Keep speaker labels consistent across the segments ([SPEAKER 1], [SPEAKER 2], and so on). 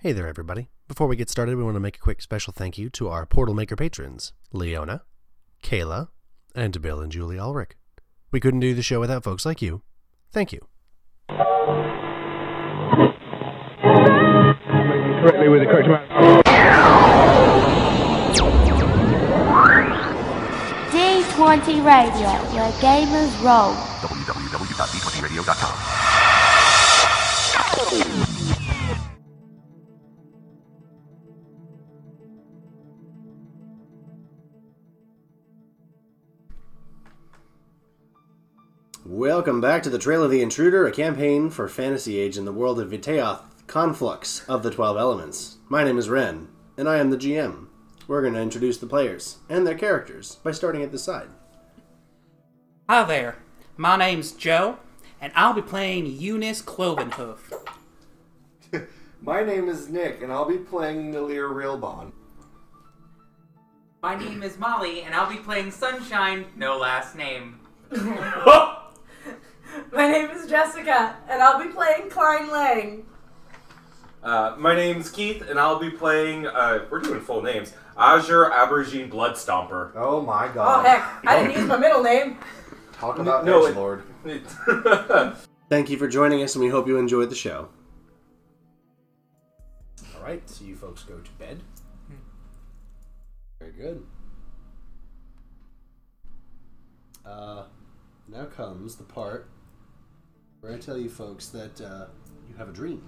[SPEAKER 1] Hey there, everybody. Before we get started, we want to make a quick special thank you to our Portal Maker patrons, Leona, Kayla, and Bill and Julie Ulrich. We couldn't do the show without folks like you. Thank you.
[SPEAKER 2] correctly with the correct amount.
[SPEAKER 3] D20 Radio, where gamers roll.
[SPEAKER 4] www.d20radio.com.
[SPEAKER 1] Welcome back to the Trail of the Intruder, a campaign for Fantasy Age in the world of Vitaeoth, Conflux of the Twelve Elements. My name is Ren, and I am the GM. We're going to introduce the players and their characters by starting at the side.
[SPEAKER 5] Hi there, my name's Joe, and I'll be playing Eunice Clovenhoof.
[SPEAKER 6] My name is Nick, and I'll be playing Nalir Rilbon.
[SPEAKER 7] My name is Molly, and I'll be playing Sunshine, no last name.
[SPEAKER 8] My name is Jessica, and I'll be playing Klein Lang.
[SPEAKER 9] Uh, my name's Keith, and I'll be playing. Uh, we're doing full names. Azure Abergene Bloodstomper.
[SPEAKER 6] Oh my
[SPEAKER 8] Oh
[SPEAKER 6] god.
[SPEAKER 8] heck, I didn't use my middle name.
[SPEAKER 6] Talk about
[SPEAKER 9] No,
[SPEAKER 6] no,
[SPEAKER 9] it-
[SPEAKER 6] Lord.
[SPEAKER 1] Thank you for joining us, and we hope you enjoyed the show. All right, so you folks go to bed. Very good. Uh, now comes the part where I tell you folks that uh, you have a dream.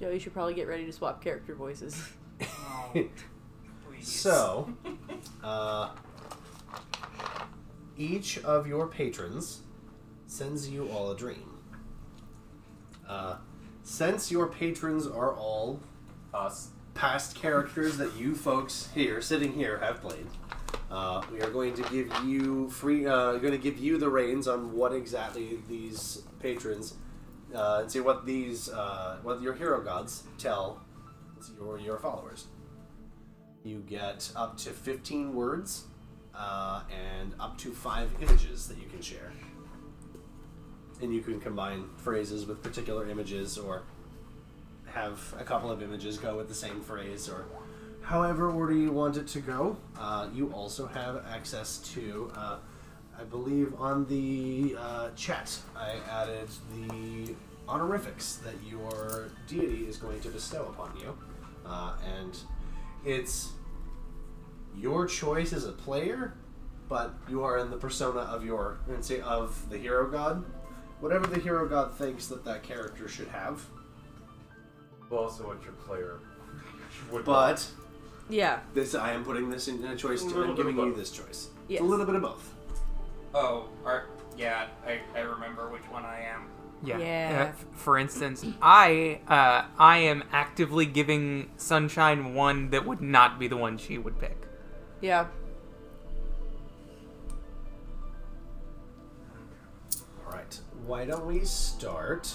[SPEAKER 10] Joe, you should probably get ready to swap character voices.
[SPEAKER 1] So, uh, each of your patrons sends you all a dream. Uh, since your patrons are all
[SPEAKER 9] Us.
[SPEAKER 1] past characters that you folks here, sitting here, have played, uh, we are going to give you free. Uh, going to give you the reins on what exactly these patrons uh, and see what these uh, what your hero gods tell your your followers. You get up to 15 words uh, and up to five images that you can share. And you can combine phrases with particular images or have a couple of images go with the same phrase or however order you want it to go. Uh, you also have access to, uh, I believe, on the uh, chat, I added the honorifics that your deity is going to bestow upon you. Uh, and it's your choice as a player, but you are in the persona of your, let's say, of the hero god. Whatever the hero god thinks that that character should have,
[SPEAKER 9] Well, also, what your player would
[SPEAKER 1] but
[SPEAKER 10] Yeah.
[SPEAKER 1] this I am putting this in a choice.
[SPEAKER 9] A
[SPEAKER 1] To,
[SPEAKER 9] little
[SPEAKER 1] I'm
[SPEAKER 9] bit
[SPEAKER 1] giving
[SPEAKER 9] of
[SPEAKER 1] you
[SPEAKER 9] both.
[SPEAKER 1] this choice.
[SPEAKER 10] Yes.
[SPEAKER 1] It's a little bit of both.
[SPEAKER 7] Oh, are, yeah, I, I remember which one I am.
[SPEAKER 5] Yeah.
[SPEAKER 10] Yeah.
[SPEAKER 7] Uh, f- for instance, I uh, I am actively giving Sunshine one that would not be the one she would pick.
[SPEAKER 10] Yeah.
[SPEAKER 1] All right. Why don't we start?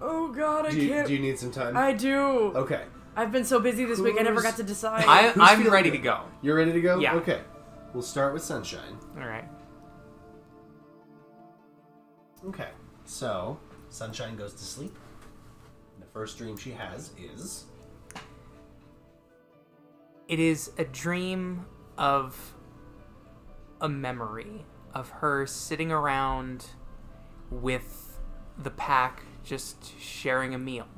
[SPEAKER 10] Oh god, I
[SPEAKER 1] Do you,
[SPEAKER 10] can't.
[SPEAKER 1] do you need some time?
[SPEAKER 10] I do.
[SPEAKER 1] okay.
[SPEAKER 10] I've been so busy this week, I never
[SPEAKER 1] Who's-
[SPEAKER 10] got to decide.
[SPEAKER 7] I,
[SPEAKER 1] Who's
[SPEAKER 7] I'm
[SPEAKER 1] feeling
[SPEAKER 7] ready
[SPEAKER 1] good?
[SPEAKER 7] to go.
[SPEAKER 1] You're ready to go.
[SPEAKER 7] Yeah.
[SPEAKER 1] Okay. We'll start with sunshine.
[SPEAKER 7] All right.
[SPEAKER 1] Okay. So sunshine goes to sleep. The first dream she has is
[SPEAKER 7] It is a dream of a memory of her sitting around with the pack just sharing a meal.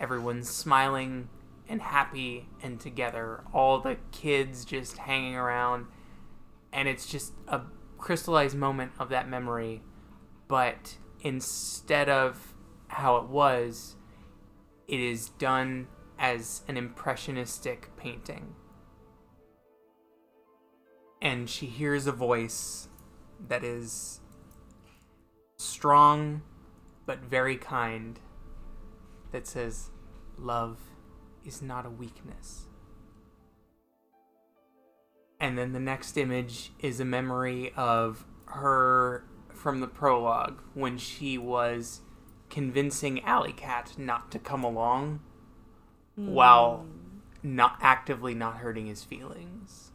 [SPEAKER 7] Everyone's smiling and happy and together. All the kids just hanging around. And it's just a crystallized moment of that memory. But instead of how it was, it is done as an impressionistic painting. And she hears a voice that is strong but very kind that says, Love is not a weakness. And then the next image is a memory of her from the prologue when she was convincing Alley Cat not to come along while not actively not hurting his feelings.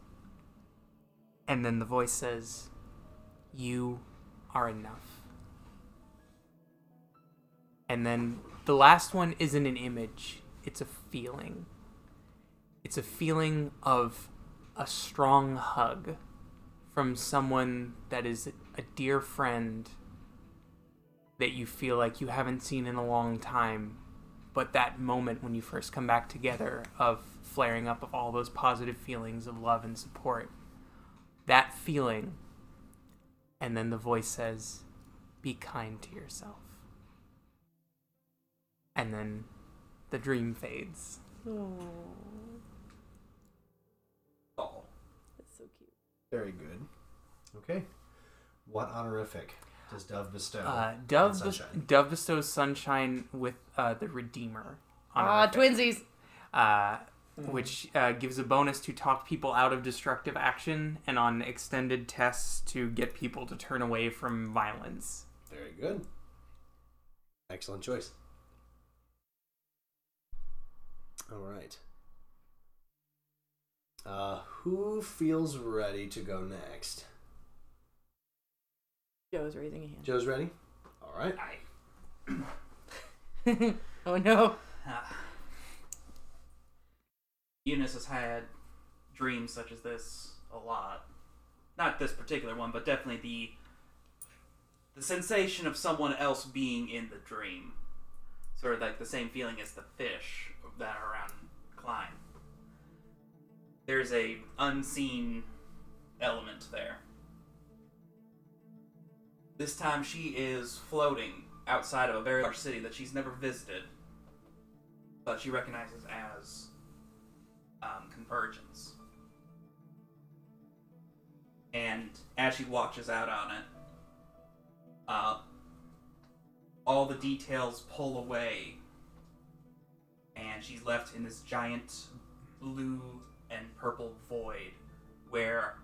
[SPEAKER 7] And then the voice says, You are enough. And then the last one isn't an image,
[SPEAKER 2] it's a feeling. It's a feeling of a strong hug from someone that is a dear friend that you feel like you haven't seen in a long time, but that moment when you first come back together of flaring up of all those positive feelings of love and support. That feeling. And then the voice says, be kind to yourself. And then the dream fades.
[SPEAKER 11] Oh.
[SPEAKER 10] That's so cute.
[SPEAKER 1] Very good. Okay. What honorific does Dove bestow?
[SPEAKER 2] Uh, Dove,
[SPEAKER 1] on
[SPEAKER 2] bes-
[SPEAKER 1] Sunshine?
[SPEAKER 2] Dove bestows sunshine with uh, the Redeemer.
[SPEAKER 10] Ah,
[SPEAKER 2] honorific,
[SPEAKER 10] twinsies.
[SPEAKER 2] uh, Which uh, gives a bonus to talk people out of destructive action and on extended tests to get people to turn away from violence.
[SPEAKER 1] Very good. Excellent choice. All right. Uh, who feels ready to go next?
[SPEAKER 10] Joe's raising a hand.
[SPEAKER 1] Joe's ready. All right.
[SPEAKER 10] Oh no.
[SPEAKER 7] Eunice has had dreams such as this a lot. Not this particular one, but definitely the the sensation of someone else being in the dream. Sort of like the same feeling as the fish that are around Klein. There's a unseen element there. This time she is floating outside of a very large city that she's never visited, but she recognizes as um, convergence. And as she watches out on it, uh, all the details pull away, and she's left in this giant blue and purple void where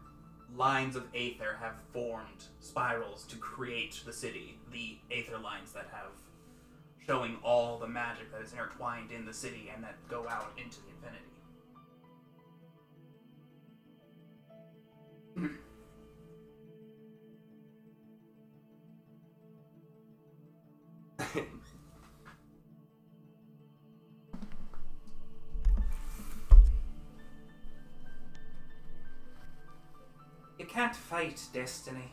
[SPEAKER 7] lines of aether have formed spirals to create the city. The aether lines that have showing all the magic that is intertwined in the city and that go out into the infinity. You can't fight destiny,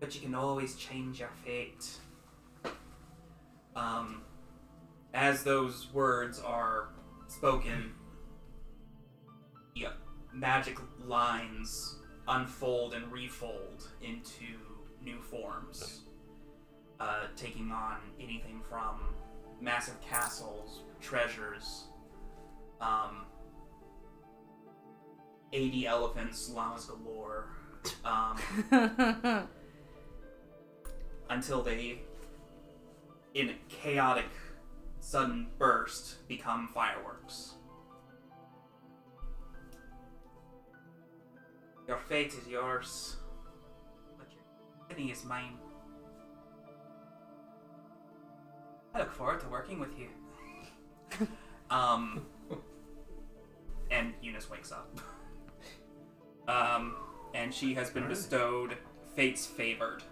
[SPEAKER 7] but you can always change your fate. Um, as those words are spoken, yeah, magic lines unfold and refold into new forms, uh, taking on anything from massive castles, treasures, um, 80 elephants, llamas galore, um, until they, in a chaotic, sudden burst, become fireworks. Your fate is yours, but your destiny is mine. I look forward to working with you. um, and Eunice wakes up. Um, and she has been bestowed Fate's Favored.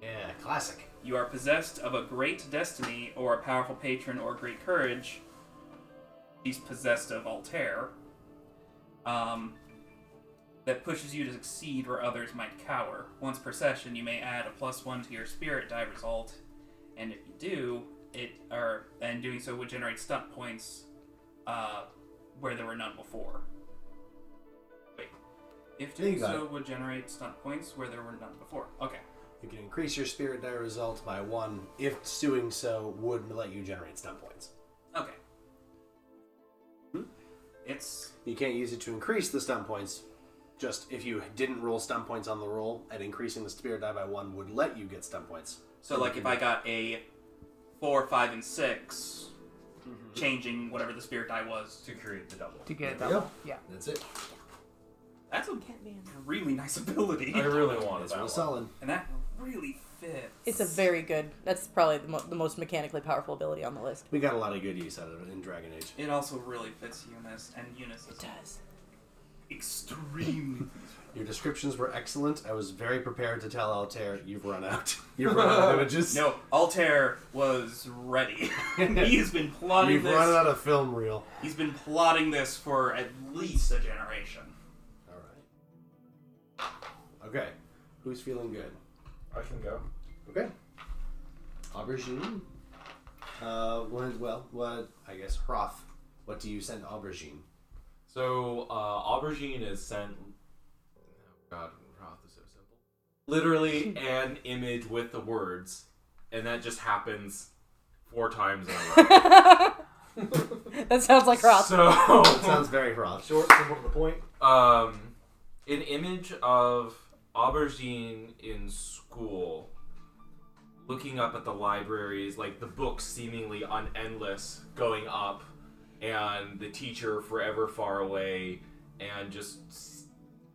[SPEAKER 1] Yeah, classic.
[SPEAKER 7] You are possessed of a great destiny or a powerful patron or great courage. She's possessed of Altair. Um, that pushes you to succeed where others might cower. Once per session, you may add a plus one to your spirit die result, and if you do, it or and doing so would generate stunt points uh, where there were none before. Wait, if
[SPEAKER 1] There you
[SPEAKER 7] doing
[SPEAKER 1] got
[SPEAKER 7] so
[SPEAKER 1] it.
[SPEAKER 7] would generate stunt points where there were none before. Okay.
[SPEAKER 1] You can increase your spirit die result by one if doing so would let you generate stun points.
[SPEAKER 7] Okay.
[SPEAKER 1] Hmm?
[SPEAKER 7] It's
[SPEAKER 1] You can't use it to increase the stun points. Just if you didn't roll stun points on the roll, and increasing the spirit die by one would let you get stun points.
[SPEAKER 7] so like if I got a four, five, and 6
[SPEAKER 1] Mm-hmm.
[SPEAKER 7] changing whatever the spirit die was.
[SPEAKER 11] To create the double.
[SPEAKER 2] To get
[SPEAKER 1] There
[SPEAKER 2] that
[SPEAKER 1] we go.
[SPEAKER 2] one. Yeah.
[SPEAKER 1] That's it.
[SPEAKER 7] That's a really nice ability,
[SPEAKER 11] I really wanted
[SPEAKER 1] That's
[SPEAKER 11] that
[SPEAKER 1] real
[SPEAKER 11] one.
[SPEAKER 1] solid.
[SPEAKER 7] and that really fits.
[SPEAKER 10] It's a very good. That's probably the, mo- the most mechanically powerful ability on the list.
[SPEAKER 1] We got a lot of good use out of it in Dragon Age.
[SPEAKER 7] It also really fits Eunice, and Eunice is
[SPEAKER 10] Does.
[SPEAKER 7] extremely.
[SPEAKER 1] Your descriptions were excellent. I was very prepared to tell Altair, you've run out. You've run out of images.
[SPEAKER 7] no, Altair was ready. He's been plotting
[SPEAKER 1] You've
[SPEAKER 7] this.
[SPEAKER 1] run out of film reel.
[SPEAKER 7] He's been plotting this for at least a generation.
[SPEAKER 1] All right. Okay. Who's feeling good?
[SPEAKER 11] I can go.
[SPEAKER 1] Okay. Aubergine. Uh, what, well, what, I guess, Hroth, what do you send Aubergine?
[SPEAKER 9] So uh, aubergine is sent. Oh God, Roth is so simple. Literally an image with the words, and that just happens four times in a row.
[SPEAKER 10] That sounds like Roth.
[SPEAKER 1] Sounds
[SPEAKER 9] so
[SPEAKER 1] very Hroth.
[SPEAKER 6] Short, simple to the point.
[SPEAKER 9] um, an image of aubergine in school, looking up at the libraries, like the books seemingly on endless going up, and the teacher forever far away, and just s-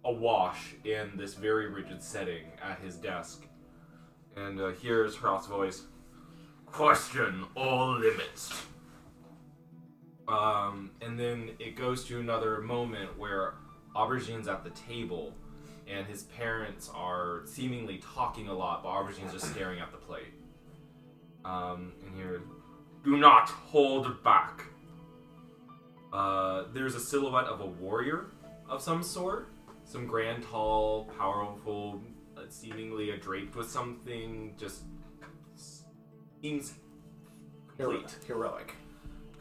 [SPEAKER 9] awash in this very rigid setting at his desk. And uh, here's Hroth's voice. Question all limits. Um, and then it goes to another moment where Aubergine's at the table, and his parents are seemingly talking a lot, but Aubergine's just staring at the plate. Um, and here, do not hold back. Uh, there's a silhouette of a warrior of some sort, some grand, tall, powerful, uh, seemingly draped with something, just seems complete.
[SPEAKER 1] Heroic.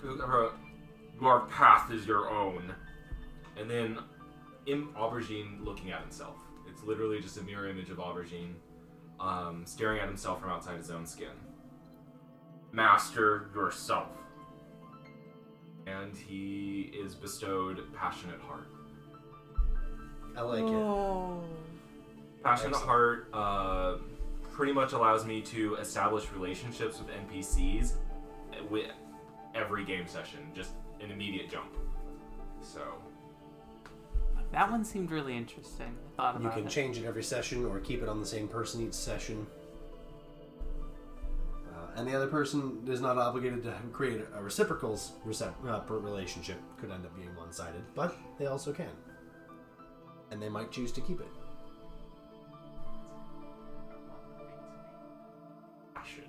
[SPEAKER 9] Her- Your path is your own. And then in Aubergine looking at himself. It's literally just a mirror image of Aubergine um, staring at himself from outside his own skin. Master yourself. And he is bestowed Passionate Heart.
[SPEAKER 1] I like it.
[SPEAKER 10] Oh.
[SPEAKER 9] Passionate Heart uh, pretty much allows me to establish relationships with NPCs eh, with every game session, just an immediate jump. So
[SPEAKER 2] That one seemed really interesting. I thought about
[SPEAKER 1] You
[SPEAKER 10] Uh-huh.
[SPEAKER 1] can
[SPEAKER 2] it.
[SPEAKER 1] change it every session or keep it on the same person each session. Uh, and the other person is not obligated to create a reciprocals recep- uh, per- relationship. Could end up being one sided, but they also can. And they might choose to keep it.
[SPEAKER 9] passion.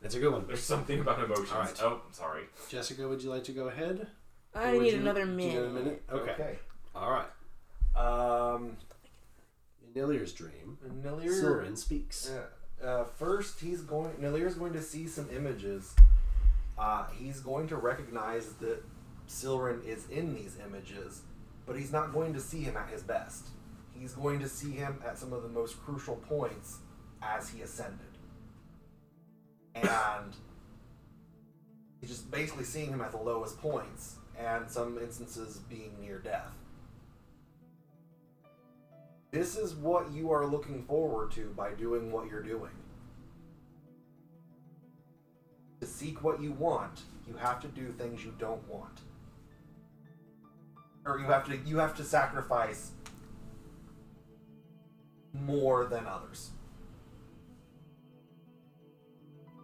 [SPEAKER 1] That's a good one.
[SPEAKER 9] There's something about emotions.
[SPEAKER 1] Alright.
[SPEAKER 9] Oh, sorry.
[SPEAKER 1] Jessica, would you like to go ahead?
[SPEAKER 10] I
[SPEAKER 1] Or would
[SPEAKER 10] need
[SPEAKER 1] you-
[SPEAKER 10] another
[SPEAKER 1] do you need
[SPEAKER 10] minute.
[SPEAKER 1] another minute? Okay.
[SPEAKER 6] Okay.
[SPEAKER 1] All right.
[SPEAKER 6] Um,
[SPEAKER 1] In Ilyr's dream,
[SPEAKER 6] Nilir.
[SPEAKER 1] Silrin speaks.
[SPEAKER 6] Uh, uh, first, he's going. Nilir's going to see some images. Uh, he's going to recognize that Silrin is in these images, but he's not going to see him at his best. He's going to see him at some of the most crucial points as he ascended, and he's just basically seeing him at the lowest points, and some instances being near death. This is what you are looking forward to by doing what you're doing. To seek what you want, you have to do things you don't want. Or you have to you have to sacrifice more than others.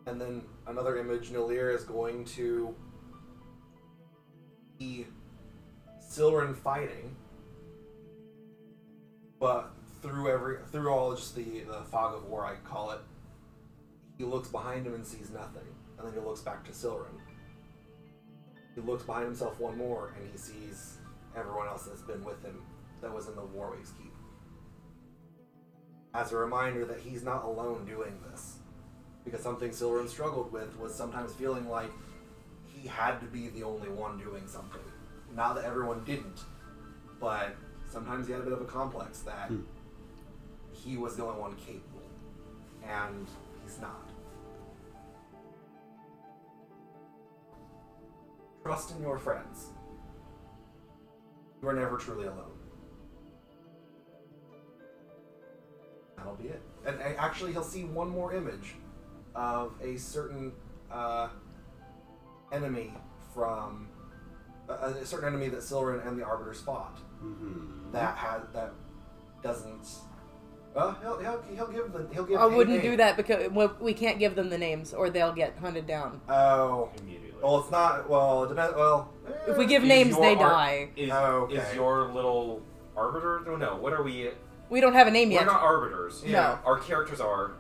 [SPEAKER 6] And then another image, Nalir is going to see Silrin fighting but through every through all just the, the fog of war I call it, he looks behind him and sees nothing, and then he looks back to Silrin. He looks behind himself one more, and he sees everyone else that's been with him that was in the Warwick's keep. As a reminder that he's not alone doing this, because something Silrin struggled with was sometimes feeling like he had to be the only one doing something. Not that everyone didn't, but sometimes he had a bit of a complex that he was the only one capable, and he's not. Trust in your friends. You are never truly alone. That'll be it. And, and actually, he'll see one more image of a certain uh, enemy from a, a certain enemy that Silrin and the Arbiters fought
[SPEAKER 1] Mm-hmm.
[SPEAKER 6] that has that doesn't. Well, he'll, he'll, he'll give the he'll give.
[SPEAKER 10] I
[SPEAKER 6] a
[SPEAKER 10] wouldn't
[SPEAKER 6] name.
[SPEAKER 10] do that because well, we can't give them the names or they'll get hunted down.
[SPEAKER 6] Oh,
[SPEAKER 9] Immediately.
[SPEAKER 6] well, it's not. Well, it depends. Well, eh,
[SPEAKER 10] If we give
[SPEAKER 9] Is
[SPEAKER 10] names,
[SPEAKER 9] your
[SPEAKER 10] they
[SPEAKER 9] ar-
[SPEAKER 10] die.
[SPEAKER 9] Is,
[SPEAKER 6] Oh,
[SPEAKER 9] is
[SPEAKER 6] okay.
[SPEAKER 9] your little arbiter? No, no. What are we?
[SPEAKER 10] We don't have a name
[SPEAKER 9] We're
[SPEAKER 10] yet.
[SPEAKER 9] not arbiters.
[SPEAKER 10] No. Yeah.
[SPEAKER 9] Our characters are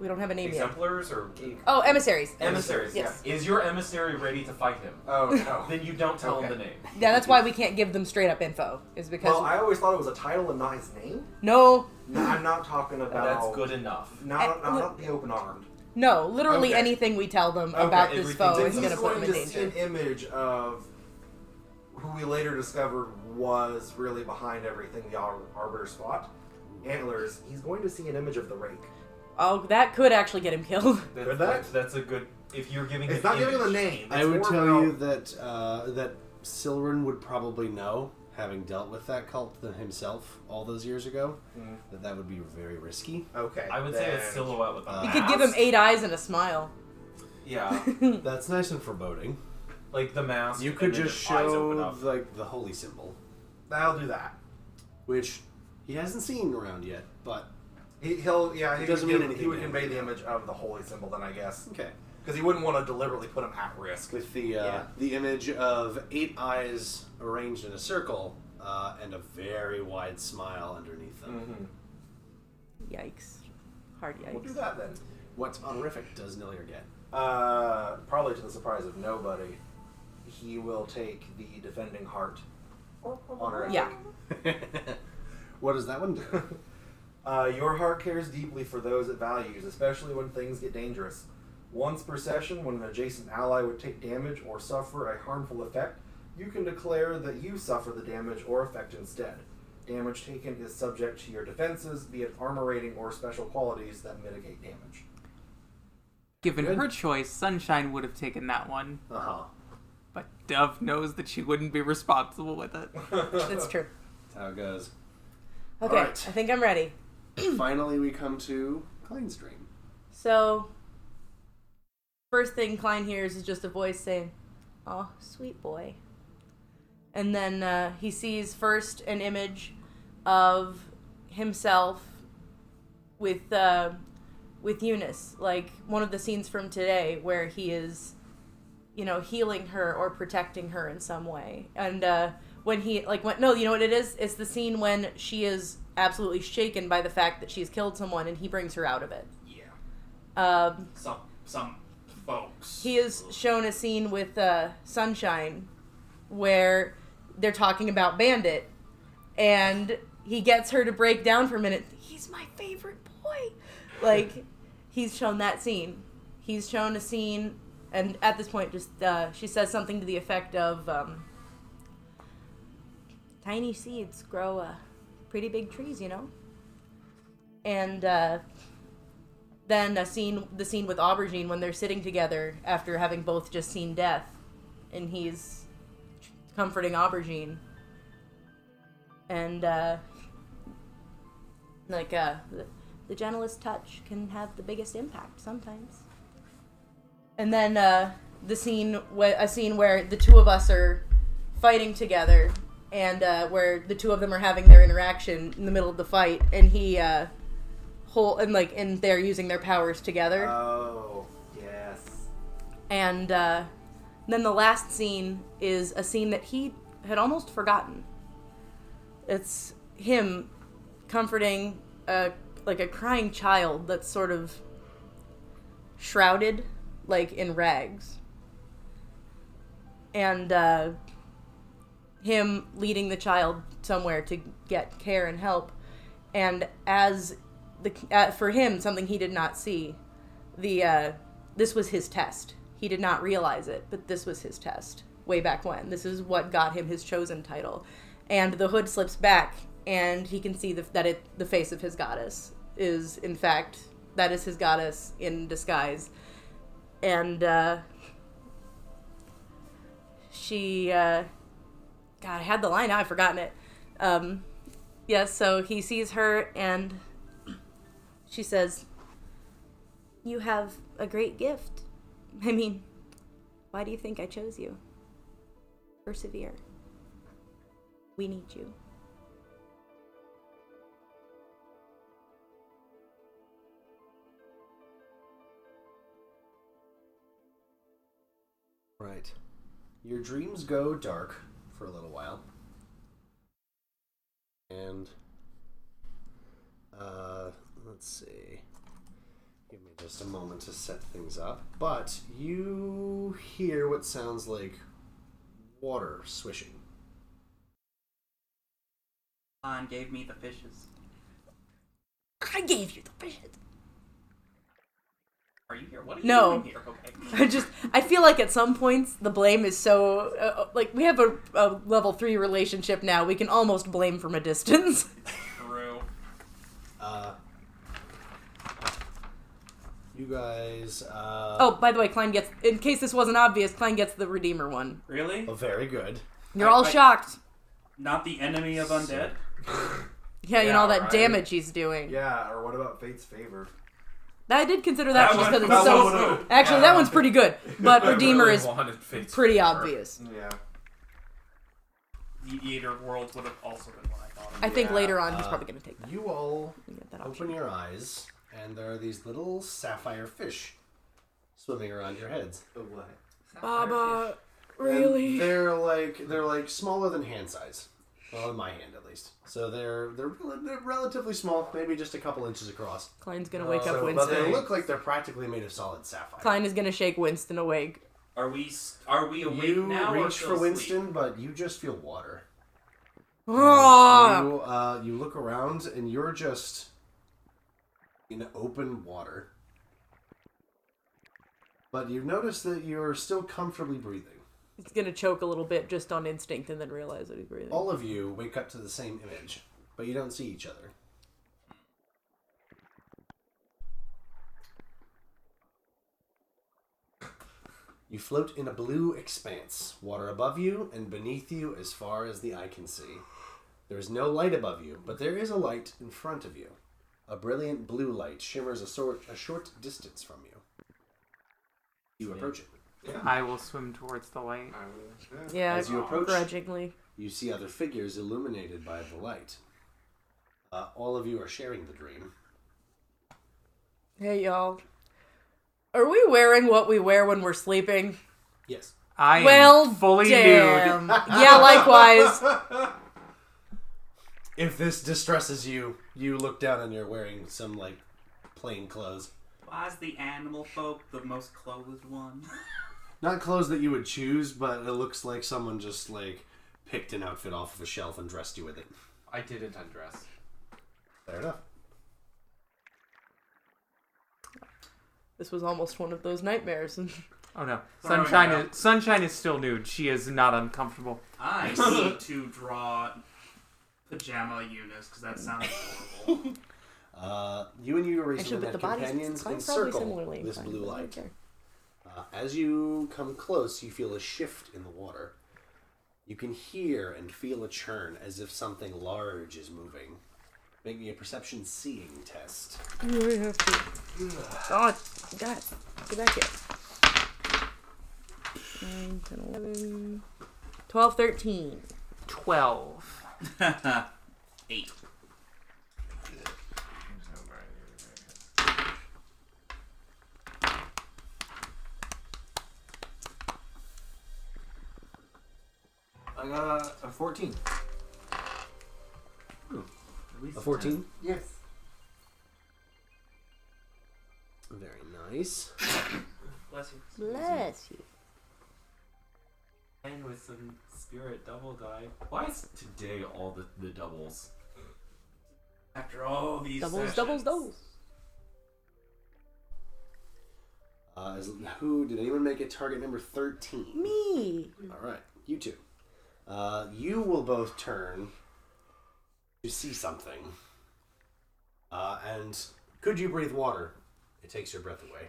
[SPEAKER 10] We don't have a name yet.
[SPEAKER 9] exemplars or
[SPEAKER 10] Oh, emissaries.
[SPEAKER 9] emissaries.
[SPEAKER 10] Yes.
[SPEAKER 9] Is your emissary ready to fight him?
[SPEAKER 6] Oh no.
[SPEAKER 9] Then you don't tell him
[SPEAKER 6] Okay.
[SPEAKER 9] the name.
[SPEAKER 10] Yeah, that's why we can't give them straight up info. Is because
[SPEAKER 6] well, I always thought it was a title and not his name.
[SPEAKER 10] no,
[SPEAKER 6] No, I'm not talking about.
[SPEAKER 9] That's good enough.
[SPEAKER 6] Not,
[SPEAKER 10] Uh,
[SPEAKER 6] not, not the open armed.
[SPEAKER 10] no, literally
[SPEAKER 6] Okay.
[SPEAKER 10] anything we tell them
[SPEAKER 6] Okay,
[SPEAKER 10] about this
[SPEAKER 9] everything
[SPEAKER 10] foe
[SPEAKER 9] that
[SPEAKER 10] is
[SPEAKER 9] he's
[SPEAKER 10] going to Oh, put them in
[SPEAKER 6] to see an
[SPEAKER 10] danger.
[SPEAKER 6] image of who we later discovered was really behind everything the Ar- arbiter spot. Antlers. He's going to see an image of the rake.
[SPEAKER 10] Oh, that could actually get him killed.
[SPEAKER 9] That-
[SPEAKER 6] Good
[SPEAKER 9] that's, that's a good. If you're giving,
[SPEAKER 6] It's
[SPEAKER 9] an
[SPEAKER 6] not giving
[SPEAKER 9] image.
[SPEAKER 6] the name.
[SPEAKER 1] I
[SPEAKER 6] it's
[SPEAKER 1] would
[SPEAKER 6] more
[SPEAKER 1] tell
[SPEAKER 6] about-
[SPEAKER 1] you that uh, that Silrin would probably know, having dealt with that cult than himself all those years ago,
[SPEAKER 6] Mm.
[SPEAKER 1] that that would be very risky.
[SPEAKER 6] Okay.
[SPEAKER 9] I would say a
[SPEAKER 6] then-
[SPEAKER 9] silhouette with a
[SPEAKER 1] Uh,
[SPEAKER 10] You
[SPEAKER 9] mask.
[SPEAKER 10] could give him eight eyes and a smile.
[SPEAKER 9] Yeah,
[SPEAKER 1] That's nice and foreboding.
[SPEAKER 9] like the mask.
[SPEAKER 1] You
[SPEAKER 9] and
[SPEAKER 1] could
[SPEAKER 9] then
[SPEAKER 1] just
[SPEAKER 9] his eyes open
[SPEAKER 1] show
[SPEAKER 9] up.
[SPEAKER 1] like the holy symbol,
[SPEAKER 6] I'll do that.
[SPEAKER 1] which he hasn't seen around yet. But
[SPEAKER 6] He, he'll yeah. He,
[SPEAKER 1] It doesn't
[SPEAKER 6] would
[SPEAKER 1] mean
[SPEAKER 6] give- He
[SPEAKER 1] anything
[SPEAKER 6] would
[SPEAKER 1] to him.
[SPEAKER 6] convey the image of the holy symbol. Then I guess
[SPEAKER 1] okay,
[SPEAKER 6] because he wouldn't want to deliberately put him at risk.
[SPEAKER 1] with the uh,
[SPEAKER 6] Yeah.
[SPEAKER 1] the image of eight eyes arranged in a circle uh, and a very wide smile underneath them.
[SPEAKER 10] Yikes. Hard
[SPEAKER 6] We'll do
[SPEAKER 10] yikes.
[SPEAKER 6] that then.
[SPEAKER 1] What honorific does Nilir get?
[SPEAKER 6] Uh, probably to the surprise of nobody, he will take the defending heart. Honor.
[SPEAKER 10] Yeah.
[SPEAKER 1] what does that one do?
[SPEAKER 6] Uh, your heart cares deeply for those it values, especially when things get dangerous. Once per session, when an adjacent ally would take damage or suffer a harmful effect, you can declare that you suffer the damage or effect instead. Damage taken is subject to your defenses, be it armor rating or special qualities that mitigate damage.
[SPEAKER 2] Given her choice, Sunshine would have taken that one,
[SPEAKER 1] Uh huh.
[SPEAKER 2] but Dove knows that she wouldn't be responsible with it.
[SPEAKER 10] That's true.
[SPEAKER 1] That's how it goes.
[SPEAKER 10] Okay,
[SPEAKER 1] Alright.
[SPEAKER 10] I think I'm ready.
[SPEAKER 1] Finally, we come to Klein's dream.
[SPEAKER 10] So, first thing Klein hears is just a voice saying, "Oh, sweet boy." And then uh, he sees first an image of himself with uh, with Eunice, like one of the scenes from today where he is, you know, healing her or protecting her in some way. And uh, when he like went, no, you know what it is? It's the scene when she is absolutely shaken by the fact that she's killed someone, and he brings her out of it.
[SPEAKER 7] Yeah.
[SPEAKER 10] Um,
[SPEAKER 7] Some some folks.
[SPEAKER 10] he is shown a scene with uh, Sunshine where they're talking about Bandit, and he gets her to break down for a minute. He's my favorite boy. Like, he's shown that scene. He's shown a scene, and at this point, just uh, she says something to the effect of um, "Tiny seeds grow uh, pretty big trees, you know." And uh, then a scene the scene with aubergine when they're sitting together after having both just seen death and he's comforting aubergine and uh like uh the, the gentlest touch can have the biggest impact sometimes and then uh the scene wh- a scene where the two of us are fighting together and uh, where the two of them are having their interaction in the middle of the fight and he uh whole and like and they're using their powers together
[SPEAKER 6] Oh, yes.
[SPEAKER 10] and uh, then the last scene is a scene that he had almost forgotten it's him comforting a like a crying child that's sort of shrouded like in rags and uh, him leading the child somewhere to get care and help and as the uh, for him something he did not see the uh, this was his test he did not realize it but this was his test way back when this is what got him his chosen title and the hood slips back and he can see the, that it the face of his goddess is in fact that is his goddess in disguise and uh, she uh, god i had the line now i've forgotten it um, Yes, so he sees her and she says, You have a great gift. I mean, why do you think I chose you? Persevere. We need you.
[SPEAKER 1] Right. Your dreams go dark for a little while. And uh, let's see. Give me just a moment to set things up. But you hear what sounds like water swishing.
[SPEAKER 7] Lon gave me the fishes.
[SPEAKER 10] I gave you the vision.
[SPEAKER 7] Are you here? What are you
[SPEAKER 10] No.
[SPEAKER 7] doing here? Okay.
[SPEAKER 10] I just I feel like at some points the blame is so uh, like we have a, a level three relationship now. We can almost blame from a distance.
[SPEAKER 7] True.
[SPEAKER 1] Uh, you guys. Uh,
[SPEAKER 10] Oh, by the way, Klein gets. In case this wasn't obvious, Klein gets the Redeemer one.
[SPEAKER 7] Really?
[SPEAKER 1] oh, very good.
[SPEAKER 10] You're all
[SPEAKER 7] I- I-
[SPEAKER 10] shocked.
[SPEAKER 7] Not the enemy of undead?
[SPEAKER 10] Yeah, you
[SPEAKER 6] Yeah,
[SPEAKER 10] know all that
[SPEAKER 6] right.
[SPEAKER 10] damage he's doing.
[SPEAKER 6] Yeah, or what about Fate's Favor?
[SPEAKER 10] I did consider that, just because
[SPEAKER 7] that
[SPEAKER 10] it's so.
[SPEAKER 7] one would've-
[SPEAKER 10] Actually, that one's pretty good, but
[SPEAKER 11] I
[SPEAKER 10] Redeemer
[SPEAKER 11] really
[SPEAKER 10] is
[SPEAKER 11] wanted Fate's
[SPEAKER 10] pretty
[SPEAKER 11] Favor.
[SPEAKER 10] obvious.
[SPEAKER 6] Yeah.
[SPEAKER 7] Mediator World would have also been what I thought of.
[SPEAKER 10] I think
[SPEAKER 6] Yeah,
[SPEAKER 10] later on he's
[SPEAKER 1] uh,
[SPEAKER 10] probably gonna take that.
[SPEAKER 1] You all
[SPEAKER 10] Get that
[SPEAKER 1] open
[SPEAKER 10] option.
[SPEAKER 1] your eyes, and there are these little sapphire fish swimming around your heads.
[SPEAKER 6] Oh, what?
[SPEAKER 10] Baba,
[SPEAKER 1] And
[SPEAKER 10] really?
[SPEAKER 1] they're like they're like smaller than hand size. Well, in my hand at least. So they're they're rel- they're relatively small, maybe just a couple inches across.
[SPEAKER 10] Klein's gonna wake up
[SPEAKER 6] so-
[SPEAKER 1] But they
[SPEAKER 10] Winston.
[SPEAKER 1] look like they're practically made of solid sapphire.
[SPEAKER 10] Klein is gonna shake Winston awake.
[SPEAKER 7] Are we s- are we awake
[SPEAKER 1] you
[SPEAKER 7] now or
[SPEAKER 1] reach
[SPEAKER 7] still
[SPEAKER 1] for
[SPEAKER 7] asleep?
[SPEAKER 1] Winston, but you just feel water.
[SPEAKER 10] Ah!
[SPEAKER 1] You, uh, you look around and you're just in open water. But you notice that you're still comfortably breathing.
[SPEAKER 10] He's gonna choke a little bit just on instinct and then realize that he's breathing.
[SPEAKER 1] All of you wake up to the same image, but you don't see each other. You float in a blue expanse, water above you and beneath you as far as the eye can see. There is no light above you, but there is a light in front of you. A brilliant blue light shimmers a short, a short distance from you. You approach it.
[SPEAKER 2] I will swim towards the light.
[SPEAKER 10] yeah,
[SPEAKER 1] As you approach-
[SPEAKER 10] grudgingly.
[SPEAKER 1] You see other figures illuminated by the light. Uh, all of you are sharing the dream.
[SPEAKER 10] Hey y'all. Are we wearing what we wear when we're sleeping?
[SPEAKER 1] Yes.
[SPEAKER 2] I
[SPEAKER 10] well,
[SPEAKER 2] am fully nude.
[SPEAKER 10] damn. yeah, likewise.
[SPEAKER 1] If this distresses you, you look down and you're wearing some like plain clothes.
[SPEAKER 7] Why's the animal folk the most clothed one?
[SPEAKER 1] Not clothes that you would choose, but it looks like someone just like picked an outfit off of a shelf and dressed you with it.
[SPEAKER 11] I didn't undress.
[SPEAKER 1] Fair enough.
[SPEAKER 10] This was almost one of those nightmares.
[SPEAKER 2] Oh no,
[SPEAKER 7] Sorry,
[SPEAKER 2] sunshine
[SPEAKER 7] Mara.
[SPEAKER 2] is sunshine is still nude. She is not uncomfortable.
[SPEAKER 7] I need to draw pajama Eunice because that sounds adorable.
[SPEAKER 1] Uh, you and Euresia
[SPEAKER 10] Actually,
[SPEAKER 1] and
[SPEAKER 10] but
[SPEAKER 1] the
[SPEAKER 10] the bodies
[SPEAKER 1] companions
[SPEAKER 10] Klein's probably
[SPEAKER 1] encircle
[SPEAKER 10] similarly
[SPEAKER 1] this
[SPEAKER 10] inclined,
[SPEAKER 1] blue
[SPEAKER 10] but I don't
[SPEAKER 1] light.
[SPEAKER 10] care.
[SPEAKER 1] Uh, as you come close, you feel a shift in the water. You can hear and feel a churn as if something large is moving. Make me a perception seeing test.
[SPEAKER 10] You have to. God, God, get back here. 9, 10, 11, 12, 13.
[SPEAKER 2] Twelve.
[SPEAKER 7] Eight.
[SPEAKER 6] I got a 14. Hmm.
[SPEAKER 1] A 14?
[SPEAKER 6] Yes.
[SPEAKER 1] Very nice.
[SPEAKER 7] Bless you.
[SPEAKER 10] Bless you.
[SPEAKER 9] Playing with some spirit double die. Why is today all the, the doubles?
[SPEAKER 7] After all these
[SPEAKER 10] Doubles,
[SPEAKER 7] sessions,
[SPEAKER 10] doubles, doubles.
[SPEAKER 1] Uh, is- who did anyone make it target number 13?
[SPEAKER 10] Me.
[SPEAKER 1] All right, you two. Uh, you will both turn to see something. Uh, and could you breathe water? It takes your breath away.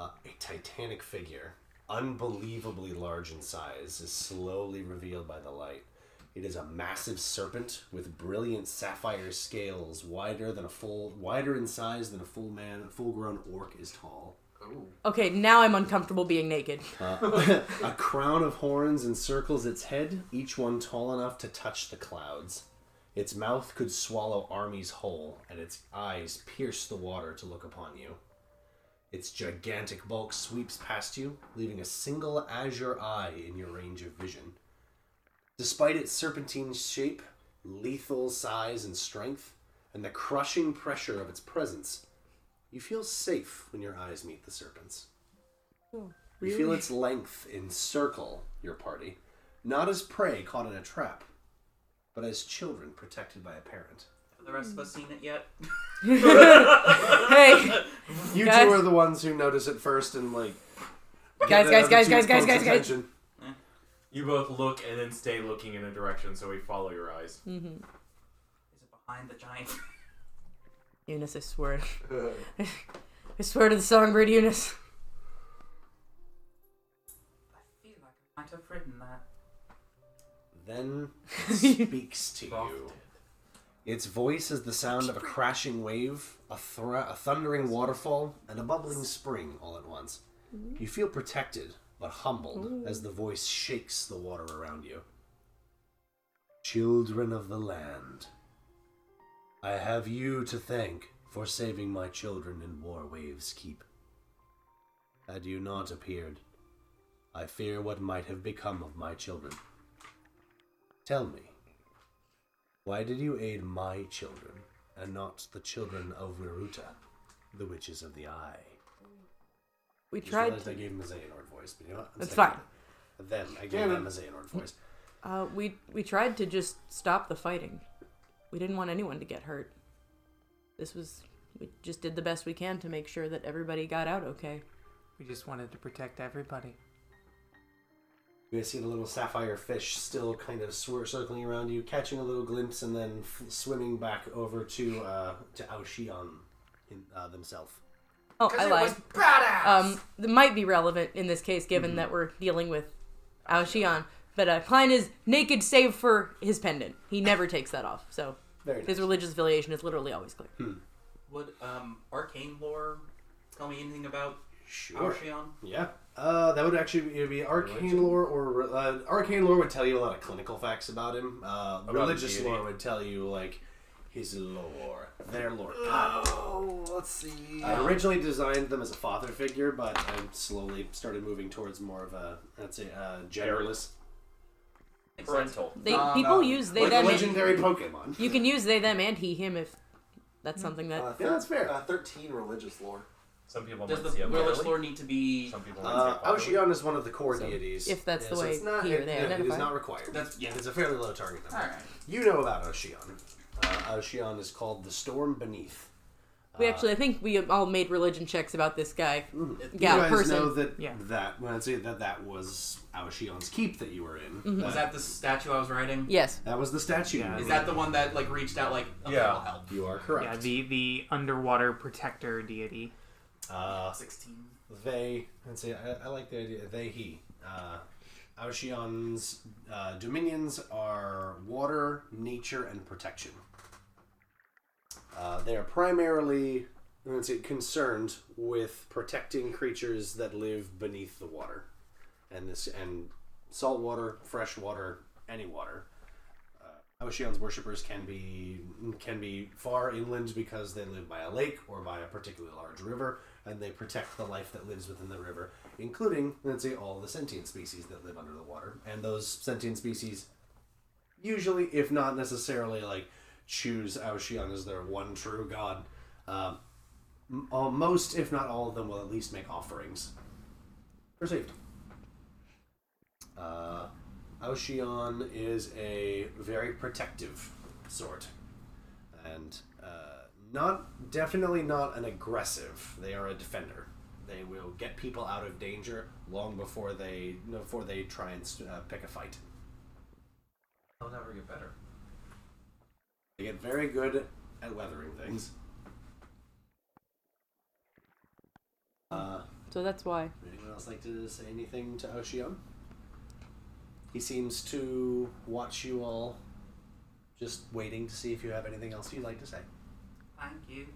[SPEAKER 1] Uh, a titanic figure, unbelievably large in size, is slowly revealed by the light. It is a massive serpent with brilliant sapphire scales, wider than a full, wider in size than a full man. A full-grown orc is tall.
[SPEAKER 10] Okay, now I'm uncomfortable being naked.
[SPEAKER 1] Uh, a crown of horns encircles its head, each one tall enough to touch the clouds. Its mouth could swallow armies whole, and its eyes pierce the water to look upon you. Its gigantic bulk sweeps past you, leaving a single azure eye in your range of vision. Despite its serpentine shape, lethal size and strength, and the crushing pressure of its presence, you feel safe when your eyes meet the serpent's. You feel its length encircle your party, not as prey caught in a trap, but as children protected by a parent.
[SPEAKER 7] Have the rest of us seen it yet?
[SPEAKER 10] Hey,
[SPEAKER 1] You
[SPEAKER 10] Guys.
[SPEAKER 1] two are the ones who notice it first and like. get
[SPEAKER 10] Guys,
[SPEAKER 1] the
[SPEAKER 10] guys,
[SPEAKER 1] other
[SPEAKER 10] guys,
[SPEAKER 1] two
[SPEAKER 10] guys, guys,
[SPEAKER 1] folks'
[SPEAKER 10] guys, guys.
[SPEAKER 1] attention.
[SPEAKER 11] You both look and then stay looking in a direction, so we follow your eyes.
[SPEAKER 7] Is it behind the giant?
[SPEAKER 10] Eunice, I swear. I swear to the songbird Eunice.
[SPEAKER 7] I feel like I might have written that.
[SPEAKER 1] Then it speaks to you. Its voice is the sound of a crashing wave, a, thr- a thundering waterfall, and a bubbling spring all at once. You feel protected, but humbled, as the voice shakes the water around you. Children of the land, I have you to thank for saving my children in War Wave's keep. Had you not appeared, I fear what might have become of my children. Tell me, why did you aid my children and not the children of Wiruta, the witches of the eye?
[SPEAKER 10] We
[SPEAKER 1] I just
[SPEAKER 10] tried.
[SPEAKER 1] realized I gave him a Xehanort voice, but you know what? I'm
[SPEAKER 10] That's
[SPEAKER 1] sticking
[SPEAKER 10] fine.
[SPEAKER 1] with it. Then I gave him a Xehanort voice.
[SPEAKER 10] Uh, we we tried to just stop the fighting. We didn't want anyone to get hurt. This was we just did the best we can to make sure that everybody got out okay.
[SPEAKER 2] We just wanted to protect everybody.
[SPEAKER 1] You guys see the little sapphire fish still kind of swir- circling around you, catching a little glimpse, and then f- swimming back over to uh, to Aoshion in, uh, themselves.
[SPEAKER 10] Oh, I lied. Um, that might be relevant in this case, given that we're dealing with Aoshion. But uh, Klein is naked, save for his pendant. He never takes that off. So
[SPEAKER 1] Very nice.
[SPEAKER 10] his religious affiliation is literally always clear.
[SPEAKER 7] Would um, arcane lore tell me anything about
[SPEAKER 1] Sure.
[SPEAKER 7] Aoshion?
[SPEAKER 1] Yeah. Uh, that would actually be, it would be arcane lore, or uh, arcane lore would tell you a lot of clinical facts about him. Uh, religious
[SPEAKER 11] deity.
[SPEAKER 1] lore would tell you like his lore, their lore.
[SPEAKER 6] Oh, let's see.
[SPEAKER 1] I originally designed them as a father figure, but I slowly started moving towards more of a, I'd say, uh, genderless,
[SPEAKER 9] Parental.
[SPEAKER 10] They people use they
[SPEAKER 1] like a
[SPEAKER 10] them. and-
[SPEAKER 1] legendary Pokemon.
[SPEAKER 10] you can use they them and he him if that's something that
[SPEAKER 6] Uh,
[SPEAKER 1] Yeah, that's fair.
[SPEAKER 6] Uh, Thirteen religious lore.
[SPEAKER 11] Some people
[SPEAKER 7] Does
[SPEAKER 11] might
[SPEAKER 7] the
[SPEAKER 11] see a
[SPEAKER 7] religious
[SPEAKER 11] male.
[SPEAKER 7] lore need to be?
[SPEAKER 11] Some people might
[SPEAKER 1] Uh,
[SPEAKER 6] oh,
[SPEAKER 11] see a father.
[SPEAKER 1] Ocean is one of the core deities.
[SPEAKER 10] if that's the
[SPEAKER 1] so
[SPEAKER 10] way
[SPEAKER 1] it's not,
[SPEAKER 10] he or
[SPEAKER 1] it,
[SPEAKER 10] they
[SPEAKER 1] yeah, it is
[SPEAKER 10] identify.
[SPEAKER 1] not required.
[SPEAKER 7] That's- yeah.
[SPEAKER 1] It's a fairly low target number.
[SPEAKER 7] All right.
[SPEAKER 1] You know about Ocean. Uh, Ocean is called the Storm Beneath.
[SPEAKER 10] we actually I think we all made religion checks about this guy.
[SPEAKER 1] Hmm.
[SPEAKER 10] Yeah,
[SPEAKER 1] you guys
[SPEAKER 10] person.
[SPEAKER 1] know that
[SPEAKER 2] Yeah.
[SPEAKER 1] that well, I'd say that that was Aoshion's keep that you were in.
[SPEAKER 2] Mm-hmm.
[SPEAKER 7] Was that the statue I was writing?
[SPEAKER 10] Yes.
[SPEAKER 1] That was the statue. you
[SPEAKER 7] Is
[SPEAKER 1] made.
[SPEAKER 7] that the one that like reached out like okay,
[SPEAKER 11] Yeah.
[SPEAKER 7] will help?
[SPEAKER 1] you are
[SPEAKER 2] Yeah,
[SPEAKER 1] correct?
[SPEAKER 2] the the underwater protector deity.
[SPEAKER 1] uh,
[SPEAKER 7] Sixteen.
[SPEAKER 1] they and say I, I like the idea. They he. Uh, Aoshion's uh, dominions are water, nature, and protection. Uh, they are primarily let's say, concerned with protecting creatures that live beneath the water, and this and salt water, fresh water, any water. Uh, Aoshion's worshippers can be can be far inland because they live by a lake or by a particularly large river, and they protect the life that lives within the river, including let's say all the sentient species that live under the water, and those sentient species usually, if not necessarily, like choose Aoshion as their one true god. Um, m- all- most, if not all of them, will at least make offerings. Received. Uh, Aoshion is a very protective sort, and uh, not definitely not an aggressive. They are a defender. They will get people out of danger long before they before they try and uh, pick a fight.
[SPEAKER 9] I'll never get better.
[SPEAKER 1] They get very good at weathering things. Uh,
[SPEAKER 10] So that's why.
[SPEAKER 1] would anyone else like to say anything to Ocean? He seems to watch you all, just waiting to see if you have anything else you'd like to say.
[SPEAKER 7] Thank you.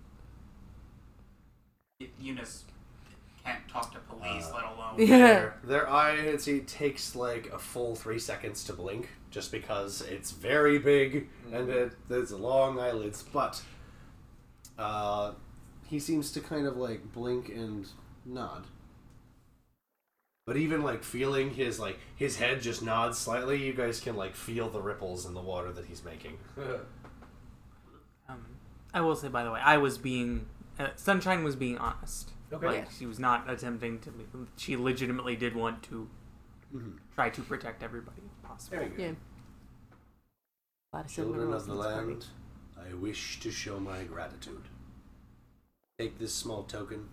[SPEAKER 7] Y- Eunice can't talk to police,
[SPEAKER 1] Uh,
[SPEAKER 7] let alone.
[SPEAKER 10] Yeah.
[SPEAKER 1] Their eye, it's, it takes like a full three seconds to blink, just because it's very big and it, it's long eyelids. But uh, he seems to kind of like blink and nod. But even like feeling his like his head just nods slightly, you guys can like feel the ripples in the water that he's making.
[SPEAKER 2] Um, I will say, by the way, I was being uh, Sunshine was being honest.
[SPEAKER 1] Okay.
[SPEAKER 2] like
[SPEAKER 10] Yeah.
[SPEAKER 2] she was not attempting to. She legitimately did want to try to protect everybody if possible.
[SPEAKER 1] Very good.
[SPEAKER 10] Yeah. A lot of
[SPEAKER 1] Children
[SPEAKER 10] silver
[SPEAKER 1] of the
[SPEAKER 10] rolls, that's
[SPEAKER 1] land, I wish to show my gratitude. Take this small token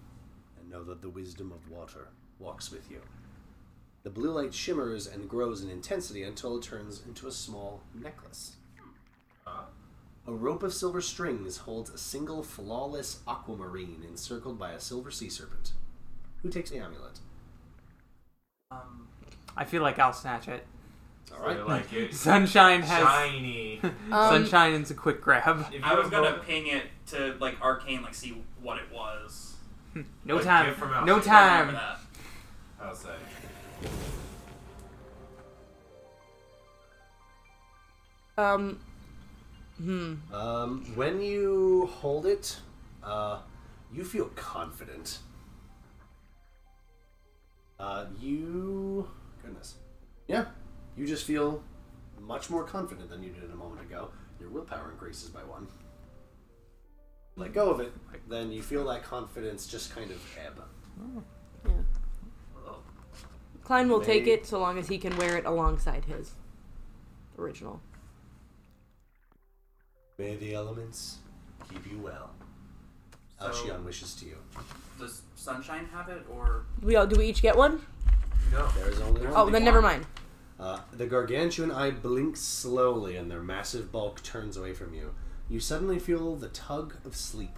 [SPEAKER 1] and know that the wisdom of water walks with you. The blue light shimmers and grows in intensity until it turns into a small necklace. A rope of silver strings holds a single flawless aquamarine encircled by a silver sea serpent. Who takes the amulet?
[SPEAKER 2] Um, I feel like I'll snatch it.
[SPEAKER 1] All
[SPEAKER 9] I
[SPEAKER 1] right.
[SPEAKER 9] like it.
[SPEAKER 2] Sunshine has
[SPEAKER 9] Shiny.
[SPEAKER 2] Um, Sunshine is a quick grab.
[SPEAKER 9] If
[SPEAKER 7] I
[SPEAKER 9] you
[SPEAKER 7] was
[SPEAKER 9] have
[SPEAKER 7] gonna
[SPEAKER 9] both-
[SPEAKER 7] ping it to like arcane, like see what it was.
[SPEAKER 2] No
[SPEAKER 9] Like,
[SPEAKER 2] time.
[SPEAKER 9] give from out.
[SPEAKER 2] No
[SPEAKER 9] Like,
[SPEAKER 7] I remember
[SPEAKER 2] time.
[SPEAKER 7] that.
[SPEAKER 9] I'll say.
[SPEAKER 10] Um, hmm.
[SPEAKER 1] Um, when you hold it, uh, you feel confident. Uh, you. Goodness. Yeah. You just feel much more confident than you did a moment ago. Your willpower increases by one. Let go of it, then you feel that confidence just kind of ebb.
[SPEAKER 10] Klein will take
[SPEAKER 1] Maybe.
[SPEAKER 10] it so long as he can wear it alongside his original.
[SPEAKER 1] May the elements keep you well. Alchion wishes to you.
[SPEAKER 7] Does Sunshine have it or?
[SPEAKER 10] We all do we each get one?
[SPEAKER 1] There is only one.
[SPEAKER 10] Oh, then never mind.
[SPEAKER 1] Uh, the gargantuan eye blinks slowly and their massive bulk turns away from you. You suddenly feel the tug of sleep.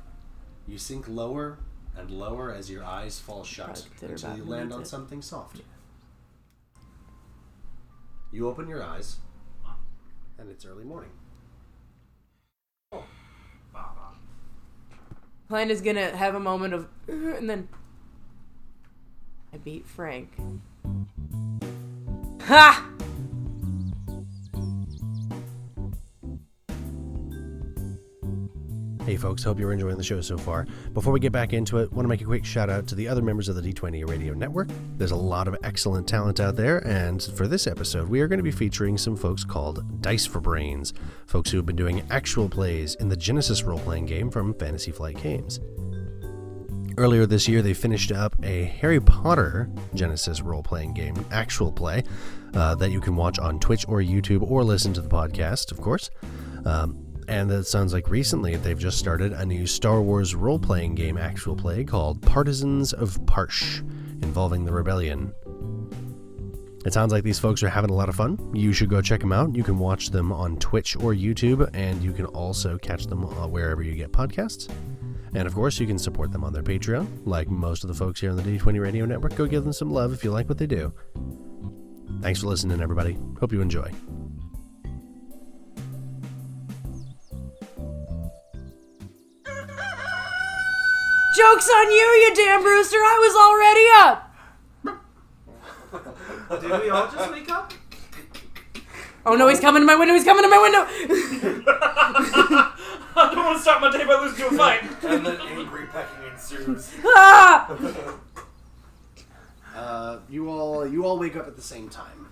[SPEAKER 1] You sink lower and lower as your eyes fall shut
[SPEAKER 10] Probably consider
[SPEAKER 1] until
[SPEAKER 10] that
[SPEAKER 1] you
[SPEAKER 10] who
[SPEAKER 1] land
[SPEAKER 10] needs
[SPEAKER 1] on
[SPEAKER 10] it.
[SPEAKER 1] something soft. You open your eyes and it's early morning.
[SPEAKER 10] Klein is gonna have a moment of "Uh," and then I beat Frank. Ha!
[SPEAKER 1] Hey folks, hope you're enjoying the show so far. Before we get back into it, want to make a quick shout out to the other members of the D20 Radio Network. There's a lot of excellent talent out there, and for this episode, we are going to be featuring some folks called Dice for Brains, folks who have been doing actual plays in the Genesis role-playing game from Fantasy Flight Games. Earlier this year, they finished up a Harry Potter Genesis role playing game, actual play, uh, that you can watch on Twitch or YouTube or listen to the podcast, of course. Um, and that sounds like recently they've just started a new Star Wars role playing game, actual play, called Partisans of Parsh, involving the Rebellion. It sounds like these folks are having a lot of fun. You should go check them out. You can watch them on Twitch or YouTube, and you can also catch them uh, wherever you get podcasts. And of course, you can support them on their Patreon. Like most of the folks here on the D20 Radio Network, go give them some love if you like what they do. Thanks for listening, everybody. Hope you enjoy.
[SPEAKER 10] Joke's on you, you damn Brewster! I was already up!
[SPEAKER 9] Did we all just wake up?
[SPEAKER 10] Oh no, he's coming to my window, he's coming to my window!
[SPEAKER 7] I don't want to start my day by losing to a fight.
[SPEAKER 6] and then angry pecking ensues.
[SPEAKER 10] ah!
[SPEAKER 1] Uh, you all, you all wake up at the same time.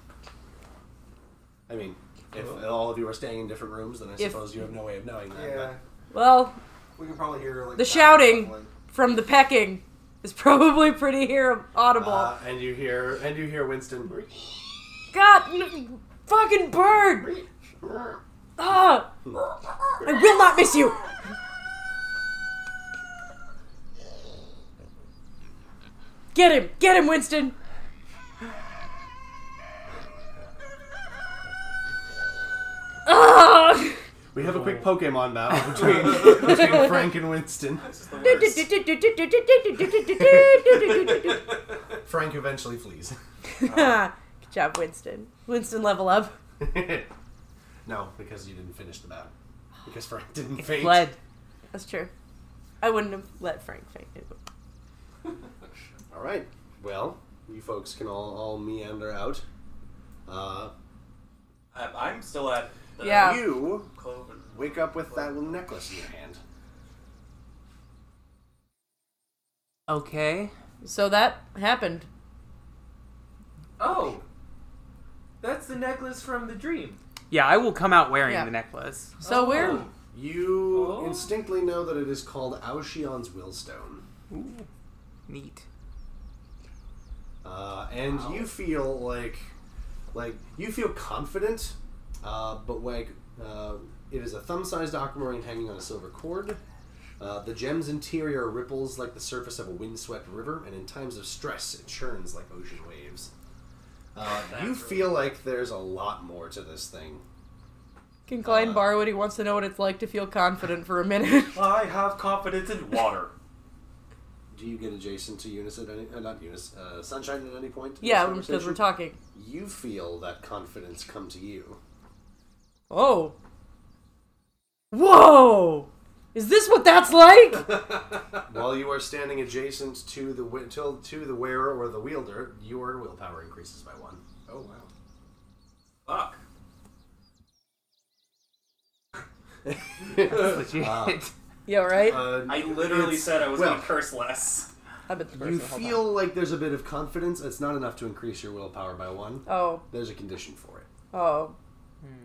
[SPEAKER 1] I mean, if all of you are staying in different rooms, then I suppose you have no way of knowing that.
[SPEAKER 6] Yeah,
[SPEAKER 10] Well,
[SPEAKER 6] we can probably hear like
[SPEAKER 10] The
[SPEAKER 6] background
[SPEAKER 10] shouting.
[SPEAKER 6] shuffling.
[SPEAKER 10] from the pecking is probably pretty hear-
[SPEAKER 1] But,
[SPEAKER 10] audible.
[SPEAKER 1] uh, and you hear, and you hear Winston.
[SPEAKER 10] God, n- fucking bird! Ah! I will not miss you! Get him! Get him, Winston! Ah!
[SPEAKER 1] We have a quick Pokemon battle between, between Frank and Winston.
[SPEAKER 10] Good
[SPEAKER 1] Frank eventually flees.
[SPEAKER 10] job, Winston. Winston, level up.
[SPEAKER 1] no, because you didn't finish the battle. Because Frank didn't faint.
[SPEAKER 10] That's true. I wouldn't have let Frank faint it.
[SPEAKER 1] All right. Well, you folks can all, all meander out. Uh,
[SPEAKER 7] Uh, I'm still at the
[SPEAKER 10] Yeah.
[SPEAKER 1] Oh, You
[SPEAKER 7] cove and
[SPEAKER 1] wake up with that little necklace in your hand.
[SPEAKER 2] Okay.
[SPEAKER 10] So that happened.
[SPEAKER 9] Oh, that's the necklace from the dream.
[SPEAKER 2] Yeah, I will come out wearing
[SPEAKER 10] Yeah.
[SPEAKER 2] the necklace.
[SPEAKER 10] So
[SPEAKER 9] Oh.
[SPEAKER 10] we're
[SPEAKER 1] You
[SPEAKER 9] Oh.
[SPEAKER 1] instinctively know that it is called Aushion's Willstone.
[SPEAKER 2] Neat.
[SPEAKER 1] Uh, and you feel like, like you feel confident, uh, but like uh, it is a thumb-sized aquamarine hanging on a silver cord. Uh, the gem's interior ripples like the surface of a windswept river, and in times of stress, it churns like ocean waves. Uh, you feel like there's a lot more to this thing.
[SPEAKER 10] can Klein borrow it. He wants to know what it's like to feel confident for a minute.
[SPEAKER 9] I have confidence in water.
[SPEAKER 1] Do you get adjacent to Eunice at any, uh, not Eunice, uh, Sunshine at any point? in
[SPEAKER 10] yeah,
[SPEAKER 1] this
[SPEAKER 10] because we're
[SPEAKER 1] conversation?
[SPEAKER 10] talking.
[SPEAKER 1] You feel that confidence come to you.
[SPEAKER 10] Oh. Whoa! Is this what that's like?
[SPEAKER 1] While you are standing adjacent to the wi- till to the wearer or the wielder, your willpower increases by one. Oh wow!
[SPEAKER 9] Fuck.
[SPEAKER 2] Legit.
[SPEAKER 10] yeah, right?
[SPEAKER 1] Uh,
[SPEAKER 7] I literally
[SPEAKER 1] it's-
[SPEAKER 7] said I was
[SPEAKER 1] well,
[SPEAKER 7] gonna curse less.
[SPEAKER 10] I bet the person.
[SPEAKER 1] You
[SPEAKER 10] hold
[SPEAKER 1] feel like there's a bit of confidence. It's not enough to increase your willpower by one.
[SPEAKER 10] on. Oh,
[SPEAKER 1] There's a condition for it,
[SPEAKER 10] oh.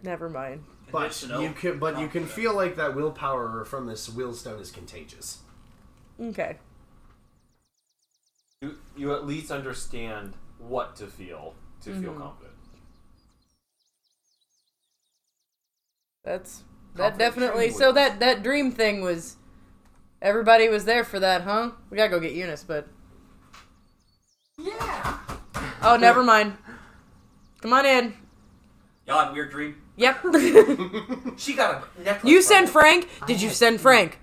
[SPEAKER 10] Never mind.
[SPEAKER 1] but
[SPEAKER 7] Conditional Oh,
[SPEAKER 1] you can but you can
[SPEAKER 7] confidence.
[SPEAKER 1] feel like that willpower from this willstone is contagious.
[SPEAKER 10] Okay.
[SPEAKER 11] You, you at least understand what to feel to feel confident.
[SPEAKER 10] That's that
[SPEAKER 1] Confident
[SPEAKER 10] definitely
[SPEAKER 1] dream
[SPEAKER 10] so
[SPEAKER 1] wheels.
[SPEAKER 10] that that dream thing was everybody was there for that, huh? We gotta go get Eunice, but Yeah. Oh never mind. Come on in.
[SPEAKER 7] Y'all had weird dream.
[SPEAKER 10] Yep.
[SPEAKER 7] She got a necklace.
[SPEAKER 10] you
[SPEAKER 7] from
[SPEAKER 10] send
[SPEAKER 7] it.
[SPEAKER 10] Frank? Did you send Frank?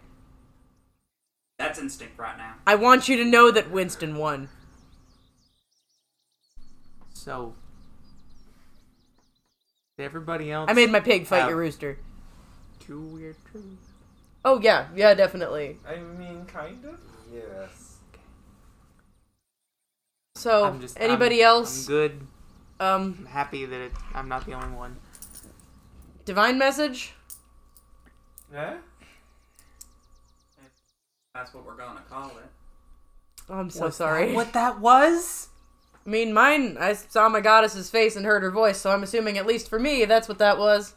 [SPEAKER 7] That's instinct right now.
[SPEAKER 10] I want you to know that Winston won.
[SPEAKER 2] So, did everybody else?
[SPEAKER 10] I made my pig fight
[SPEAKER 2] Uh,
[SPEAKER 10] your rooster.
[SPEAKER 2] two weird dreams.
[SPEAKER 10] Oh yeah, yeah, definitely.
[SPEAKER 11] I mean, kind of.
[SPEAKER 6] Yes.
[SPEAKER 10] So
[SPEAKER 2] I'm just-
[SPEAKER 10] anybody
[SPEAKER 2] I'm- I'm
[SPEAKER 10] else?
[SPEAKER 2] good.
[SPEAKER 10] um,
[SPEAKER 2] I'm happy that it, I'm not the only one.
[SPEAKER 10] divine message.
[SPEAKER 11] Yeah.
[SPEAKER 7] That's what we're gonna call it.
[SPEAKER 10] Oh, I'm so sorry.
[SPEAKER 2] What that was?
[SPEAKER 10] I mean, mine, I saw my goddess's face and heard her voice, so I'm assuming, at least for me, that's what that was.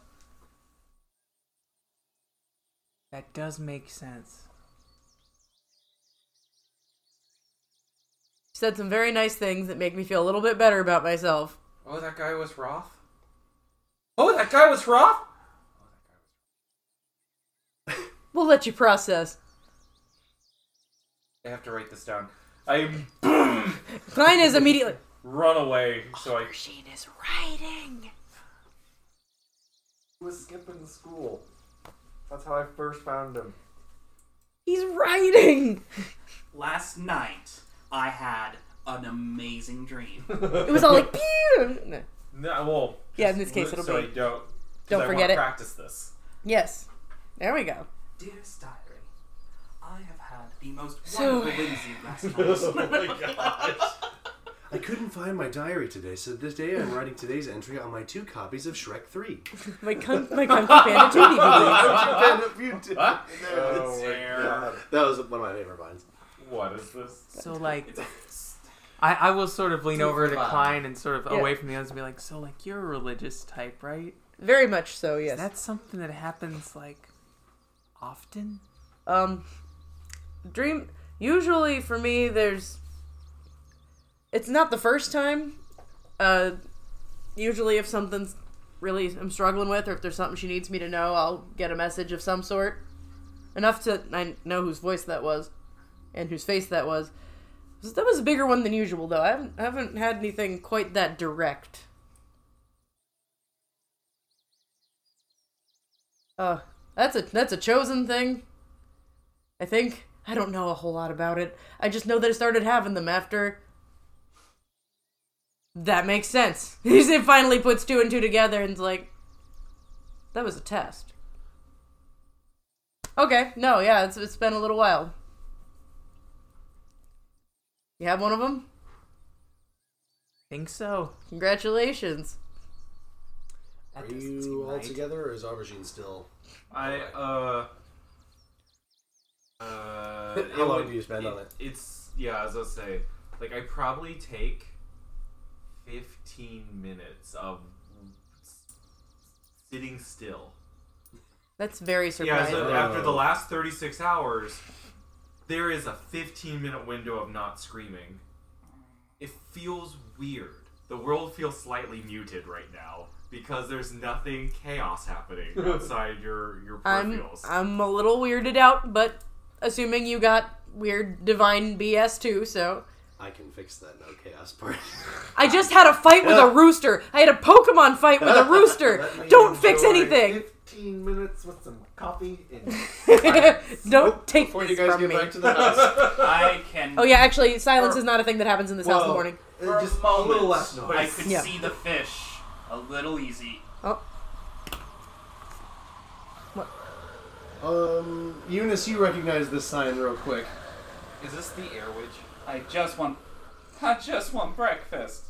[SPEAKER 2] That does make sense.
[SPEAKER 10] She said some very nice things that make me feel a little bit better about myself.
[SPEAKER 11] Oh, that guy was Roth. Oh, that guy was Roth.
[SPEAKER 10] We'll let you process.
[SPEAKER 11] I have to write this down. I
[SPEAKER 10] Klein is immediately.
[SPEAKER 11] run away, so I
[SPEAKER 10] Sheen is writing.
[SPEAKER 6] He was skipping school. That's how I first found him.
[SPEAKER 10] He's writing.
[SPEAKER 7] Last night I had an amazing dream.
[SPEAKER 10] It was all like pew. No.
[SPEAKER 11] no, well.
[SPEAKER 10] Yeah, in
[SPEAKER 11] just
[SPEAKER 10] this case,
[SPEAKER 11] li-
[SPEAKER 10] it'll
[SPEAKER 11] so
[SPEAKER 10] be-
[SPEAKER 11] I don't. 'cause
[SPEAKER 10] Don't
[SPEAKER 11] I wanna
[SPEAKER 10] forget it.
[SPEAKER 11] Practice this.
[SPEAKER 10] Yes, there we go.
[SPEAKER 7] Dearest diary, I have had the most
[SPEAKER 10] So-
[SPEAKER 7] wonderful whimsy last night.
[SPEAKER 1] I couldn't find my diary today, so this day I'm writing today's entry on my two copies of Shrek Three.
[SPEAKER 10] My con- my Kung Fu Panda 2 DVD.
[SPEAKER 1] that was one of my favorite lines.
[SPEAKER 11] What is this?
[SPEAKER 2] So like, I, I will sort of lean over to Klein and sort of
[SPEAKER 10] Yeah.
[SPEAKER 2] away from the others and be like, so like you're a religious type, right?
[SPEAKER 10] Very much so, yes.
[SPEAKER 2] That's something that happens like often.
[SPEAKER 10] Um, dream. Usually for me, there's. It's not the first time. Uh, usually if something's really I'm struggling with, or if there's something she needs me to know, I'll get a message of some sort. Enough to I know whose voice that was, and whose face that was. So that was a bigger one than usual, though. I haven't, I haven't had anything quite that direct. Uh, that's a that's a chosen thing. I think. I don't know a whole lot about it. I just know that I started having them after. That makes sense. it finally puts two and two together and's like, that was a test. Okay, no, yeah, it's, it's been a little while. You have one of them?
[SPEAKER 2] Think so.
[SPEAKER 10] Congratulations.
[SPEAKER 1] Are you all together, or is Aubergine still?
[SPEAKER 9] I uh.
[SPEAKER 1] How
[SPEAKER 9] Uh, it
[SPEAKER 1] long
[SPEAKER 9] would- uh,
[SPEAKER 1] do you spend on it?
[SPEAKER 9] It's yeah, as I was gonna say, Like I probably take fifteen minutes of s- sitting still.
[SPEAKER 10] That's very
[SPEAKER 9] Yeah,
[SPEAKER 10] surprising.
[SPEAKER 9] so after the last 36 hours, there is a 15 minute window of not screaming. It feels weird. The world feels slightly muted right now because there's nothing chaos happening outside your your
[SPEAKER 10] I'm
[SPEAKER 9] peripherals.
[SPEAKER 10] I'm a little weirded out, but assuming you got weird divine BS too, so
[SPEAKER 1] I can fix that no chaos part.
[SPEAKER 10] I just had a fight with a rooster. I had a Pokemon fight with a rooster.
[SPEAKER 6] Let me
[SPEAKER 10] Don't fix
[SPEAKER 6] enjoy
[SPEAKER 10] anything.
[SPEAKER 6] Fifteen minutes with some coffee and
[SPEAKER 10] Don't take
[SPEAKER 1] Before
[SPEAKER 10] this
[SPEAKER 1] you guys
[SPEAKER 10] from
[SPEAKER 1] get
[SPEAKER 10] me.
[SPEAKER 1] back to the house.
[SPEAKER 7] I can.
[SPEAKER 10] Oh yeah, actually, silence is not a thing that happens in this house in
[SPEAKER 6] Well,
[SPEAKER 10] the morning.
[SPEAKER 6] uh,
[SPEAKER 7] For
[SPEAKER 6] just
[SPEAKER 7] a, moment,
[SPEAKER 6] a little less
[SPEAKER 7] I
[SPEAKER 6] noise.
[SPEAKER 7] could
[SPEAKER 10] Yeah.
[SPEAKER 7] see the fish a little easy.
[SPEAKER 10] Oh,
[SPEAKER 1] um, Eunice, you recognize this sign real quick.
[SPEAKER 9] Is this the air witch?
[SPEAKER 7] I just want. I just want breakfast.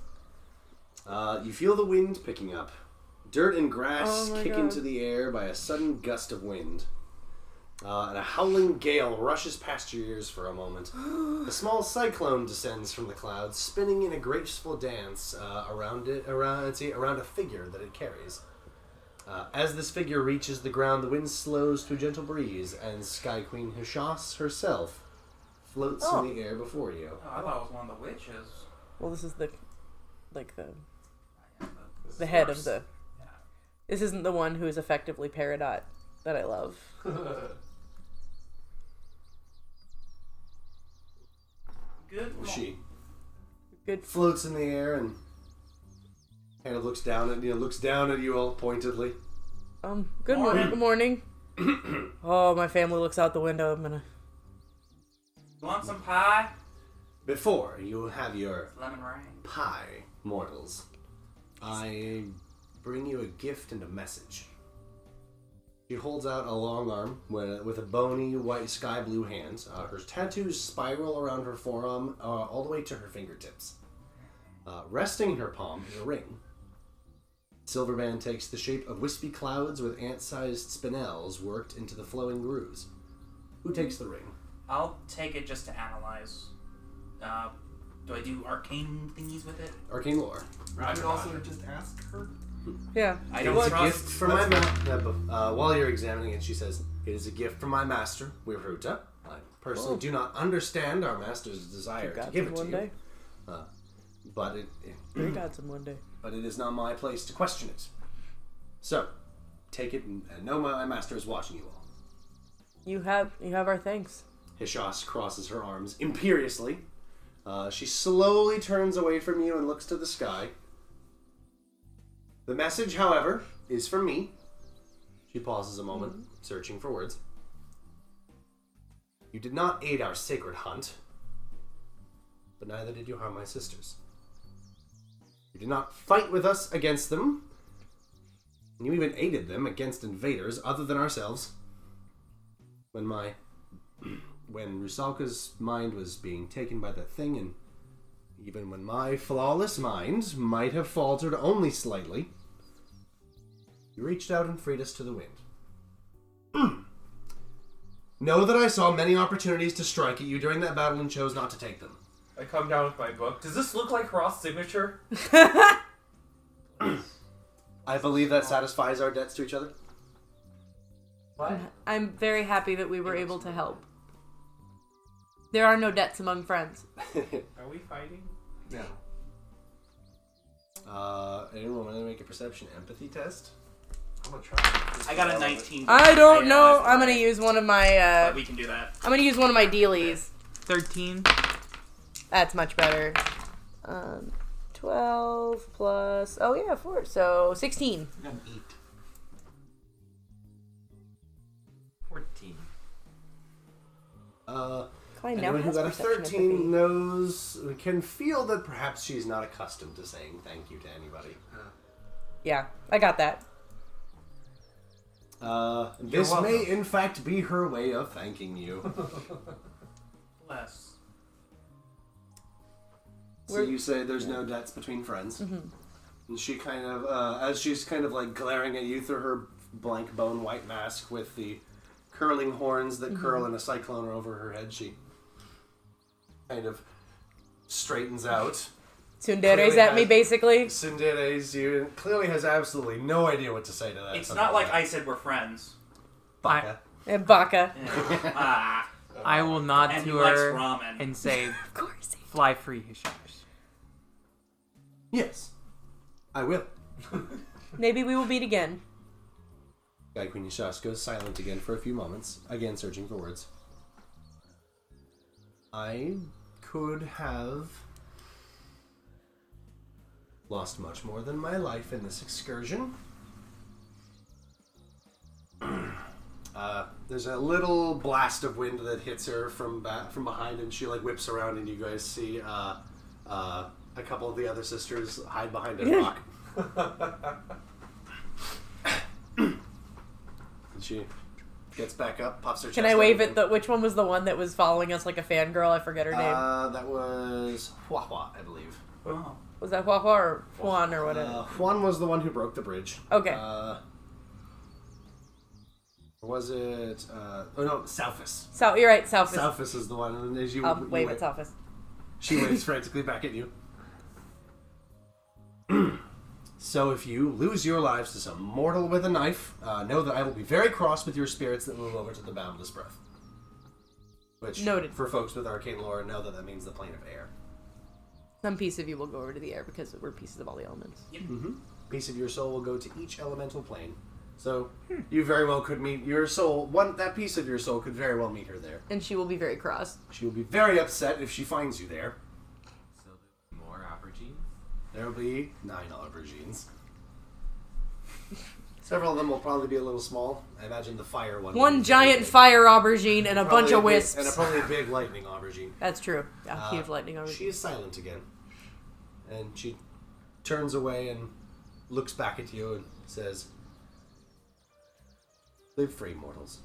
[SPEAKER 1] Uh, you feel the wind picking up. Dirt and grass
[SPEAKER 10] Oh my
[SPEAKER 1] kick
[SPEAKER 10] God.
[SPEAKER 1] into the air by a sudden gust of wind. Uh, and a howling gale rushes past your ears for a moment. a small cyclone descends from the clouds, spinning in a graceful dance uh, around it, around let's see, around a figure that it carries. Uh, as this figure reaches the ground, the wind slows to a gentle breeze, and Sky Queen Hishas herself floats
[SPEAKER 10] Oh.
[SPEAKER 1] in the air before you.
[SPEAKER 7] Oh, I thought it was one of the witches.
[SPEAKER 10] Well, this is the like the the head of the. This isn't the one who is effectively Peridot that I love.
[SPEAKER 7] Good. mo-
[SPEAKER 1] She
[SPEAKER 10] Good.
[SPEAKER 1] floats in the air and kind of looks down at you, looks down at you all pointedly.
[SPEAKER 10] Um. Good morning. Good morning. oh, my family looks out the window. I'm gonna.
[SPEAKER 7] You want some pie?
[SPEAKER 1] Before you have your
[SPEAKER 7] Lemon meringue.
[SPEAKER 1] pie, mortals, I bring you a gift and a message. She holds out a long arm with, with a bony, white, sky blue hand. Uh, her tattoos spiral around her forearm uh, all the way to her fingertips. Uh, resting in her palm is a ring. Silverband takes the shape of wispy clouds with ant sized spinels worked into the flowing grooves. Who takes the ring?
[SPEAKER 7] I'll take it just to analyze. Uh, do I do arcane thingies with it?
[SPEAKER 1] Arcane Lore.
[SPEAKER 6] I could also just ask her.
[SPEAKER 10] Yeah.
[SPEAKER 7] I
[SPEAKER 1] It
[SPEAKER 7] don't
[SPEAKER 1] is a
[SPEAKER 7] trust.
[SPEAKER 1] gift from Uh, my master. Uh, while you're examining it, she says, It is a gift from my master, Wiruta. I personally do not understand our master's desire to
[SPEAKER 10] Oh. Got
[SPEAKER 1] give
[SPEAKER 10] them
[SPEAKER 1] it to
[SPEAKER 10] one
[SPEAKER 1] you,
[SPEAKER 10] day.
[SPEAKER 1] but it, it-
[SPEAKER 10] We got some one day.
[SPEAKER 1] but it is not my place to question it. So, take it and and know my master is watching you all.
[SPEAKER 10] You have you have our thanks.
[SPEAKER 1] Hishas crosses her arms imperiously. Uh, she slowly turns away from you and looks to the sky. The message, however, is from me. She pauses a moment, searching for words. You did not aid our sacred hunt, but neither did you harm my sisters. You did not fight with us against them. and You even aided them against invaders other than ourselves. When my when Rusalka's mind was being taken by that thing, and even when my flawless mind might have faltered only slightly, you reached out and freed us to the wind. know that I saw many opportunities to strike at you during that battle and chose not to take them.
[SPEAKER 11] I come down with my book. Does this look like Roth's signature?
[SPEAKER 1] I believe that satisfies our debts to each other.
[SPEAKER 10] I'm very happy that we were able to help. There are no debts among friends.
[SPEAKER 11] Are we fighting?
[SPEAKER 6] No.
[SPEAKER 1] Uh, anyone want to make a perception empathy test?
[SPEAKER 6] I'm gonna try.
[SPEAKER 7] I got a 19.
[SPEAKER 10] I don't know.
[SPEAKER 7] analyze
[SPEAKER 10] I'm
[SPEAKER 7] the
[SPEAKER 10] gonna
[SPEAKER 7] ring,
[SPEAKER 10] use one of my
[SPEAKER 7] but
[SPEAKER 10] uh,
[SPEAKER 7] We can do that.
[SPEAKER 10] I'm gonna use one of my dealies.
[SPEAKER 2] Thirteen.
[SPEAKER 10] That's much better. Um, twelve plus oh yeah four so sixteen.
[SPEAKER 6] I got an eight.
[SPEAKER 9] 14.
[SPEAKER 1] Uh,
[SPEAKER 10] Klein now
[SPEAKER 1] Anyone who
[SPEAKER 10] has
[SPEAKER 1] got a
[SPEAKER 10] perception
[SPEAKER 1] 13
[SPEAKER 10] empathy.
[SPEAKER 1] knows, can feel that perhaps she's not accustomed to saying thank you to anybody.
[SPEAKER 10] Yeah, I got that.
[SPEAKER 1] Uh, this may, in fact, be her way of thanking you.
[SPEAKER 7] Bless.
[SPEAKER 1] so
[SPEAKER 10] We're- Mm-hmm.
[SPEAKER 1] you say there's no debts between friends. And she kind of, uh, as she's kind of like glaring at you through her blank bone white mask with the curling
[SPEAKER 10] Mm-hmm.
[SPEAKER 1] horns that curl in a cyclone over her head, she kind of straightens out.
[SPEAKER 10] Tsundere's at me, basically.
[SPEAKER 1] Sundere's you and clearly has absolutely no idea what to say to that.
[SPEAKER 7] It's not like I said we're friends.
[SPEAKER 1] Baka.
[SPEAKER 10] And Baka.
[SPEAKER 7] Ah,
[SPEAKER 2] I will nod
[SPEAKER 7] and he
[SPEAKER 2] to
[SPEAKER 7] likes
[SPEAKER 2] her
[SPEAKER 7] ramen.
[SPEAKER 2] and say,
[SPEAKER 10] Of course.
[SPEAKER 2] "Fly free, Hishash."
[SPEAKER 1] Yes, I will.
[SPEAKER 10] Maybe we will meet again.
[SPEAKER 1] Guy Queen Yashash goes silent again for a few moments, again searching for words. I could have lost much more than my life in this excursion. uh, there's a little blast of wind that hits her from ba- from behind, and she like whips around, and you guys see uh, uh, a couple of the other sisters hide behind a rock. And she gets back up, pops her.
[SPEAKER 10] Can
[SPEAKER 1] chest
[SPEAKER 10] I
[SPEAKER 1] out
[SPEAKER 10] wave
[SPEAKER 1] again.
[SPEAKER 10] at the which one was the one that was following us like a fangirl? I forget her name.
[SPEAKER 1] Uh, that was Hua Hua, I believe.
[SPEAKER 7] Oh.
[SPEAKER 10] was that Hua Hua or Juan or whatever?
[SPEAKER 1] Uh, Juan was the one who broke the bridge.
[SPEAKER 10] Okay.
[SPEAKER 1] Uh, was it? Uh, oh no, Salfus.
[SPEAKER 10] so you're right, South. is-
[SPEAKER 1] Salfus is the one, and as you,
[SPEAKER 10] I'll
[SPEAKER 1] you
[SPEAKER 10] wave
[SPEAKER 1] wa-
[SPEAKER 10] at Southis.
[SPEAKER 1] she waves frantically back at you. so if you lose your lives to some mortal with a knife, uh, know that I will be very cross with your spirits that move over to the boundless breath. Which,
[SPEAKER 10] Noted.
[SPEAKER 1] for folks with arcane lore, know that that means the plane of air.
[SPEAKER 10] Some piece of you will go over to the air because we're pieces of all the elements.
[SPEAKER 1] piece of your soul will go to each elemental plane. So you very well could meet your soul. One that piece of your soul could very well meet her there.
[SPEAKER 10] And she will be very cross.
[SPEAKER 1] She will be very upset if she finds you there.
[SPEAKER 9] So more aubergines.
[SPEAKER 1] There will be nine aubergines. Several of them will probably be a little small. I imagine the fire one. will be
[SPEAKER 10] One
[SPEAKER 1] very
[SPEAKER 10] giant
[SPEAKER 1] big.
[SPEAKER 10] fire aubergine and a
[SPEAKER 1] Probably
[SPEAKER 10] bunch of
[SPEAKER 1] big-
[SPEAKER 10] wisps.
[SPEAKER 1] and a probably a big lightning aubergine.
[SPEAKER 10] That's true. A
[SPEAKER 1] Uh,
[SPEAKER 10] huge lightning aubergine.
[SPEAKER 1] She is silent again, and she turns away and looks back at you and says, "Live free, mortals."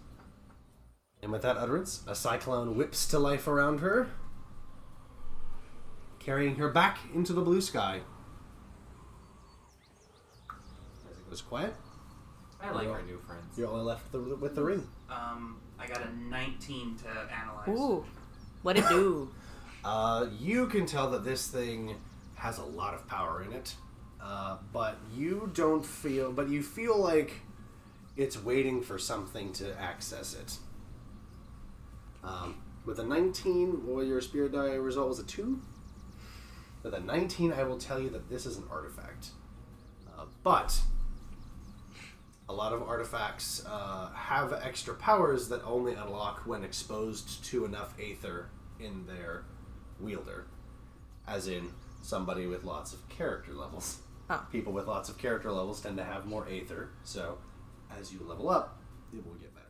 [SPEAKER 1] And with that utterance, a cyclone whips to life around her, carrying her back into the blue sky. As it goes quiet,
[SPEAKER 9] I like our new friends.
[SPEAKER 1] you're only left with the, with the ring.
[SPEAKER 7] Um, I got a 19 to analyze.
[SPEAKER 10] Ooh. What it do?
[SPEAKER 1] Uh, you can tell that this thing has a lot of power in it, uh, but you don't feel. But you feel like it's waiting for something to access it. Um, with a 19, well, your spirit die result was a 2. With a 19, I will tell you that this is an artifact. Uh, but a lot of artifacts uh, have extra powers that only unlock when exposed to enough aether in their wielder, as in somebody with lots of character levels.
[SPEAKER 7] Oh.
[SPEAKER 10] Ah.
[SPEAKER 1] People with lots of character levels tend to have more aether, so as you level up, it will get better.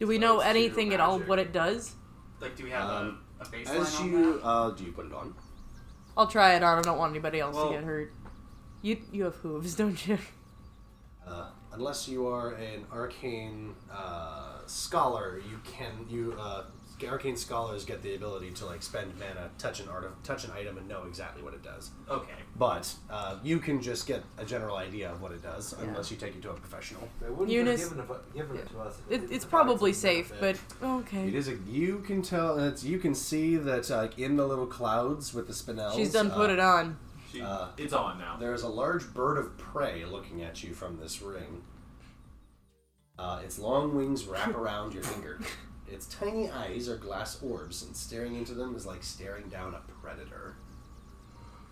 [SPEAKER 10] Do we know
[SPEAKER 9] it's pseudo
[SPEAKER 10] anything at all
[SPEAKER 9] magic.
[SPEAKER 10] what it does?
[SPEAKER 7] Like, do we have
[SPEAKER 1] Um,
[SPEAKER 7] a, a baseline
[SPEAKER 1] As
[SPEAKER 7] on
[SPEAKER 1] you,
[SPEAKER 7] that?
[SPEAKER 1] uh, do you put it on?
[SPEAKER 10] I'll try it on. I don't want anybody else
[SPEAKER 7] Well-
[SPEAKER 10] to get hurt. You you have hooves, don't you?
[SPEAKER 1] Uh, unless you are an arcane uh, scholar, you can you uh, arcane scholars get the ability to like spend mana, touch an art, touch an item, and know exactly what it does.
[SPEAKER 7] Okay.
[SPEAKER 1] But uh, you can just get a general idea of what it does, unless you take it to a professional.
[SPEAKER 6] They wouldn't
[SPEAKER 10] Eunice-
[SPEAKER 6] have given, it- given it to us. if
[SPEAKER 10] It,
[SPEAKER 6] didn't
[SPEAKER 10] it's
[SPEAKER 6] provide
[SPEAKER 10] probably
[SPEAKER 6] some
[SPEAKER 10] safe, but
[SPEAKER 6] benefit.
[SPEAKER 1] It
[SPEAKER 10] okay.
[SPEAKER 1] is a you can tell it's you can see that like in the little clouds with the spinels.
[SPEAKER 10] She's done put
[SPEAKER 1] uh,
[SPEAKER 10] it on.
[SPEAKER 9] She,
[SPEAKER 1] Uh,
[SPEAKER 9] it's on now.
[SPEAKER 1] There is a large bird of prey looking at you from this ring. Uh, its long wings wrap around your finger. Its tiny eyes are glass orbs, and staring into them is like staring down a predator.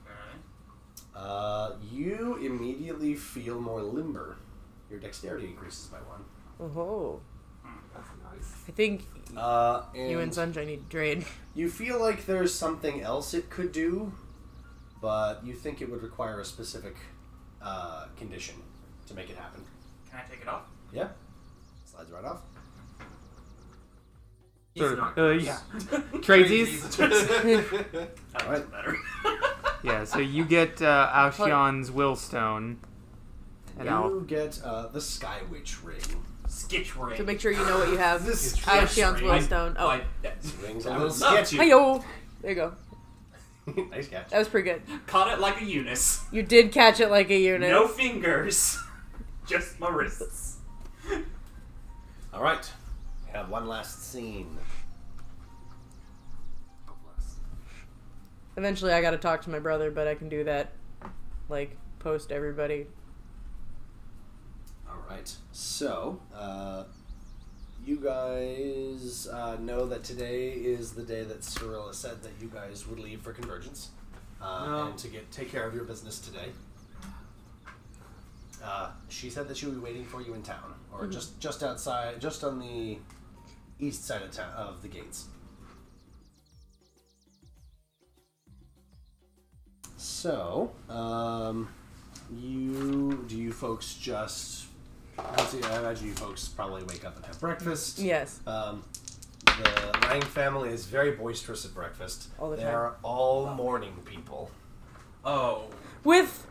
[SPEAKER 7] Alright.
[SPEAKER 1] Uh, you immediately feel more limber. Your dexterity increases by one.
[SPEAKER 10] Oh,
[SPEAKER 6] That's nice.
[SPEAKER 10] I think
[SPEAKER 1] Uh, and
[SPEAKER 10] you and Sunshine need to trade.
[SPEAKER 1] You feel like there's something else it could do, but you think it would require a specific uh, condition to make it happen.
[SPEAKER 7] Can I take it off?
[SPEAKER 1] Yeah. Slides right off.
[SPEAKER 2] Sort of,
[SPEAKER 9] not
[SPEAKER 2] uh, yeah. Tradesies.
[SPEAKER 7] That
[SPEAKER 1] Alright.
[SPEAKER 7] looks better.
[SPEAKER 2] Yeah, so you get uh, Alcyon's Willstone. And I'll
[SPEAKER 1] You get uh, the Sky Witch ring.
[SPEAKER 7] Skitch ring.
[SPEAKER 10] So make sure you know what you have.
[SPEAKER 1] This
[SPEAKER 10] Oh, Shion's
[SPEAKER 7] ring.
[SPEAKER 10] Willstone.
[SPEAKER 7] Oh,
[SPEAKER 10] Oh,
[SPEAKER 7] I, that's-
[SPEAKER 1] ring's a
[SPEAKER 7] I
[SPEAKER 1] little
[SPEAKER 7] would love
[SPEAKER 1] sketchy.
[SPEAKER 10] hiyo. There you go.
[SPEAKER 1] nice catch.
[SPEAKER 10] That was pretty good.
[SPEAKER 7] Caught it like a Eunice.
[SPEAKER 10] You did catch it like a unit.
[SPEAKER 7] No fingers. Just my wrists.
[SPEAKER 1] All right. We have one last scene.
[SPEAKER 10] Eventually, I gotta talk to my brother, but I can do that, like, post everybody.
[SPEAKER 1] All right. So, uh, you guys uh, know that today is the day that Cirilla said that you guys would leave for Convergence uh,
[SPEAKER 11] No.
[SPEAKER 1] and to get take care of your business today. Uh, she said that she would be waiting for you in town, or just just outside, just on the east side of town of the gates. So, um, you do you folks just? I see- I imagine you folks probably wake up and have breakfast.
[SPEAKER 10] Yes.
[SPEAKER 1] Um, the Lang family is very boisterous at breakfast.
[SPEAKER 10] All the
[SPEAKER 1] they
[SPEAKER 10] time.
[SPEAKER 1] are all morning people,
[SPEAKER 7] Oh,
[SPEAKER 10] With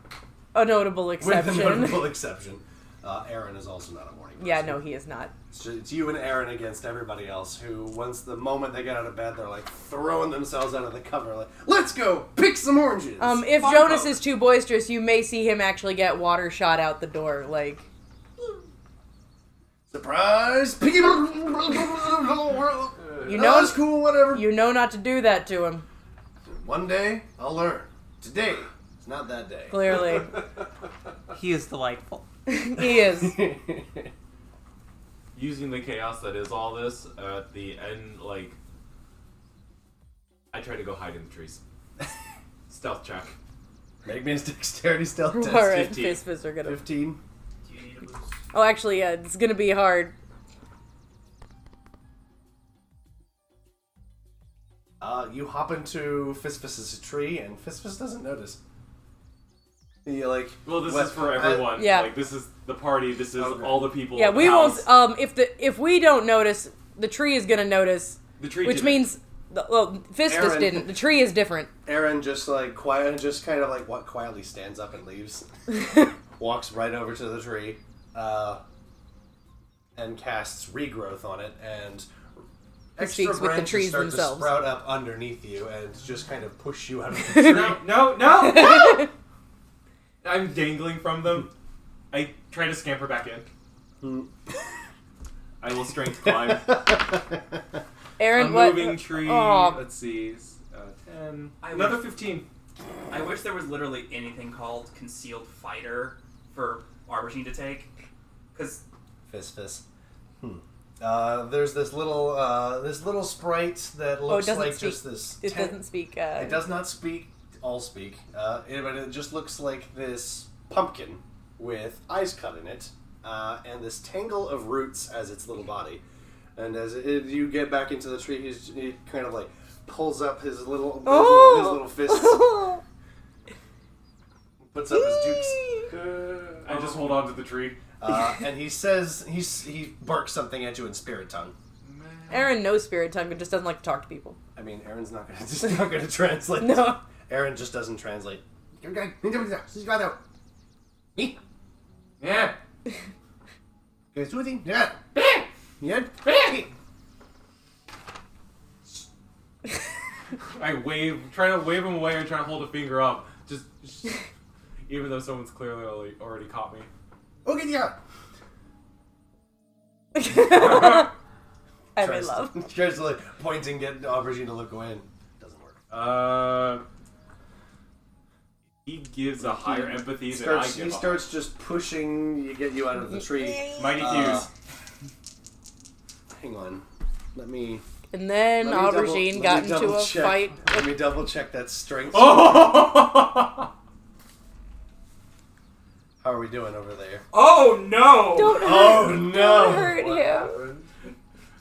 [SPEAKER 10] a notable exception.
[SPEAKER 1] with the notable exception. Uh, Aaron is also not a morning. Person.
[SPEAKER 10] yeah, no, he is not.
[SPEAKER 1] So it's you and Aaron against everybody else. Who, once the moment they get out of bed, they're like throwing themselves out of the cover, like, "Let's go pick some oranges."
[SPEAKER 10] Um, if
[SPEAKER 1] Fun
[SPEAKER 10] Jonas
[SPEAKER 1] boat."
[SPEAKER 10] is too boisterous, you may see him actually get water shot out the door. Like,
[SPEAKER 1] surprise, piggy, you
[SPEAKER 10] You know-
[SPEAKER 1] it's cool, whatever.
[SPEAKER 10] you know not to do that to him,
[SPEAKER 1] One day I'll learn. Today, it's not that day.
[SPEAKER 10] clearly.
[SPEAKER 2] He is delightful.
[SPEAKER 10] he is.
[SPEAKER 9] using the chaos that is all this at the end, like I try to go hide in the trees. Stealth check.
[SPEAKER 1] Make me a dexterity stealth test.
[SPEAKER 10] Alright,
[SPEAKER 1] 15.
[SPEAKER 10] fist fists are gonna.
[SPEAKER 1] 15.
[SPEAKER 10] Oh, actually, yeah, it's gonna be hard.
[SPEAKER 1] Uh, you hop into Fispus's tree, and Fispus doesn't notice. You like.
[SPEAKER 9] Well, this
[SPEAKER 1] what-
[SPEAKER 9] is for
[SPEAKER 1] uh,
[SPEAKER 9] everyone.
[SPEAKER 10] yeah.
[SPEAKER 9] Like this is the party. This is
[SPEAKER 1] Okay.
[SPEAKER 9] all the people.
[SPEAKER 10] Yeah,
[SPEAKER 9] in the
[SPEAKER 10] we
[SPEAKER 9] house.
[SPEAKER 10] won't. Um, if the if we don't notice, the tree is gonna notice,
[SPEAKER 9] The tree
[SPEAKER 10] which
[SPEAKER 9] did it.
[SPEAKER 10] means the, well, Fistus
[SPEAKER 1] Aaron.
[SPEAKER 10] didn't. The tree is different.
[SPEAKER 1] Aaron just like quiet, just kind of like what quietly stands up and leaves, walks right over to the tree, uh, and casts regrowth on it, and extra
[SPEAKER 10] Proceeds with the
[SPEAKER 1] branches
[SPEAKER 10] trees
[SPEAKER 1] start
[SPEAKER 10] themselves.
[SPEAKER 1] to sprout up underneath you and just kind of push you out of the tree.
[SPEAKER 9] No, no, no, no! I'm dangling from them. I try to scamper back in. I will strength climb.
[SPEAKER 10] Aaron,
[SPEAKER 9] A
[SPEAKER 10] what?
[SPEAKER 9] moving tree.
[SPEAKER 10] Aw.
[SPEAKER 9] Let's see. s- Uh, Ten.
[SPEAKER 7] I
[SPEAKER 9] Another
[SPEAKER 7] would-
[SPEAKER 9] fifteen.
[SPEAKER 7] I wish there was literally anything called concealed fighter for Aubergine to take. Because
[SPEAKER 1] fist, fist. Hmm. Uh, there's this little uh, this little sprite that looks
[SPEAKER 10] Oh, doesn't
[SPEAKER 1] like
[SPEAKER 10] speak.
[SPEAKER 1] just this.
[SPEAKER 10] It
[SPEAKER 1] ten-
[SPEAKER 10] doesn't speak. Uh,
[SPEAKER 1] It does not speak. All speak. Uh, it, but it just looks like this pumpkin with eyes cut in it, uh, and this tangle of roots as its little body. And as it, you get back into the tree, he's, he kind of like pulls up his little his,
[SPEAKER 10] Oh!
[SPEAKER 1] little, his little fists, puts up his dukes,
[SPEAKER 9] Uh, I just hold on to the tree.
[SPEAKER 1] uh, and he says he s- he barks something at you in spirit tongue.
[SPEAKER 10] Aaron knows spirit tongue, but just doesn't like to talk to people.
[SPEAKER 1] I mean, Aaron's not gonna just not gonna translate.
[SPEAKER 10] No.
[SPEAKER 1] Aaron just doesn't translate. Me?
[SPEAKER 9] Yeah.
[SPEAKER 1] Guys, what do you think? Yeah. Yeah.
[SPEAKER 9] I wave, trying to wave him away and trying to hold a finger up. Just, just- even though someone's clearly already, already caught me.
[SPEAKER 1] Okay, yeah.
[SPEAKER 10] I'm in love.
[SPEAKER 1] Tries to like pointing, get Aubergine to look away, and doesn't work.
[SPEAKER 9] Uh, he gives a higher empathy than I
[SPEAKER 1] Starts,
[SPEAKER 9] give.
[SPEAKER 1] he
[SPEAKER 9] off.
[SPEAKER 1] starts just pushing you get you out of the tree.
[SPEAKER 9] Mighty
[SPEAKER 1] Uh,
[SPEAKER 9] Hughes.
[SPEAKER 1] Hang on, let me.
[SPEAKER 10] And then
[SPEAKER 1] Let me double,
[SPEAKER 10] Aubergine got
[SPEAKER 1] let me
[SPEAKER 10] into
[SPEAKER 1] double
[SPEAKER 10] a
[SPEAKER 1] check.
[SPEAKER 10] fight.
[SPEAKER 1] Let me double check that strength.
[SPEAKER 9] Oh!
[SPEAKER 1] How are we doing over there?
[SPEAKER 7] oh no,
[SPEAKER 10] Don't hurt,
[SPEAKER 1] Oh
[SPEAKER 10] don't
[SPEAKER 1] no!
[SPEAKER 10] hurt him.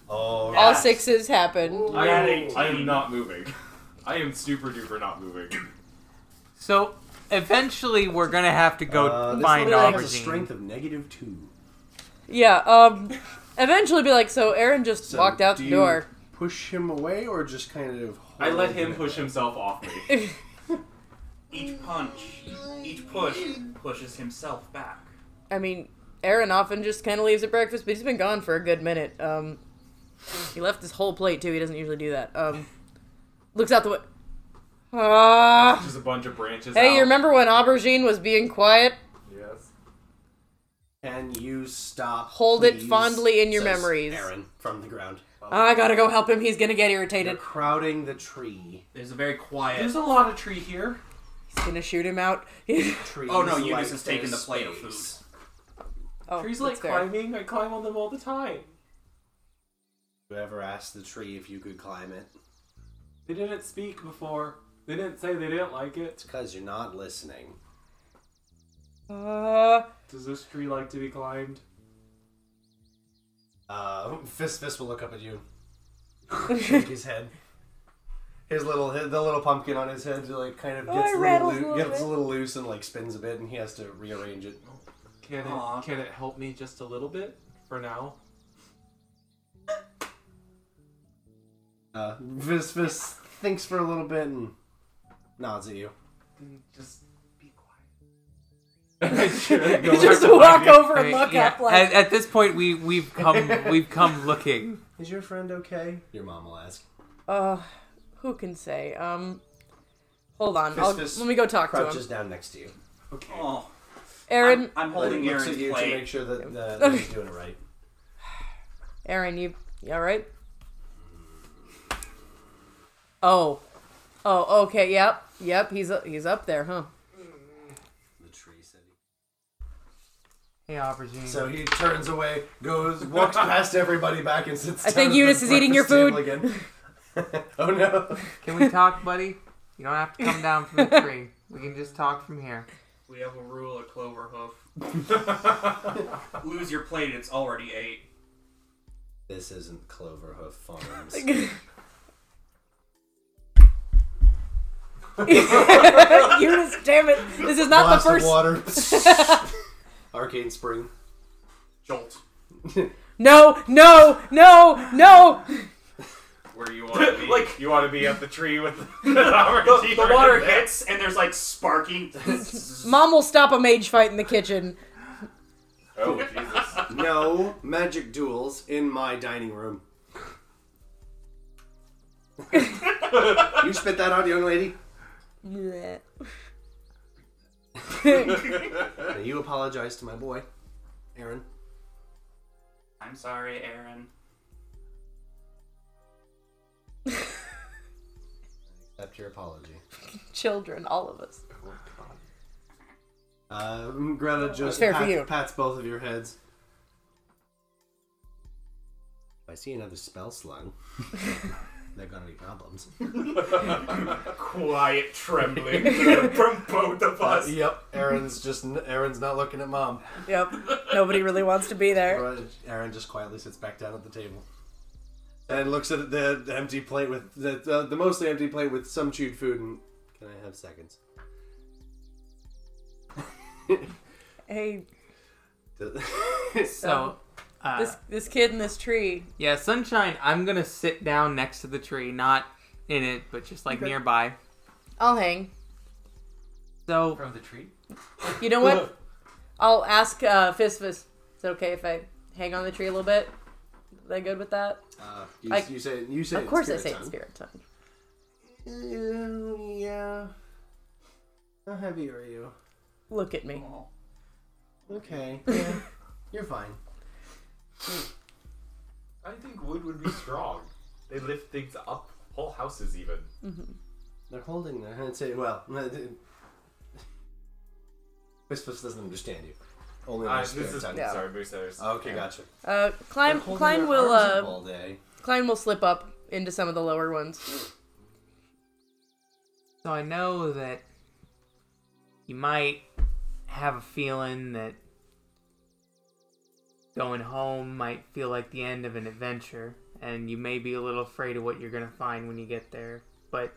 [SPEAKER 1] Oh,
[SPEAKER 10] All sixes happened.
[SPEAKER 9] I,
[SPEAKER 7] Nat
[SPEAKER 9] am,
[SPEAKER 7] 18.
[SPEAKER 9] I am not moving. I am super duper not moving.
[SPEAKER 2] So eventually, we're gonna have to go
[SPEAKER 1] uh, this
[SPEAKER 2] find
[SPEAKER 1] little guy
[SPEAKER 2] Aubergine.
[SPEAKER 1] has a strength of negative two.
[SPEAKER 10] Yeah. Um. Eventually, be like, so Aaron just
[SPEAKER 1] So
[SPEAKER 10] walked out
[SPEAKER 1] do
[SPEAKER 10] the
[SPEAKER 1] you
[SPEAKER 10] door.
[SPEAKER 1] Push him away, or just kind of.
[SPEAKER 9] I let him
[SPEAKER 1] hold
[SPEAKER 9] push himself off me.
[SPEAKER 7] each punch, each push pushes himself back.
[SPEAKER 10] I mean, Aaron often just kind of leaves at breakfast, but he's been gone for a good minute. Um, he left his whole plate too. He doesn't usually do that. Um, looks out the window. Ah.
[SPEAKER 9] Just a bunch of branches.
[SPEAKER 10] hey,
[SPEAKER 9] out.
[SPEAKER 10] you remember when Aubergine was being quiet?
[SPEAKER 11] Yes.
[SPEAKER 1] Can you stop?
[SPEAKER 10] Hold it
[SPEAKER 1] please?
[SPEAKER 10] fondly in your
[SPEAKER 1] Says
[SPEAKER 10] memories.
[SPEAKER 1] Aaron from the ground.
[SPEAKER 10] I gotta go help him. He's gonna get
[SPEAKER 1] You're
[SPEAKER 10] irritated.
[SPEAKER 1] crowding the tree.
[SPEAKER 7] There's a very quiet.
[SPEAKER 9] There's a lot of tree here.
[SPEAKER 10] He's gonna shoot him out.
[SPEAKER 1] Trees
[SPEAKER 7] Oh no,
[SPEAKER 1] like
[SPEAKER 7] Eunice is
[SPEAKER 1] their
[SPEAKER 7] taking the plate of food.
[SPEAKER 1] space.
[SPEAKER 10] oh,
[SPEAKER 11] Trees
[SPEAKER 10] that's
[SPEAKER 11] like
[SPEAKER 10] fair.
[SPEAKER 11] climbing. I climb on them all the time.
[SPEAKER 1] Whoever asked the tree if you could climb it,
[SPEAKER 11] They didn't speak before. They didn't say they didn't like it.
[SPEAKER 1] it's because you're not listening.
[SPEAKER 10] Uh,
[SPEAKER 11] Does this tree like to be climbed?
[SPEAKER 1] Uh, Fist Fist will look up at you, shake his head. His little his, the little pumpkin on his head like kind of
[SPEAKER 10] Oh,
[SPEAKER 1] gets
[SPEAKER 10] it
[SPEAKER 1] a little
[SPEAKER 10] rattles
[SPEAKER 1] loo-
[SPEAKER 10] a little
[SPEAKER 1] gets a
[SPEAKER 10] bit.
[SPEAKER 1] little loose and like spins a bit, and he has to rearrange it.
[SPEAKER 11] Can
[SPEAKER 7] Aw.
[SPEAKER 11] it can it help me just a little bit for now?
[SPEAKER 1] Uh, Fist Fist thinks for a little bit and nods at you.
[SPEAKER 7] Just be quiet.
[SPEAKER 10] you just walk over and
[SPEAKER 2] mean,
[SPEAKER 10] look
[SPEAKER 2] yeah,
[SPEAKER 10] up like.
[SPEAKER 2] at, at this point, we we've come we've come looking.
[SPEAKER 1] Is your friend okay? Your mom will ask.
[SPEAKER 10] Uh, who can say? Um, hold on.
[SPEAKER 1] Fist
[SPEAKER 10] I'll,
[SPEAKER 1] fist
[SPEAKER 10] let me go talk to
[SPEAKER 1] Crouches
[SPEAKER 10] him.
[SPEAKER 1] down next to you.
[SPEAKER 11] Okay.
[SPEAKER 7] Oh,
[SPEAKER 10] Aaron,
[SPEAKER 7] I'm, I'm holding
[SPEAKER 1] looks
[SPEAKER 7] Aaron's
[SPEAKER 1] at you
[SPEAKER 7] plate.
[SPEAKER 1] to make sure that, that, that he's doing it right.
[SPEAKER 10] Aaron, you, you all right? Oh, oh, okay. Yep, yep. He's up, he's up there, huh?
[SPEAKER 1] The tree said.
[SPEAKER 2] Hey, aubergine.
[SPEAKER 1] So he turns away, goes, walks past everybody back, and sits.
[SPEAKER 10] I
[SPEAKER 1] down
[SPEAKER 10] think
[SPEAKER 1] at the
[SPEAKER 10] Eunice is eating your
[SPEAKER 1] breakfast table Again. oh no!
[SPEAKER 2] Can we talk, buddy? You don't have to come down from the tree. We can just talk from here.
[SPEAKER 7] We have a rule at Cloverhoof. Lose your plate, it's already eight.
[SPEAKER 1] This isn't Cloverhoof Farms.
[SPEAKER 10] Eunice, damn it! This is not
[SPEAKER 1] Blast
[SPEAKER 10] the first.
[SPEAKER 1] of water. Arcane spring.
[SPEAKER 7] Jolt,
[SPEAKER 10] No, no, no, no!
[SPEAKER 7] where you want to be.
[SPEAKER 11] Like you want to be up the tree with the,
[SPEAKER 7] the, the water hits and there's like sparking.
[SPEAKER 10] Mom will stop a mage fight in the kitchen.
[SPEAKER 11] Oh Jesus!
[SPEAKER 1] No magic duels in my dining room. you spit that out, young lady.
[SPEAKER 10] Bleh.
[SPEAKER 1] Now you apologize to my boy, Aaron.
[SPEAKER 7] I'm sorry, Aaron.
[SPEAKER 1] Accept your apology.
[SPEAKER 10] Children, all of us.
[SPEAKER 1] Um, Greta just
[SPEAKER 10] Fair for
[SPEAKER 1] pat-
[SPEAKER 10] you.
[SPEAKER 1] pats both of your heads. If I see another spell slung, they're gonna be problems.
[SPEAKER 7] Quiet trembling from both of us.
[SPEAKER 1] yep, Aaron's just Aaron's not looking at mom.
[SPEAKER 10] Yep. Nobody really wants to be there.
[SPEAKER 1] Aaron just quietly sits back down at the table and looks at the, the empty plate with the, the the mostly empty plate with some chewed food. And can I have seconds?
[SPEAKER 10] Hey,
[SPEAKER 2] So, uh,
[SPEAKER 10] this this kid in this tree.
[SPEAKER 2] yeah, sunshine. I'm gonna sit down next to the tree, not in it, but just like nearby.
[SPEAKER 10] I'll hang.
[SPEAKER 2] So
[SPEAKER 9] From the tree?
[SPEAKER 10] You know what? I'll ask uh, Fisfus. Is it okay if I hang on the tree a little bit? Is that good with that?
[SPEAKER 1] Uh, you,
[SPEAKER 10] I-
[SPEAKER 1] you say you say
[SPEAKER 10] of course, I
[SPEAKER 1] it's
[SPEAKER 10] say
[SPEAKER 1] spirit
[SPEAKER 10] in
[SPEAKER 1] tongue.
[SPEAKER 10] spirit tongue.
[SPEAKER 1] Uh, yeah. How heavy are you?
[SPEAKER 10] Look at me.
[SPEAKER 1] Okay. Yeah. You're fine.
[SPEAKER 11] I think wood would be strong. They lift things up, whole houses even.
[SPEAKER 1] They're holding their hand. Say, well, Whispers doesn't understand you. Only
[SPEAKER 11] Uh,
[SPEAKER 1] uh,
[SPEAKER 11] this is
[SPEAKER 10] Yeah.
[SPEAKER 11] sorry, boosters.
[SPEAKER 1] Okay, gotcha.
[SPEAKER 10] Uh, Klein,
[SPEAKER 1] They're holding
[SPEAKER 10] Klein
[SPEAKER 1] their
[SPEAKER 10] will
[SPEAKER 1] arms up
[SPEAKER 10] uh,
[SPEAKER 1] all day.
[SPEAKER 10] Klein will slip up into some of the lower ones.
[SPEAKER 2] So I know that you might have a feeling that going home might feel like the end of an adventure, and you may be a little afraid of what you're going to find when you get there. But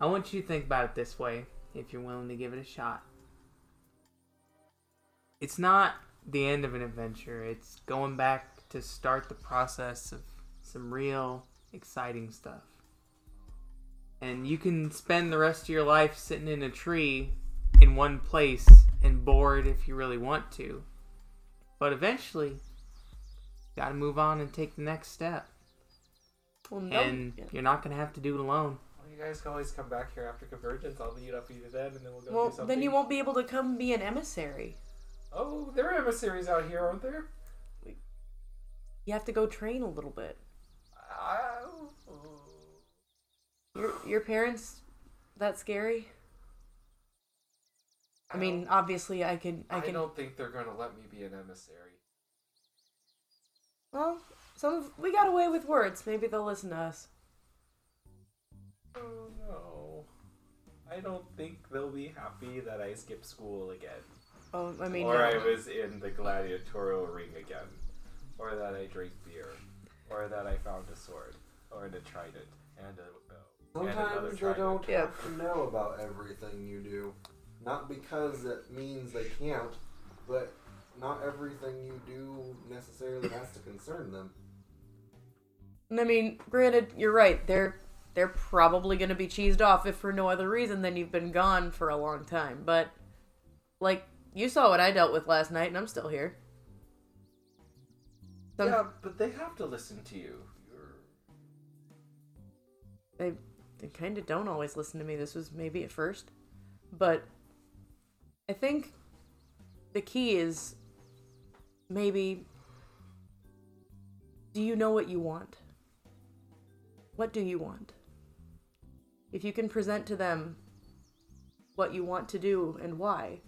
[SPEAKER 2] I want you to think about it this way if you're willing to give it a shot. It's not the end of an adventure, it's going back to start the process of some real exciting stuff and you can spend the rest of your life sitting in a tree in one place and bored if you really want to. But eventually, got to move on and take the next step.
[SPEAKER 10] Well, no-
[SPEAKER 2] And you're not going to have to do it alone.
[SPEAKER 11] you guys can always come back here after convergence. I'll meet up with you then, and then we'll go
[SPEAKER 10] well, then you won't be able to come be an emissary.
[SPEAKER 11] Oh, there are emissaries out here, aren't there?
[SPEAKER 10] You have to go train a little bit. Your your parents that scary? I mean, obviously I can I
[SPEAKER 12] I
[SPEAKER 10] can
[SPEAKER 12] don't think they're gonna let me be an emissary.
[SPEAKER 10] Well, some of, we got away with words. Maybe they'll listen to us.
[SPEAKER 9] Oh no. I don't think they'll be happy that I skipped school again.
[SPEAKER 10] Oh, I mean,
[SPEAKER 9] or
[SPEAKER 10] no.
[SPEAKER 9] I was in the gladiatorial ring again. Or that I drank beer. Or that I found a sword. Or a trident. And a. and another
[SPEAKER 6] Sometimes they
[SPEAKER 9] trident.
[SPEAKER 6] don't have to know about everything you do. Not because it means they can't, but not everything you do necessarily has to concern them.
[SPEAKER 10] And I mean, granted, you're right. They're they're probably going to be cheesed off if for no other reason than you've been gone for a long time. But like you saw what I dealt with last night, and I'm still here. Some-
[SPEAKER 9] Yeah, but they have to listen to you. You're
[SPEAKER 10] They they kind of don't always listen to me. This was maybe at first, but I think the key is maybe do you know what you want? What do you want? If you can present to them what you want to do and why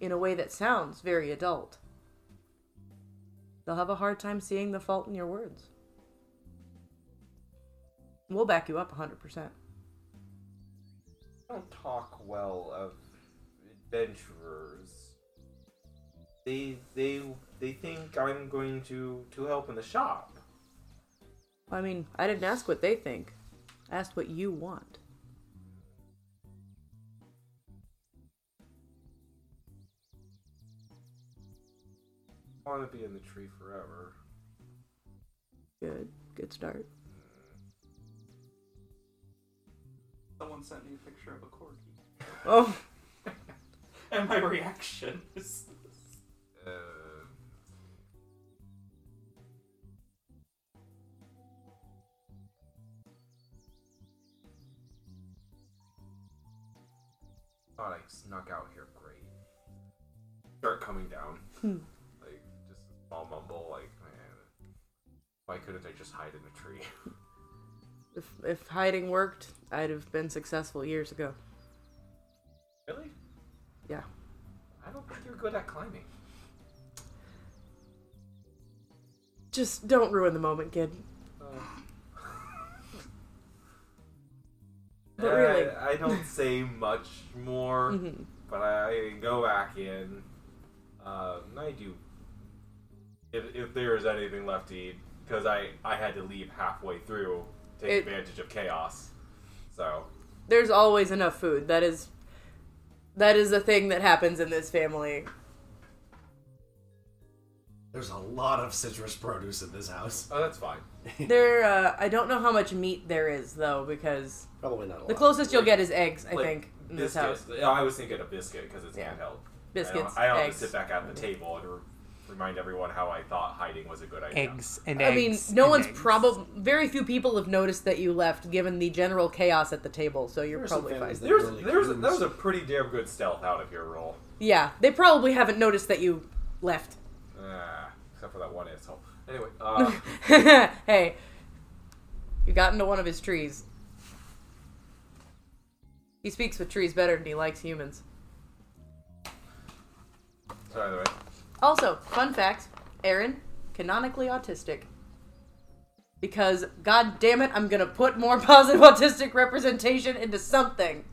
[SPEAKER 10] in a way that sounds very adult, they'll have a hard time seeing the fault in your words. We'll back you up 100%.
[SPEAKER 9] I don't talk well of adventurers. They they they think I'm going to to help in the shop.
[SPEAKER 10] I mean, I didn't ask what they think. I asked what you want.
[SPEAKER 9] I want to be in the tree forever.
[SPEAKER 10] Good. Good start.
[SPEAKER 7] Someone sent me a picture of a corgi.
[SPEAKER 10] Oh.
[SPEAKER 7] and my reaction is
[SPEAKER 9] Uh, thought I snuck out here great. Start coming down.
[SPEAKER 10] Hmm.
[SPEAKER 9] like just a small mumble, like man, why couldn't I just hide in a tree?
[SPEAKER 10] If, if hiding worked, I'd have been successful years ago.
[SPEAKER 9] really?
[SPEAKER 10] Yeah.
[SPEAKER 9] I don't think you're good at climbing.
[SPEAKER 10] Just don't ruin the moment, kid. But really-
[SPEAKER 9] Uh, I, I don't say much more,
[SPEAKER 10] Mhm.
[SPEAKER 9] but I go back in. Um, I do. If, if there is anything left to eat, because I, I had to leave halfway through, to take
[SPEAKER 10] It-
[SPEAKER 9] advantage of chaos. So,
[SPEAKER 10] There's always enough food. That is that is a thing that happens in this family.
[SPEAKER 1] There's a lot of citrus produce in this house.
[SPEAKER 9] oh, that's fine.
[SPEAKER 10] There uh, I don't know how much meat there is though because
[SPEAKER 1] Probably not a
[SPEAKER 10] the
[SPEAKER 1] lot.
[SPEAKER 10] closest you'll get is eggs, I
[SPEAKER 9] Like,
[SPEAKER 10] think, in this
[SPEAKER 9] biscuits.
[SPEAKER 10] house.
[SPEAKER 9] I was thinking a biscuit because it's
[SPEAKER 10] Yeah.
[SPEAKER 9] handheld.
[SPEAKER 10] Biscuits,
[SPEAKER 9] I, don't, I have
[SPEAKER 10] eggs.
[SPEAKER 9] to sit back at the table and re- remind everyone how I thought hiding was a good idea.
[SPEAKER 2] Eggs and
[SPEAKER 10] I mean,
[SPEAKER 2] eggs.
[SPEAKER 10] no
[SPEAKER 2] and
[SPEAKER 10] one's
[SPEAKER 2] eggs.
[SPEAKER 10] probably very few people have noticed that you left, given the general chaos at the table. So you're
[SPEAKER 1] There are some
[SPEAKER 10] probably fine.
[SPEAKER 1] families that
[SPEAKER 9] There's,
[SPEAKER 1] really
[SPEAKER 9] there's,
[SPEAKER 1] cruise.
[SPEAKER 9] that was a pretty damn good stealth out of your roll.
[SPEAKER 10] Yeah, they probably haven't noticed that you left.
[SPEAKER 9] Ah, except for that one asshole. Anyway, uh,
[SPEAKER 10] hey, you got into one of his trees. He speaks with trees better than he likes humans.
[SPEAKER 9] so either way,
[SPEAKER 10] Also, fun fact Aaron, canonically autistic. Because, god damn it, I'm gonna put more positive autistic representation into something.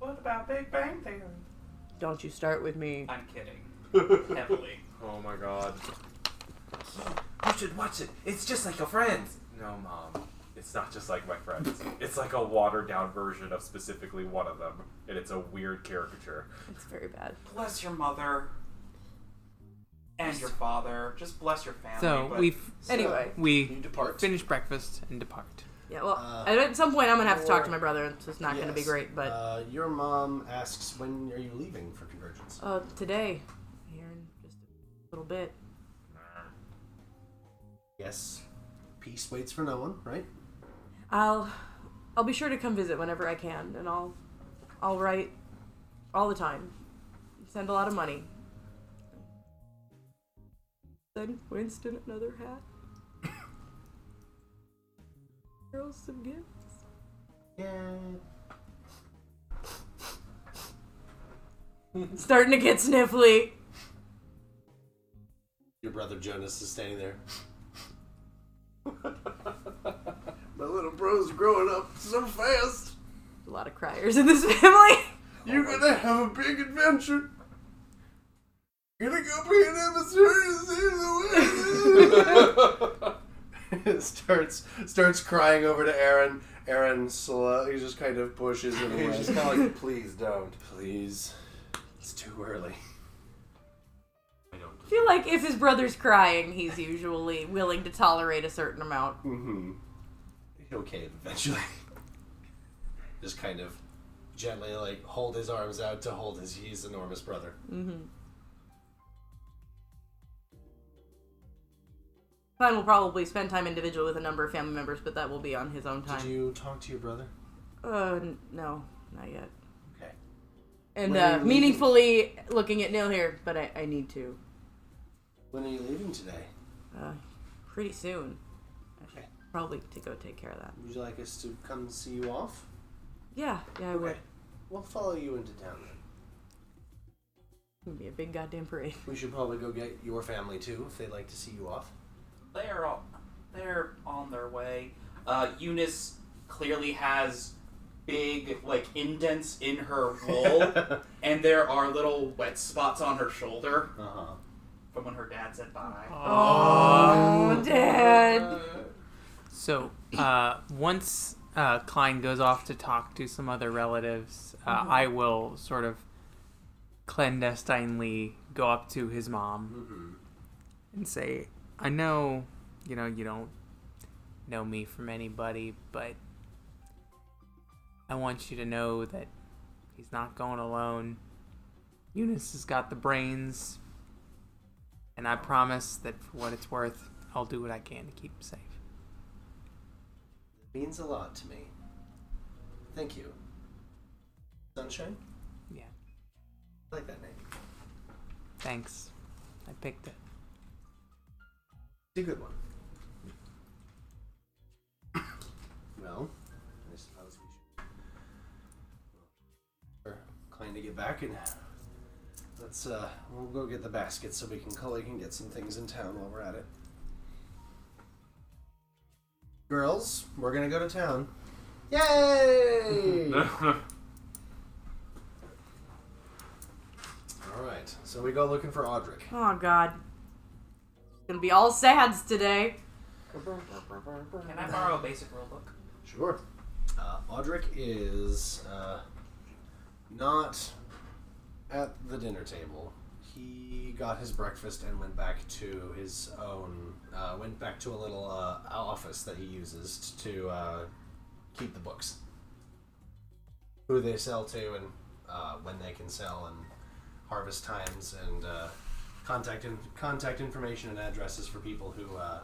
[SPEAKER 7] What about Big Bang Theory?
[SPEAKER 10] Don't you start with me.
[SPEAKER 7] I'm kidding. Heavily.
[SPEAKER 9] oh my god. You should watch it. It's just like a friend's. No, mom. It's not just like my friends. It's like a watered down version of specifically one of them, and it's a weird caricature.
[SPEAKER 10] It's very bad.
[SPEAKER 7] Bless your mother. And your father. Just bless your family.
[SPEAKER 2] So
[SPEAKER 7] but
[SPEAKER 2] we've
[SPEAKER 10] Anyway.
[SPEAKER 2] we
[SPEAKER 1] You depart.
[SPEAKER 2] finish breakfast and depart.
[SPEAKER 10] Yeah, well,
[SPEAKER 1] Uh,
[SPEAKER 10] at some point I'm gonna have to talk to
[SPEAKER 1] or-
[SPEAKER 10] my brother, and it's not gonna be
[SPEAKER 1] Yes.
[SPEAKER 10] great. But
[SPEAKER 1] Uh, your mom asks, when are you leaving for Convergence?
[SPEAKER 10] uh, today, here in just a little bit,
[SPEAKER 1] Yes. Peace waits for no one, right?
[SPEAKER 10] I'll I'll be sure to come visit whenever I can, and I'll I'll write all the time, send a lot of money. Send Winston another hat. girls some gifts. Starting to get sniffly.
[SPEAKER 1] Your brother Jonas is standing there. My little bro's growing up so fast.
[SPEAKER 10] A lot of criers in this family.
[SPEAKER 1] You're gonna have a big adventure. You're gonna go be an emissary to save the world. starts starts crying over to Aaron. Aaron slow. He just kind of pushes him away.
[SPEAKER 6] He's just kinda like, please don't.
[SPEAKER 1] Please, it's too early.
[SPEAKER 10] I feel like if his brother's crying, he's usually willing to tolerate a certain amount.
[SPEAKER 1] Mm-hmm. He'll cave eventually. just kind of gently like hold his arms out to hold his his enormous brother.
[SPEAKER 10] Mm-hmm. Klein will probably spend time individual with a number of family members, but that will be on his own time.
[SPEAKER 1] Did you talk to your brother?
[SPEAKER 10] Uh, n- no, not yet.
[SPEAKER 1] Okay.
[SPEAKER 10] And
[SPEAKER 1] When are
[SPEAKER 10] uh,
[SPEAKER 1] you leaving?
[SPEAKER 10] meaningfully looking at Neil here, but I, I need to.
[SPEAKER 1] When are you leaving today?
[SPEAKER 10] Uh, pretty soon. I should probably to go take care of that.
[SPEAKER 1] Would you like us to come see you off?
[SPEAKER 10] Yeah, yeah, I would.
[SPEAKER 1] We'll follow you into town then.
[SPEAKER 10] It'd be a big goddamn parade.
[SPEAKER 1] We should probably go get your family too if they'd like to see you off.
[SPEAKER 7] They're all, they're on their way. Uh, Eunice clearly has big like indents in her wool, and there are little wet spots on her shoulder
[SPEAKER 1] Uh-huh.
[SPEAKER 7] from when her dad said bye.
[SPEAKER 10] Oh, Dad.
[SPEAKER 1] uh,
[SPEAKER 2] So uh, once uh, Klein goes off to talk to some other relatives, uh,
[SPEAKER 10] Mhm.
[SPEAKER 2] I will sort of clandestinely go up to his mom and say, "I know, you know, you don't know me from anybody, but I want you to know that he's not going alone. Eunice has got the brains, and I promise that for what it's worth, I'll do what I can to keep him safe."
[SPEAKER 1] It means a lot to me. Thank you. Sunshine?
[SPEAKER 2] Yeah.
[SPEAKER 1] I like that name.
[SPEAKER 2] Thanks. I picked it.
[SPEAKER 1] It's a good one. well, I suppose we should. We're Klein to get back and let's uh we'll go get the basket so we can collect and get some things in town while we're at it. Girls, we're gonna go to town. Yay! Alright, so we go looking for Audric.
[SPEAKER 10] Oh God. It's gonna be all sads today.
[SPEAKER 7] Oh, Can I borrow a basic rule book?
[SPEAKER 1] Sure. Uh, Audric is uh, not at the dinner table. He got his breakfast and went back to his own, uh, went back to a little uh, office that he uses t- to uh, keep the books. Who they sell to and uh, when they can sell and harvest times and uh, contact in- contact information and addresses for people who uh,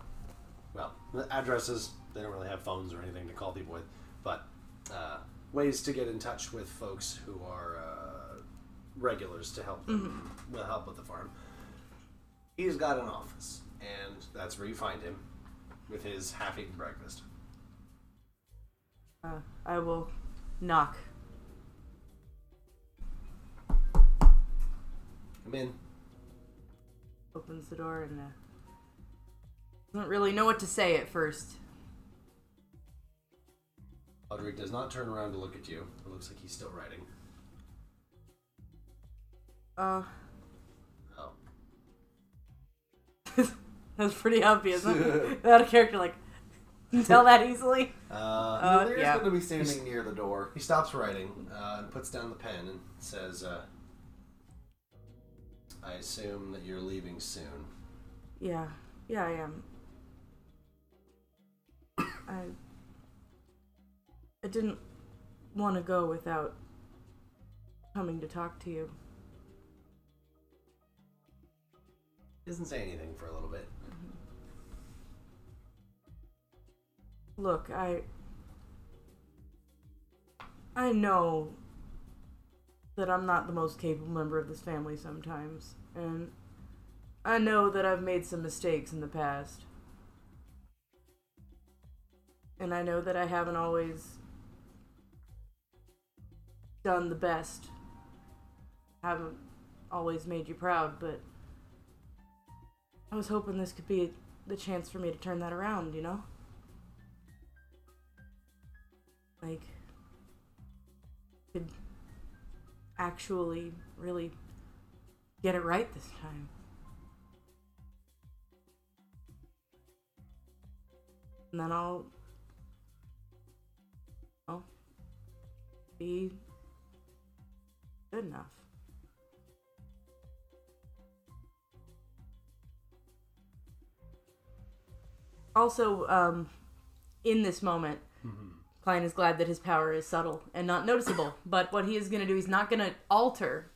[SPEAKER 1] well, the addresses, they don't really have phones or anything to call people with, but uh, ways to get in touch with folks who are uh, regulars to help them, will help with the farm. He's got an office, and that's where you find him with his half eaten breakfast.
[SPEAKER 10] Uh, I will knock.
[SPEAKER 1] Come in.
[SPEAKER 10] Opens the door and uh, doesn't really know what to say at first.
[SPEAKER 1] Audric does not turn around to look at you. It looks like he's still writing.
[SPEAKER 10] Uh,
[SPEAKER 1] Oh.
[SPEAKER 10] that's pretty obvious. Without a character like can tell that easily.
[SPEAKER 1] Uh,
[SPEAKER 10] Uh,
[SPEAKER 6] Valeria's
[SPEAKER 10] yeah.
[SPEAKER 6] going to be standing near the door.
[SPEAKER 1] He stops writing uh, and puts down the pen and says, uh, I assume that you're leaving soon.
[SPEAKER 10] Yeah, yeah, I am. I I didn't want to go without coming to talk to you.
[SPEAKER 1] doesn't say anything for a little bit.
[SPEAKER 10] Look, I. I know that I'm not the most capable member of this family sometimes, and I know that I've made some mistakes in the past. And I know that I haven't always done the best. Haven't always made you proud, but I was hoping this could be the chance for me to turn that around, you know? Like, could actually really get it right this time. And then I'll I'll be good enough. Also, um, in this moment, Klein is glad that his power is subtle and not noticeable. But what he is going to do, he's not going to alter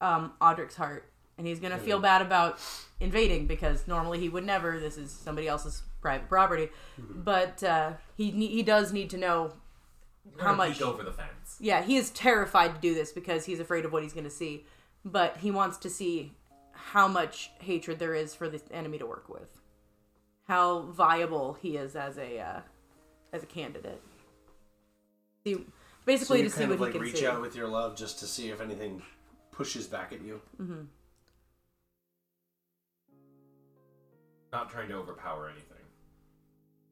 [SPEAKER 10] um, Audric's heart, and he's gonna feel
[SPEAKER 13] Mhm.
[SPEAKER 10] bad about invading because normally he would never. This is somebody else's private property,
[SPEAKER 13] Mhm.
[SPEAKER 10] but uh, he ne- he does need to know
[SPEAKER 9] We're
[SPEAKER 10] how
[SPEAKER 9] gonna
[SPEAKER 10] much
[SPEAKER 9] peek over the fence.
[SPEAKER 10] Yeah, he is terrified to do this because he's afraid of what he's gonna see, but he wants to see how much hatred there is for the enemy to work with, how viable he is as a uh, as a candidate. See, basically
[SPEAKER 1] so you
[SPEAKER 10] to see
[SPEAKER 1] kind
[SPEAKER 10] what
[SPEAKER 1] of like
[SPEAKER 10] he can
[SPEAKER 1] reach
[SPEAKER 10] see.
[SPEAKER 1] out with your love just to see if anything pushes back at you.
[SPEAKER 10] hmm
[SPEAKER 9] Not trying to overpower anything.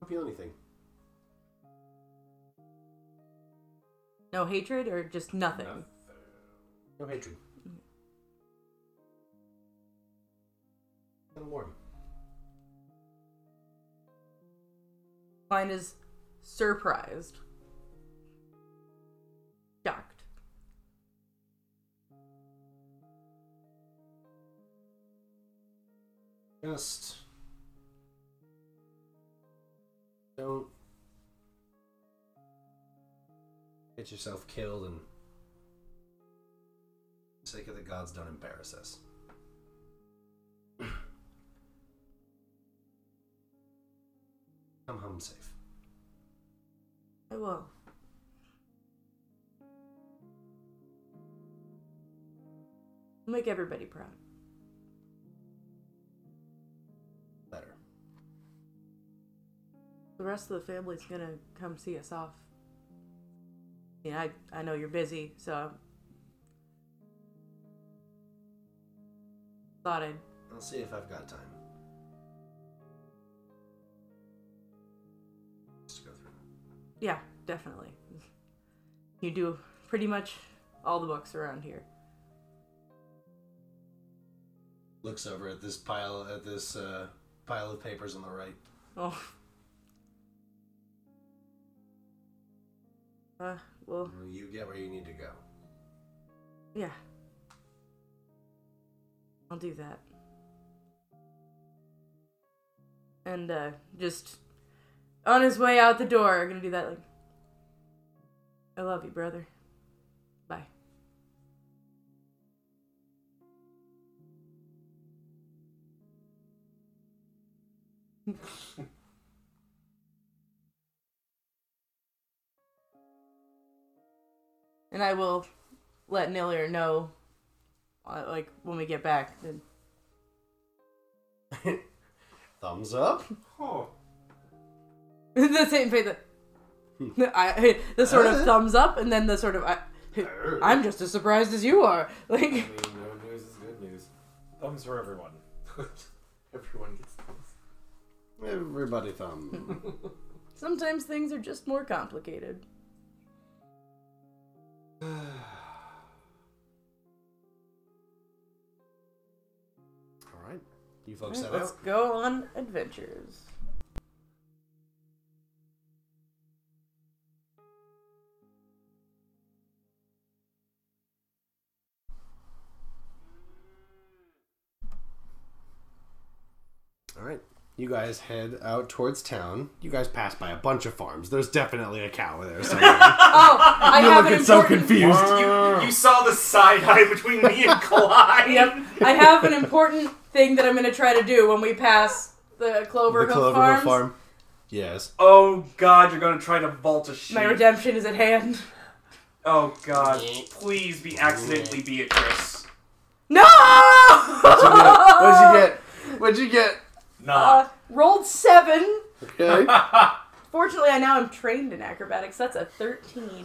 [SPEAKER 1] Don't feel anything.
[SPEAKER 10] No hatred or just nothing.
[SPEAKER 1] No hatred. Kind of warm.
[SPEAKER 10] Klein is surprised. Shocked.
[SPEAKER 1] Just don't get yourself killed and for the sake of the gods don't embarrass us. Come home safe.
[SPEAKER 10] I will. Make everybody proud.
[SPEAKER 1] Better.
[SPEAKER 10] The rest of the family's gonna come see us off. Yeah, I, I know you're busy, so thought I'd
[SPEAKER 1] I'll see if I've got time. Just go through.
[SPEAKER 10] Yeah, definitely. You do pretty much all the books around here.
[SPEAKER 1] Looks over at this pile at this uh, pile of papers on the right.
[SPEAKER 10] Oh. Uh, well,
[SPEAKER 1] You get where you need to go.
[SPEAKER 10] yeah. I'll do that. And, uh, just on his way out the door, gonna do that, like, I love you, brother. Bye. And I will let Nillier know, uh, like, when we get back. Then
[SPEAKER 1] Thumbs up.
[SPEAKER 11] Oh.
[SPEAKER 10] the same face. The, I, the sort of
[SPEAKER 11] Uh.
[SPEAKER 10] thumbs up, and then the sort of I, I'm just as surprised as you are.
[SPEAKER 11] I
[SPEAKER 10] Like,
[SPEAKER 11] mean, no news is good news. Thumbs for everyone. everyone gets thumbs.
[SPEAKER 1] Everybody thumb.
[SPEAKER 10] sometimes things are just more complicated.
[SPEAKER 1] All right. You folks set
[SPEAKER 10] Alright, let's
[SPEAKER 1] out.
[SPEAKER 10] go on adventures.
[SPEAKER 1] All right. You guys head out towards town. You guys pass by a bunch of farms. There's definitely a cow there somewhere.
[SPEAKER 10] Oh, I
[SPEAKER 1] You're
[SPEAKER 10] have an
[SPEAKER 1] looking so
[SPEAKER 10] important.
[SPEAKER 1] confused.
[SPEAKER 9] You saw the side eye between me and Clyde.
[SPEAKER 10] Yep, I have an important thing that I'm going to try to do when we pass the Clover
[SPEAKER 1] the
[SPEAKER 10] Hill
[SPEAKER 1] Clover
[SPEAKER 10] Farms.
[SPEAKER 1] Farm. Yes.
[SPEAKER 7] Oh God, you're gonna try to vault a sheep.
[SPEAKER 10] My redemption is at hand.
[SPEAKER 7] Oh God, please be accidentally Beatrice.
[SPEAKER 10] No!
[SPEAKER 7] What'd you get? What'd
[SPEAKER 1] get? What'd
[SPEAKER 7] you
[SPEAKER 1] you get?
[SPEAKER 7] Nah.
[SPEAKER 10] Rolled Uh, seven.
[SPEAKER 1] Okay.
[SPEAKER 10] Fortunately, I now am trained in acrobatics. That's a 13.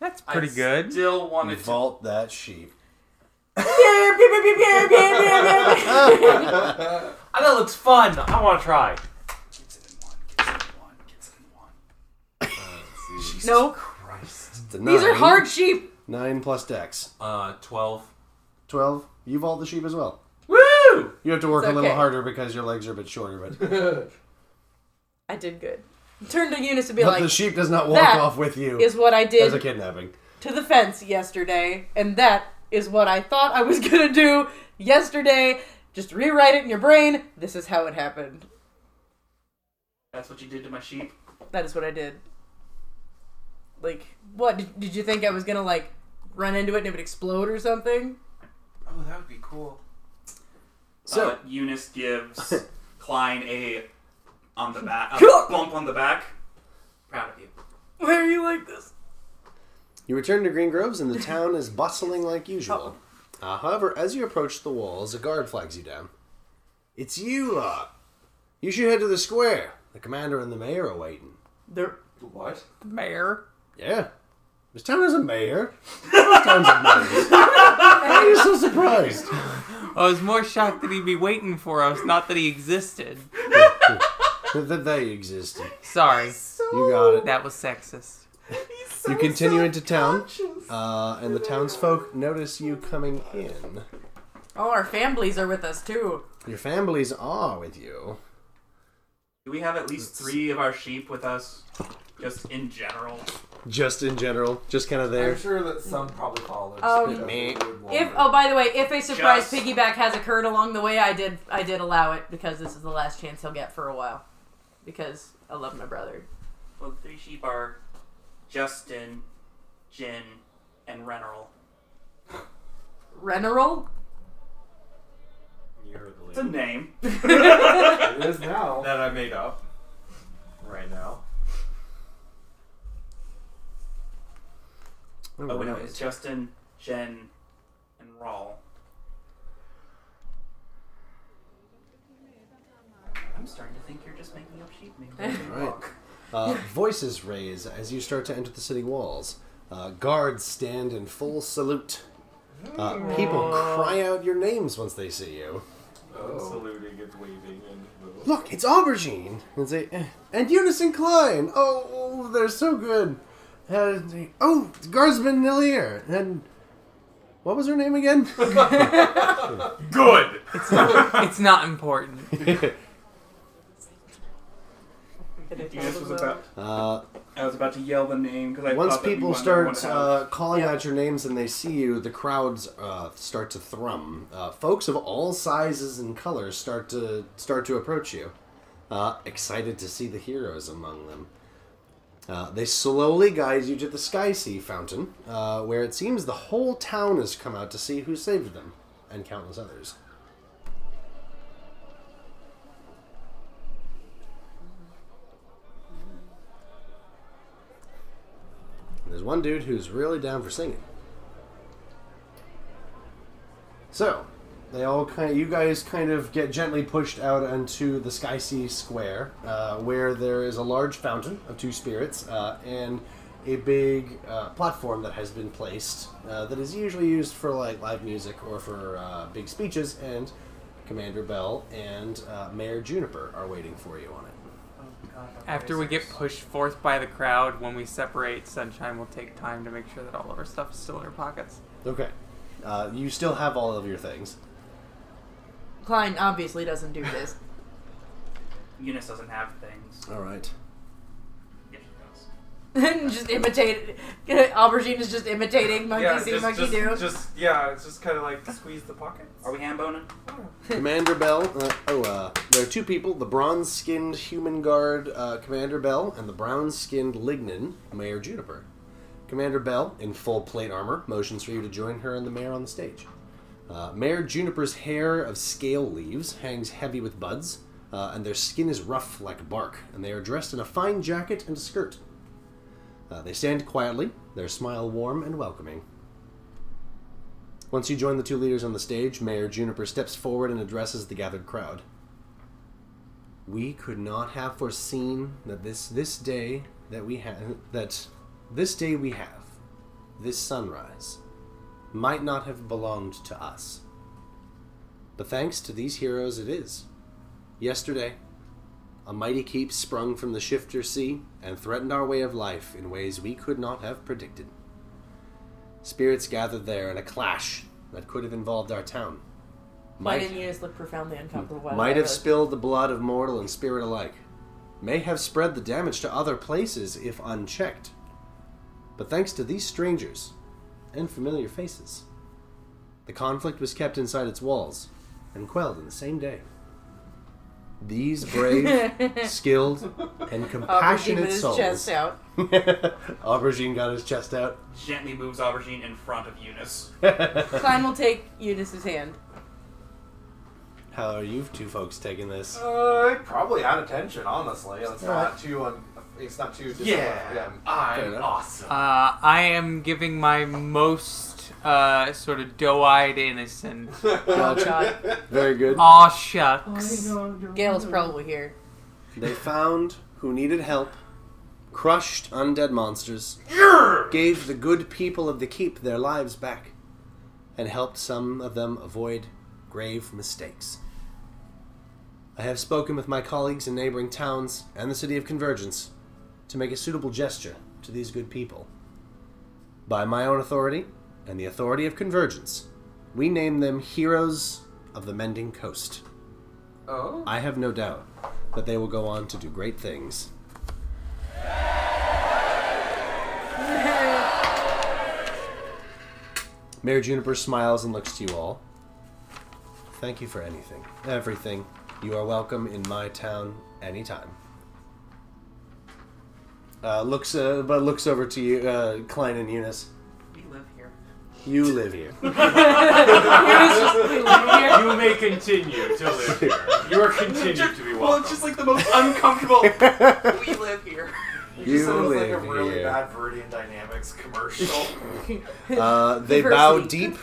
[SPEAKER 2] That's
[SPEAKER 1] Pretty
[SPEAKER 2] good.
[SPEAKER 9] Still wanted
[SPEAKER 1] vault that sheep.
[SPEAKER 9] that
[SPEAKER 7] Ah,
[SPEAKER 9] looks fun. I want to try.
[SPEAKER 10] no. These are hard sheep.
[SPEAKER 1] Nine plus dex.
[SPEAKER 9] Uh, twelve.
[SPEAKER 1] Twelve. You vault the sheep as well.
[SPEAKER 9] Woo!
[SPEAKER 1] You have to work
[SPEAKER 10] It's
[SPEAKER 1] a little
[SPEAKER 10] okay.
[SPEAKER 1] harder because your legs are a bit shorter, but
[SPEAKER 10] I did good. Turned to Eunice to be
[SPEAKER 1] but
[SPEAKER 10] like,
[SPEAKER 1] the sheep does not walk
[SPEAKER 10] "That
[SPEAKER 1] off with you.
[SPEAKER 10] is what I did
[SPEAKER 1] as a kidnapping.
[SPEAKER 10] to the fence yesterday, and that is what I thought I was gonna do yesterday. Just rewrite it in your brain. This is how it happened.
[SPEAKER 7] That's what you did to my sheep.
[SPEAKER 10] That is what I did. Like, what did, did you think I was gonna like run into it and it would explode or something?
[SPEAKER 14] Oh, that would be cool.
[SPEAKER 1] So-
[SPEAKER 7] uh, Eunice gives Klein a on the back, a bump on the back. Proud of you.
[SPEAKER 10] Why are you like this?
[SPEAKER 1] You return to Green Groves, and the town is bustling like usual.
[SPEAKER 10] Oh.
[SPEAKER 1] Uh, however, as you approach the walls, a guard flags you down. It's you lot. You should head to the square. The commander and the mayor are waiting.
[SPEAKER 10] They're
[SPEAKER 14] What?
[SPEAKER 2] Mayor.
[SPEAKER 1] Yeah. This town has a mayor. This town's a mayor. Why are you so surprised?
[SPEAKER 2] I was more shocked that he'd be waiting for us, not that he existed.
[SPEAKER 1] that they existed.
[SPEAKER 2] Sorry.
[SPEAKER 1] You got it.
[SPEAKER 2] That was sexist.
[SPEAKER 1] you continue into town, uh, and the townsfolk notice you coming in.
[SPEAKER 10] all Oh, our families are with us too.
[SPEAKER 1] Your families are with you.
[SPEAKER 7] Do we have at least three of our sheep with us? Just in general.
[SPEAKER 1] Just in general, just kind of there.
[SPEAKER 6] I'm sure that some probably followed.
[SPEAKER 10] Um,
[SPEAKER 6] because
[SPEAKER 1] Me.
[SPEAKER 6] they would want
[SPEAKER 10] If
[SPEAKER 6] it.
[SPEAKER 10] oh, by the way, if a surprise
[SPEAKER 7] Just-
[SPEAKER 10] piggyback has occurred along the way, I did I did allow it because this is the last chance he'll get for a while. Because I love my brother.
[SPEAKER 7] Well, the three sheep are Justin, Jin, and Renneral.
[SPEAKER 10] Reneral?
[SPEAKER 9] You heard the
[SPEAKER 7] It's a name.
[SPEAKER 6] it is now.
[SPEAKER 11] that I made up right now.
[SPEAKER 7] oh, wait, no, it's Justin, Jen, and Rawl. I'm starting to think you're just making up sheep names.
[SPEAKER 1] Right. Uh, voices raise as you start to enter the city walls. Uh, guards stand in full salute. Uh, people cry out your names once they see you.
[SPEAKER 11] Oh. Saluting and waving and moving.
[SPEAKER 1] Look, it's Aubergine! And say, "Eh, and Unison Klein! Oh, oh, they're so good! And they- oh, Guardsman Nillier! And what was her name again?
[SPEAKER 11] Good.
[SPEAKER 2] It's not important.
[SPEAKER 7] Eunice was about.
[SPEAKER 1] uh,
[SPEAKER 7] I was about to yell the name because I
[SPEAKER 1] Once
[SPEAKER 7] thought that we
[SPEAKER 1] people
[SPEAKER 7] wanted everyone
[SPEAKER 1] start
[SPEAKER 7] to have-
[SPEAKER 1] uh, calling out your names and they see you, the crowds uh, start to thrum. Uh, folks of all sizes and colors start to start to approach you, uh, excited to see the heroes among them. Uh, they slowly guide you to the Sky Sea Fountain, uh, where it seems the whole town has come out to see who saved them, and countless others. And there's one dude who's really down for singing. So, they all kind you guys kind of get gently pushed out onto the Sky Sea Square, uh, where there is a large fountain of two spirits uh, and a big uh, platform that has been placed uh, that is usually used for like live music or for uh, big speeches. And Commander Bell and uh, Mayor Juniper are waiting for you on it.
[SPEAKER 2] After we get pushed forth by the crowd, when we separate, Sunshine will take time to make sure that all of our stuff is still in her pockets.
[SPEAKER 1] Okay, uh, you still have all of your things.
[SPEAKER 10] Klein obviously doesn't do this.
[SPEAKER 7] Eunice doesn't have things.
[SPEAKER 1] All right.
[SPEAKER 7] Yeah, she does.
[SPEAKER 10] and just imitate Aubergine is just imitating monkey
[SPEAKER 11] yeah,
[SPEAKER 10] see,
[SPEAKER 11] just,
[SPEAKER 10] monkey
[SPEAKER 11] just,
[SPEAKER 10] do.
[SPEAKER 11] just yeah, it's just kind of like squeeze the pockets.
[SPEAKER 7] Are we ham boning?
[SPEAKER 1] Commander Bell. Uh, oh, uh, there are two people: the bronze-skinned human guard, uh, Commander Bell, and the brown-skinned lignin, Mayor Juniper. Commander Bell, in full plate armor, motions for you to join her and the mayor on the stage. Uh, mayor Juniper's hair of scale leaves hangs heavy with buds, uh, and their skin is rough like bark, and they are dressed in a fine jacket and skirt. Uh, they stand quietly, their smile warm and welcoming. Once you join the two leaders on the stage, Mayor Juniper steps forward and addresses the gathered crowd. we could not have foreseen that this this day that we have that this day we have this sunrise might not have belonged to us but thanks to these heroes it is yesterday a mighty keep sprung from the shifter sea and threatened our way of life in ways we could not have predicted spirits gathered there in a clash that could have involved our town
[SPEAKER 13] Why
[SPEAKER 1] might,
[SPEAKER 13] didn't
[SPEAKER 10] E
[SPEAKER 13] you just look profoundly uncomfortable? while I
[SPEAKER 1] might have
[SPEAKER 13] looked?
[SPEAKER 1] spilled the blood of mortal and spirit alike may have spread the damage to other places if unchecked but thanks to these strangers and familiar faces the conflict was kept inside its walls and quelled in the same day these brave skilled and
[SPEAKER 13] Aubergine with
[SPEAKER 1] compassionate
[SPEAKER 13] his
[SPEAKER 1] souls
[SPEAKER 13] chest out.
[SPEAKER 1] aubergine got his chest out
[SPEAKER 7] Gently moves Aubergine in front of Eunice.
[SPEAKER 10] Klein will take Eunice's hand.
[SPEAKER 1] How are you two folks taking this?
[SPEAKER 6] Uh, probably out of tension, honestly. It's
[SPEAKER 1] Alright.
[SPEAKER 6] not too. Un- it's not too. dis-
[SPEAKER 2] Yeah,
[SPEAKER 6] I'm
[SPEAKER 1] Fair enough.
[SPEAKER 2] Uh, I am giving my most uh, sort of doe-eyed, innocent.
[SPEAKER 1] Oh,
[SPEAKER 10] Gotcha.
[SPEAKER 1] Very good.
[SPEAKER 2] Aw shucks.
[SPEAKER 10] Gail's probably here.
[SPEAKER 1] They found who needed help, crushed undead monsters, gave the good people of the keep their lives back, and helped some of them avoid grave mistakes. I have spoken with my colleagues in neighboring towns and the city of Convergence to make a suitable gesture to these good people. By my own authority and the authority of Convergence, we name them Heroes of the Mending Coast.
[SPEAKER 14] Oh.
[SPEAKER 1] I have no doubt that they will go on to do great things. Mayor Juniper smiles and looks to you all. Thank you for anything, everything. You are welcome in my town anytime. Uh, looks, uh, but looks over to you, uh, Klein and Eunice.
[SPEAKER 7] We live here.
[SPEAKER 1] You live here.
[SPEAKER 11] you may continue to live here. You are continued to be welcome.
[SPEAKER 7] Well, it's just like the most uncomfortable. we live here.
[SPEAKER 6] It
[SPEAKER 1] You
[SPEAKER 6] just sounds like a
[SPEAKER 1] live
[SPEAKER 6] really
[SPEAKER 1] here.
[SPEAKER 6] bad Viridian Dynamics commercial.
[SPEAKER 1] Uh, they bow deep.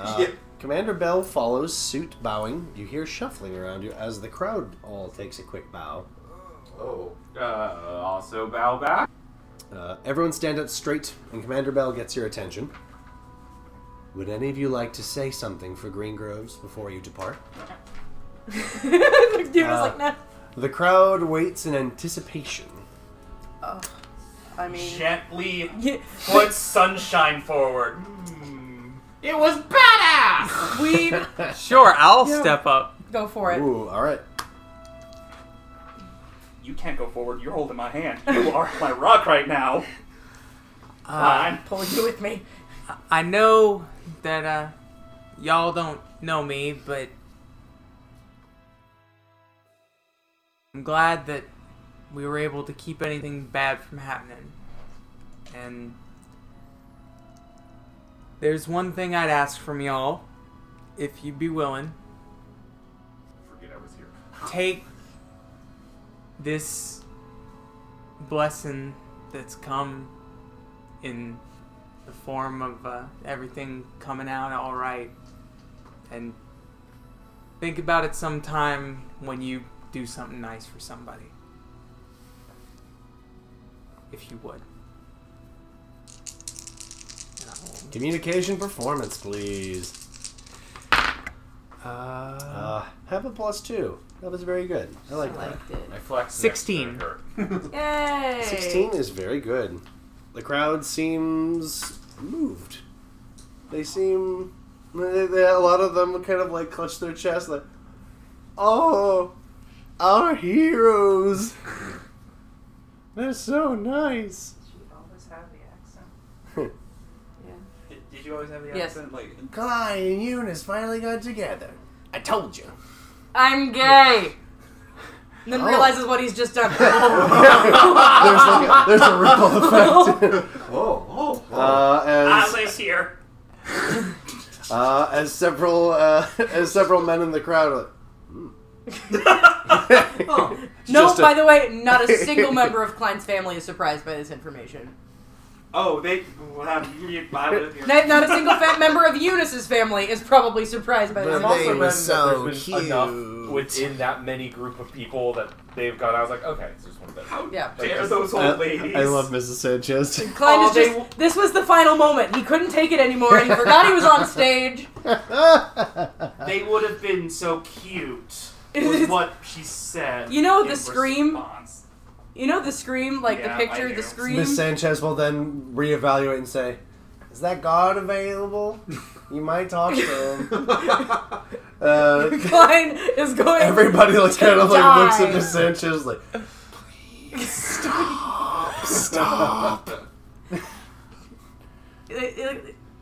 [SPEAKER 1] Uh,
[SPEAKER 6] Yeah.
[SPEAKER 1] Commander Bell follows suit, bowing. You hear shuffling around you as the crowd all takes a quick bow.
[SPEAKER 6] Oh.
[SPEAKER 11] Uh, also bow back.
[SPEAKER 1] Uh, everyone stand up straight, and Commander Bell gets your attention. Would any of you like to say something for Green Groves before you depart?
[SPEAKER 13] Dude was
[SPEAKER 1] Uh,
[SPEAKER 13] like, no.
[SPEAKER 1] The crowd waits in anticipation.
[SPEAKER 13] Oh, I mean,
[SPEAKER 7] Gently put sunshine forward.
[SPEAKER 13] it was badass.
[SPEAKER 10] We
[SPEAKER 2] Sure, I'll
[SPEAKER 10] Yeah.
[SPEAKER 2] step up.
[SPEAKER 10] go for it.
[SPEAKER 1] Ooh, all right.
[SPEAKER 7] You can't go forward. You're holding my hand. You are my rock right now.
[SPEAKER 2] Uh,
[SPEAKER 13] pulling you with me.
[SPEAKER 2] I know that uh, y'all don't know me, but I'm glad that we were able to keep anything bad from happening. And there's one thing I'd ask from y'all, if you'd be willing.
[SPEAKER 11] Forget I was here.
[SPEAKER 2] take this blessing that's come in the form of uh, everything coming out all right and think about it sometime when you do something nice for somebody if you would
[SPEAKER 1] Communication performance, please.
[SPEAKER 2] uh,
[SPEAKER 1] Uh, have a plus two. That was very good. I like that.
[SPEAKER 11] I flex.
[SPEAKER 2] 16
[SPEAKER 13] Yay!
[SPEAKER 1] 16 is very good. The crowd seems moved. They seem. They, they- a lot of them kind of like clutch their chest, like, oh, our heroes. They're so nice.
[SPEAKER 8] She always had the accent.
[SPEAKER 7] Did you always have the
[SPEAKER 13] Yes.
[SPEAKER 7] accent? Like,
[SPEAKER 1] Clyde and Eunice finally got together. I told you.
[SPEAKER 10] I'm gay. And then
[SPEAKER 1] Oh.
[SPEAKER 10] realizes what he's just done. Oh.
[SPEAKER 1] there's, like a, there's a ripple effect.
[SPEAKER 6] oh, oh.
[SPEAKER 1] uh,
[SPEAKER 7] I
[SPEAKER 1] as,
[SPEAKER 7] live here.
[SPEAKER 1] uh, as several uh, as several men in the crowd are like, hmm.
[SPEAKER 10] no,
[SPEAKER 11] Oh.
[SPEAKER 1] Just a-
[SPEAKER 10] by the way, not a single member of Klein's family is surprised by this information.
[SPEAKER 7] Oh, they. Well, I'm, you- I live here.
[SPEAKER 10] Not, not a single fat member of Eunice's family is probably surprised by this.
[SPEAKER 11] I'm also glad that there's been enough within that many group of people that they've gone. I was like, okay, it's just one of them. How
[SPEAKER 10] Yeah.
[SPEAKER 11] dare those old
[SPEAKER 1] I,
[SPEAKER 11] ladies?
[SPEAKER 1] I love Mrs. Sanchez.
[SPEAKER 10] Klein
[SPEAKER 13] Oh,
[SPEAKER 10] is just. This was the final moment. He couldn't take it anymore. He forgot he was on stage.
[SPEAKER 7] They would have been so cute. Was what she said.
[SPEAKER 10] You know
[SPEAKER 7] in
[SPEAKER 10] the scream.
[SPEAKER 7] response.
[SPEAKER 10] You know the scream, like
[SPEAKER 7] Yeah, I
[SPEAKER 10] the picture,
[SPEAKER 7] do.
[SPEAKER 10] the scream.
[SPEAKER 1] Miss Sanchez will then reevaluate and say, "Is that guard available? You might talk to him." uh,
[SPEAKER 10] Klein is going.
[SPEAKER 1] everybody like
[SPEAKER 10] to
[SPEAKER 1] kind of like
[SPEAKER 10] die.
[SPEAKER 1] looks at Miss Sanchez like,
[SPEAKER 10] Stop!
[SPEAKER 1] "Stop."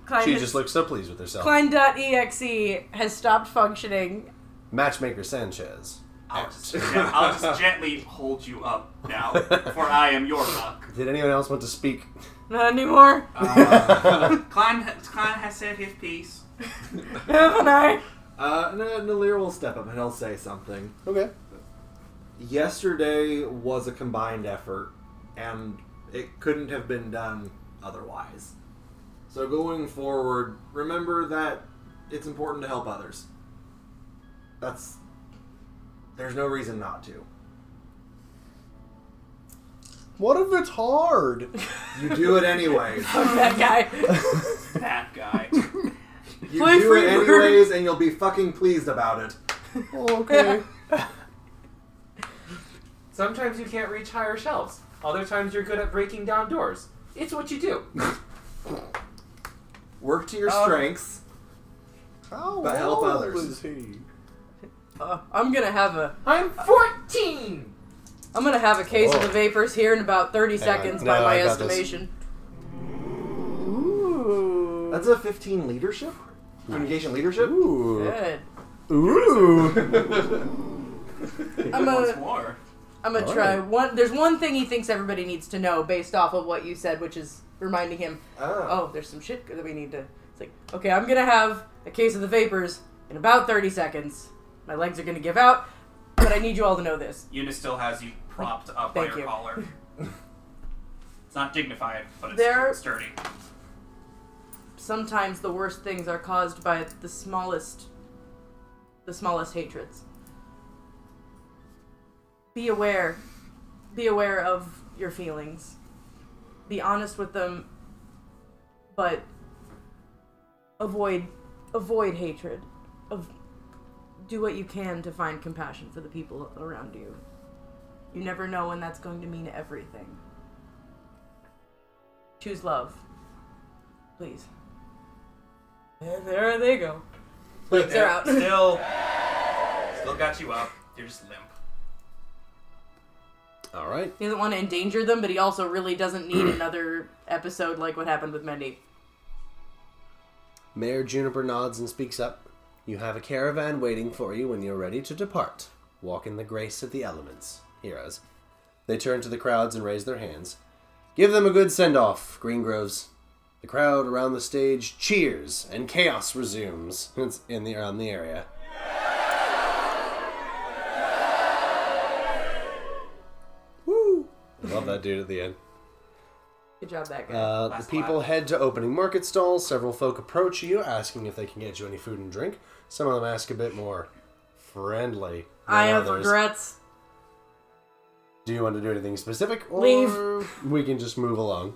[SPEAKER 10] Klein,
[SPEAKER 1] she just looks so pleased with herself.
[SPEAKER 10] Klein.exe has stopped functioning.
[SPEAKER 1] Matchmaker Sanchez.
[SPEAKER 7] I'll just, yeah, I'll just gently hold you up now, for I am your buck.
[SPEAKER 1] Did anyone else want to speak?
[SPEAKER 10] Not anymore.
[SPEAKER 11] Ah.
[SPEAKER 7] Klein, Klein has said his piece.
[SPEAKER 10] Haven't I?
[SPEAKER 6] Uh, N- Nalir will step up and he'll say something.
[SPEAKER 1] Okay.
[SPEAKER 6] Yesterday was a combined effort, and it couldn't have been done otherwise. So going forward, remember that it's important to help others. That's. There's no reason not to.
[SPEAKER 1] What if it's hard?
[SPEAKER 6] You do it anyway.
[SPEAKER 10] Fuck that guy.
[SPEAKER 7] That guy.
[SPEAKER 6] You
[SPEAKER 10] Play
[SPEAKER 6] do
[SPEAKER 10] free
[SPEAKER 6] it
[SPEAKER 10] bird.
[SPEAKER 6] anyways, and you'll be fucking pleased about it.
[SPEAKER 1] Oh, okay.
[SPEAKER 11] Sometimes you can't reach higher shelves. Other times you're good at breaking down doors. It's what you do.
[SPEAKER 6] Work to your
[SPEAKER 10] Um,
[SPEAKER 6] strengths.
[SPEAKER 1] How
[SPEAKER 6] But help
[SPEAKER 1] old
[SPEAKER 6] others.
[SPEAKER 1] is he?
[SPEAKER 10] Uh, I'm gonna have a.
[SPEAKER 11] I'm 14.
[SPEAKER 10] I'm gonna have a case of
[SPEAKER 1] Whoa.
[SPEAKER 10] the vapors here in about 30
[SPEAKER 1] Oh. Hang on.
[SPEAKER 10] seconds,
[SPEAKER 1] No,
[SPEAKER 10] by my
[SPEAKER 1] I got this.
[SPEAKER 10] estimation.
[SPEAKER 6] Ooh. That's a 15 leadership? Communication leadership?
[SPEAKER 1] Ooh.
[SPEAKER 10] Good.
[SPEAKER 1] Ooh.
[SPEAKER 10] I'm
[SPEAKER 7] Once
[SPEAKER 10] gonna,
[SPEAKER 7] more.
[SPEAKER 10] I'm gonna
[SPEAKER 1] All
[SPEAKER 10] try
[SPEAKER 1] right.
[SPEAKER 10] one. There's one thing he thinks everybody needs to know based off of what you said, which is reminding him,
[SPEAKER 6] Oh.
[SPEAKER 10] oh, there's some shit that we need to. It's like, okay, I'm gonna have a case of the vapors in about 30 seconds. My legs are gonna give out, but I need you all to know this.
[SPEAKER 7] Eunice still has you propped up
[SPEAKER 10] Thank
[SPEAKER 7] by your
[SPEAKER 10] you.
[SPEAKER 7] collar. It's not dignified, but it's
[SPEAKER 10] There-
[SPEAKER 7] sturdy.
[SPEAKER 10] Sometimes the worst things are caused by the smallest, the smallest hatreds. Be aware, be aware of your feelings. Be honest with them, but avoid, avoid hatred. Of, do what you can to find compassion for the people around you. You never know when that's going to mean everything. Choose love, please. And there they go. Legs are out.
[SPEAKER 7] Still, still got you up. You're just limp.
[SPEAKER 1] All right.
[SPEAKER 10] He doesn't want to endanger them, but he also really doesn't need
[SPEAKER 1] Mm.
[SPEAKER 10] another episode like what happened with Mendy.
[SPEAKER 1] Mayor Juniper nods and speaks up. You have a caravan waiting for you when you're ready to depart. Walk in the grace of the elements, heroes. They turn to the crowds and raise their hands. Give them a good send off, Greengroves. The crowd around the stage cheers, and chaos resumes It's in the around the area. Woo! I love that dude at the end.
[SPEAKER 10] Good job, that guy.
[SPEAKER 1] Uh, the people head to opening market stalls. Several folk approach you, asking if they can get you any food and drink. Some of them ask a bit more friendly. Than
[SPEAKER 10] I have
[SPEAKER 1] others.
[SPEAKER 10] regrets.
[SPEAKER 1] Do you want to do anything specific, or
[SPEAKER 10] Leave.
[SPEAKER 1] we can just move along?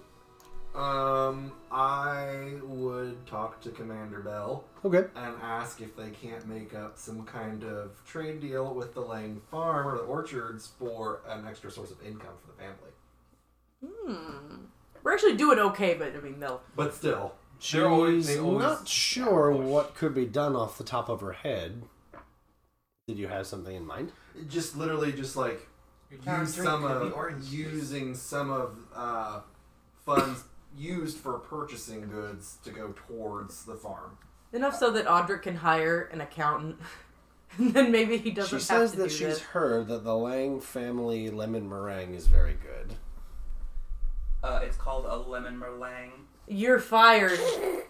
[SPEAKER 6] Um, I would talk to Commander Bell
[SPEAKER 1] Okay.
[SPEAKER 6] and ask if they can't make up some kind of trade deal with the Lane Farm or the orchards for an extra source of income for the family.
[SPEAKER 10] We're actually doing okay, but I mean, they'll.
[SPEAKER 6] But still,
[SPEAKER 1] She's
[SPEAKER 11] always- they always-
[SPEAKER 1] not sure what could be done off the top of her head. Did you have something in mind?
[SPEAKER 6] just literally just like use some of using some of uh, funds used for purchasing goods to go towards the farm.
[SPEAKER 10] Enough so that Audric can hire an accountant, and then maybe he doesn't
[SPEAKER 1] She
[SPEAKER 10] have
[SPEAKER 1] says
[SPEAKER 10] to
[SPEAKER 1] that
[SPEAKER 10] do
[SPEAKER 1] she's
[SPEAKER 10] this.
[SPEAKER 1] heard that the Lang family lemon meringue is very good.
[SPEAKER 7] Uh, it's called a lemon meringue.
[SPEAKER 10] You're fired.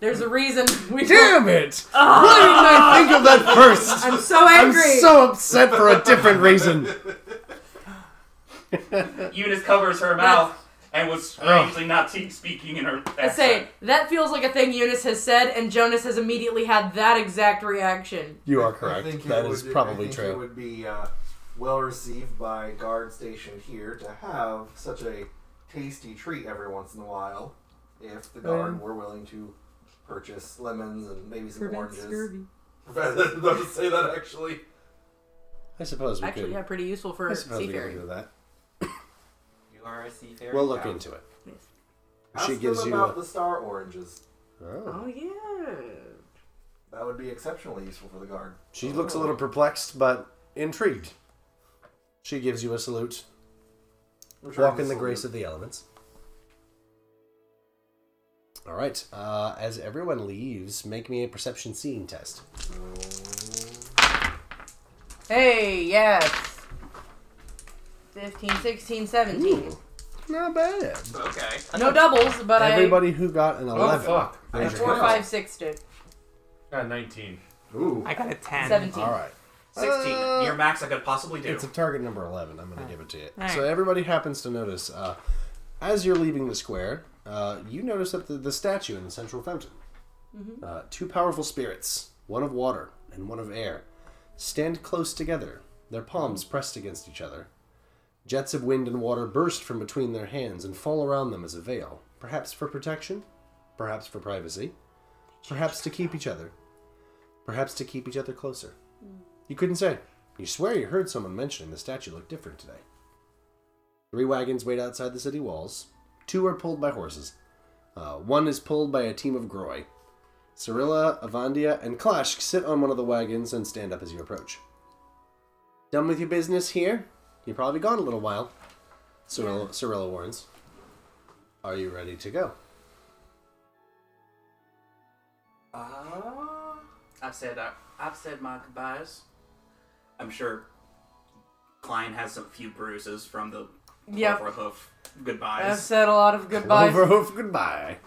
[SPEAKER 10] There's a reason we.
[SPEAKER 1] Damn it! Why didn't I think of that first?
[SPEAKER 10] Ah. I'm so angry.
[SPEAKER 1] I'm so upset for a different reason.
[SPEAKER 10] Uh,
[SPEAKER 7] Eunice covers her mouth. and was
[SPEAKER 1] Oh.
[SPEAKER 7] strangely not te- speaking in her
[SPEAKER 10] I
[SPEAKER 7] accent.
[SPEAKER 10] say that feels like a thing Eunice has said, and Jonas has immediately had that exact reaction.
[SPEAKER 1] You are
[SPEAKER 6] I think
[SPEAKER 1] correct.
[SPEAKER 6] it
[SPEAKER 1] That
[SPEAKER 6] would-
[SPEAKER 1] is probably
[SPEAKER 6] I think It
[SPEAKER 1] true.
[SPEAKER 6] would be uh, well received by guard station here to have such a tasty treat every once in a while, if the guard
[SPEAKER 1] Um,
[SPEAKER 6] were willing to purchase lemons and maybe some
[SPEAKER 10] Prevent
[SPEAKER 6] oranges.
[SPEAKER 10] scurvy.
[SPEAKER 6] Prevent- don't say that actually.
[SPEAKER 1] I suppose we
[SPEAKER 10] Actually,
[SPEAKER 1] could.
[SPEAKER 10] yeah, pretty useful for
[SPEAKER 1] I suppose we could
[SPEAKER 10] seafaring.
[SPEAKER 1] do that.
[SPEAKER 7] You are a seafarer.
[SPEAKER 1] We'll look into it.
[SPEAKER 6] Ask
[SPEAKER 1] She gives
[SPEAKER 6] them
[SPEAKER 1] you.
[SPEAKER 6] about
[SPEAKER 1] a-
[SPEAKER 6] the star oranges.
[SPEAKER 1] Oh.
[SPEAKER 10] yeah.
[SPEAKER 6] That would be exceptionally useful for the guard. Oh,
[SPEAKER 1] She looks a little perplexed, but intrigued. She gives you a salute.
[SPEAKER 6] Return
[SPEAKER 1] Walk
[SPEAKER 6] the
[SPEAKER 1] in the
[SPEAKER 6] salute.
[SPEAKER 1] grace of the elements. All right. Uh, as everyone leaves, make me a perception seeing test.
[SPEAKER 10] Hey, yes. 15, 16, 17.
[SPEAKER 1] Not bad.
[SPEAKER 7] Okay.
[SPEAKER 10] No doubles, but
[SPEAKER 1] Everybody who got an
[SPEAKER 10] Oh,
[SPEAKER 1] eleven.
[SPEAKER 10] fuck. I.
[SPEAKER 1] raise your
[SPEAKER 10] Four,
[SPEAKER 1] hand.
[SPEAKER 10] five, six did.
[SPEAKER 11] Got a 19.
[SPEAKER 1] Ooh.
[SPEAKER 2] I got a 10.
[SPEAKER 10] 17.
[SPEAKER 1] All right.
[SPEAKER 7] 16,
[SPEAKER 1] Uh,
[SPEAKER 7] near max I could possibly do.
[SPEAKER 1] It's a target number 11. I'm going to give it to you.
[SPEAKER 2] Alright.
[SPEAKER 1] So everybody happens to notice uh, as you're leaving the square, uh, you notice that the, the statue in the central fountain, uh, two powerful spirits, one of water and one of air, stand close together, their palms pressed against each other. Jets of wind and water burst from between their hands and fall around them as a veil, perhaps for protection, perhaps for privacy, perhaps to keep each other, perhaps to keep each other closer. You couldn't say. You swear you heard someone mentioning the statue looked different today. Three wagons wait outside the city walls. Two are pulled by horses. Uh, one is pulled by a team of Groi. Cyrilla, Avandia, and Clash sit on one of the wagons and stand up as you approach. Done with your business here? You're probably gone a little while. Cyrilla, Cyrilla warns. Are you ready to go?
[SPEAKER 7] Uh, I've said uh, I've said my goodbyes. I'm sure Klein has some few bruises from the
[SPEAKER 10] Yep.
[SPEAKER 7] Clover hoof
[SPEAKER 10] I've
[SPEAKER 7] goodbyes.
[SPEAKER 10] said a lot of goodbyes.
[SPEAKER 1] Cloverhoof, goodbye.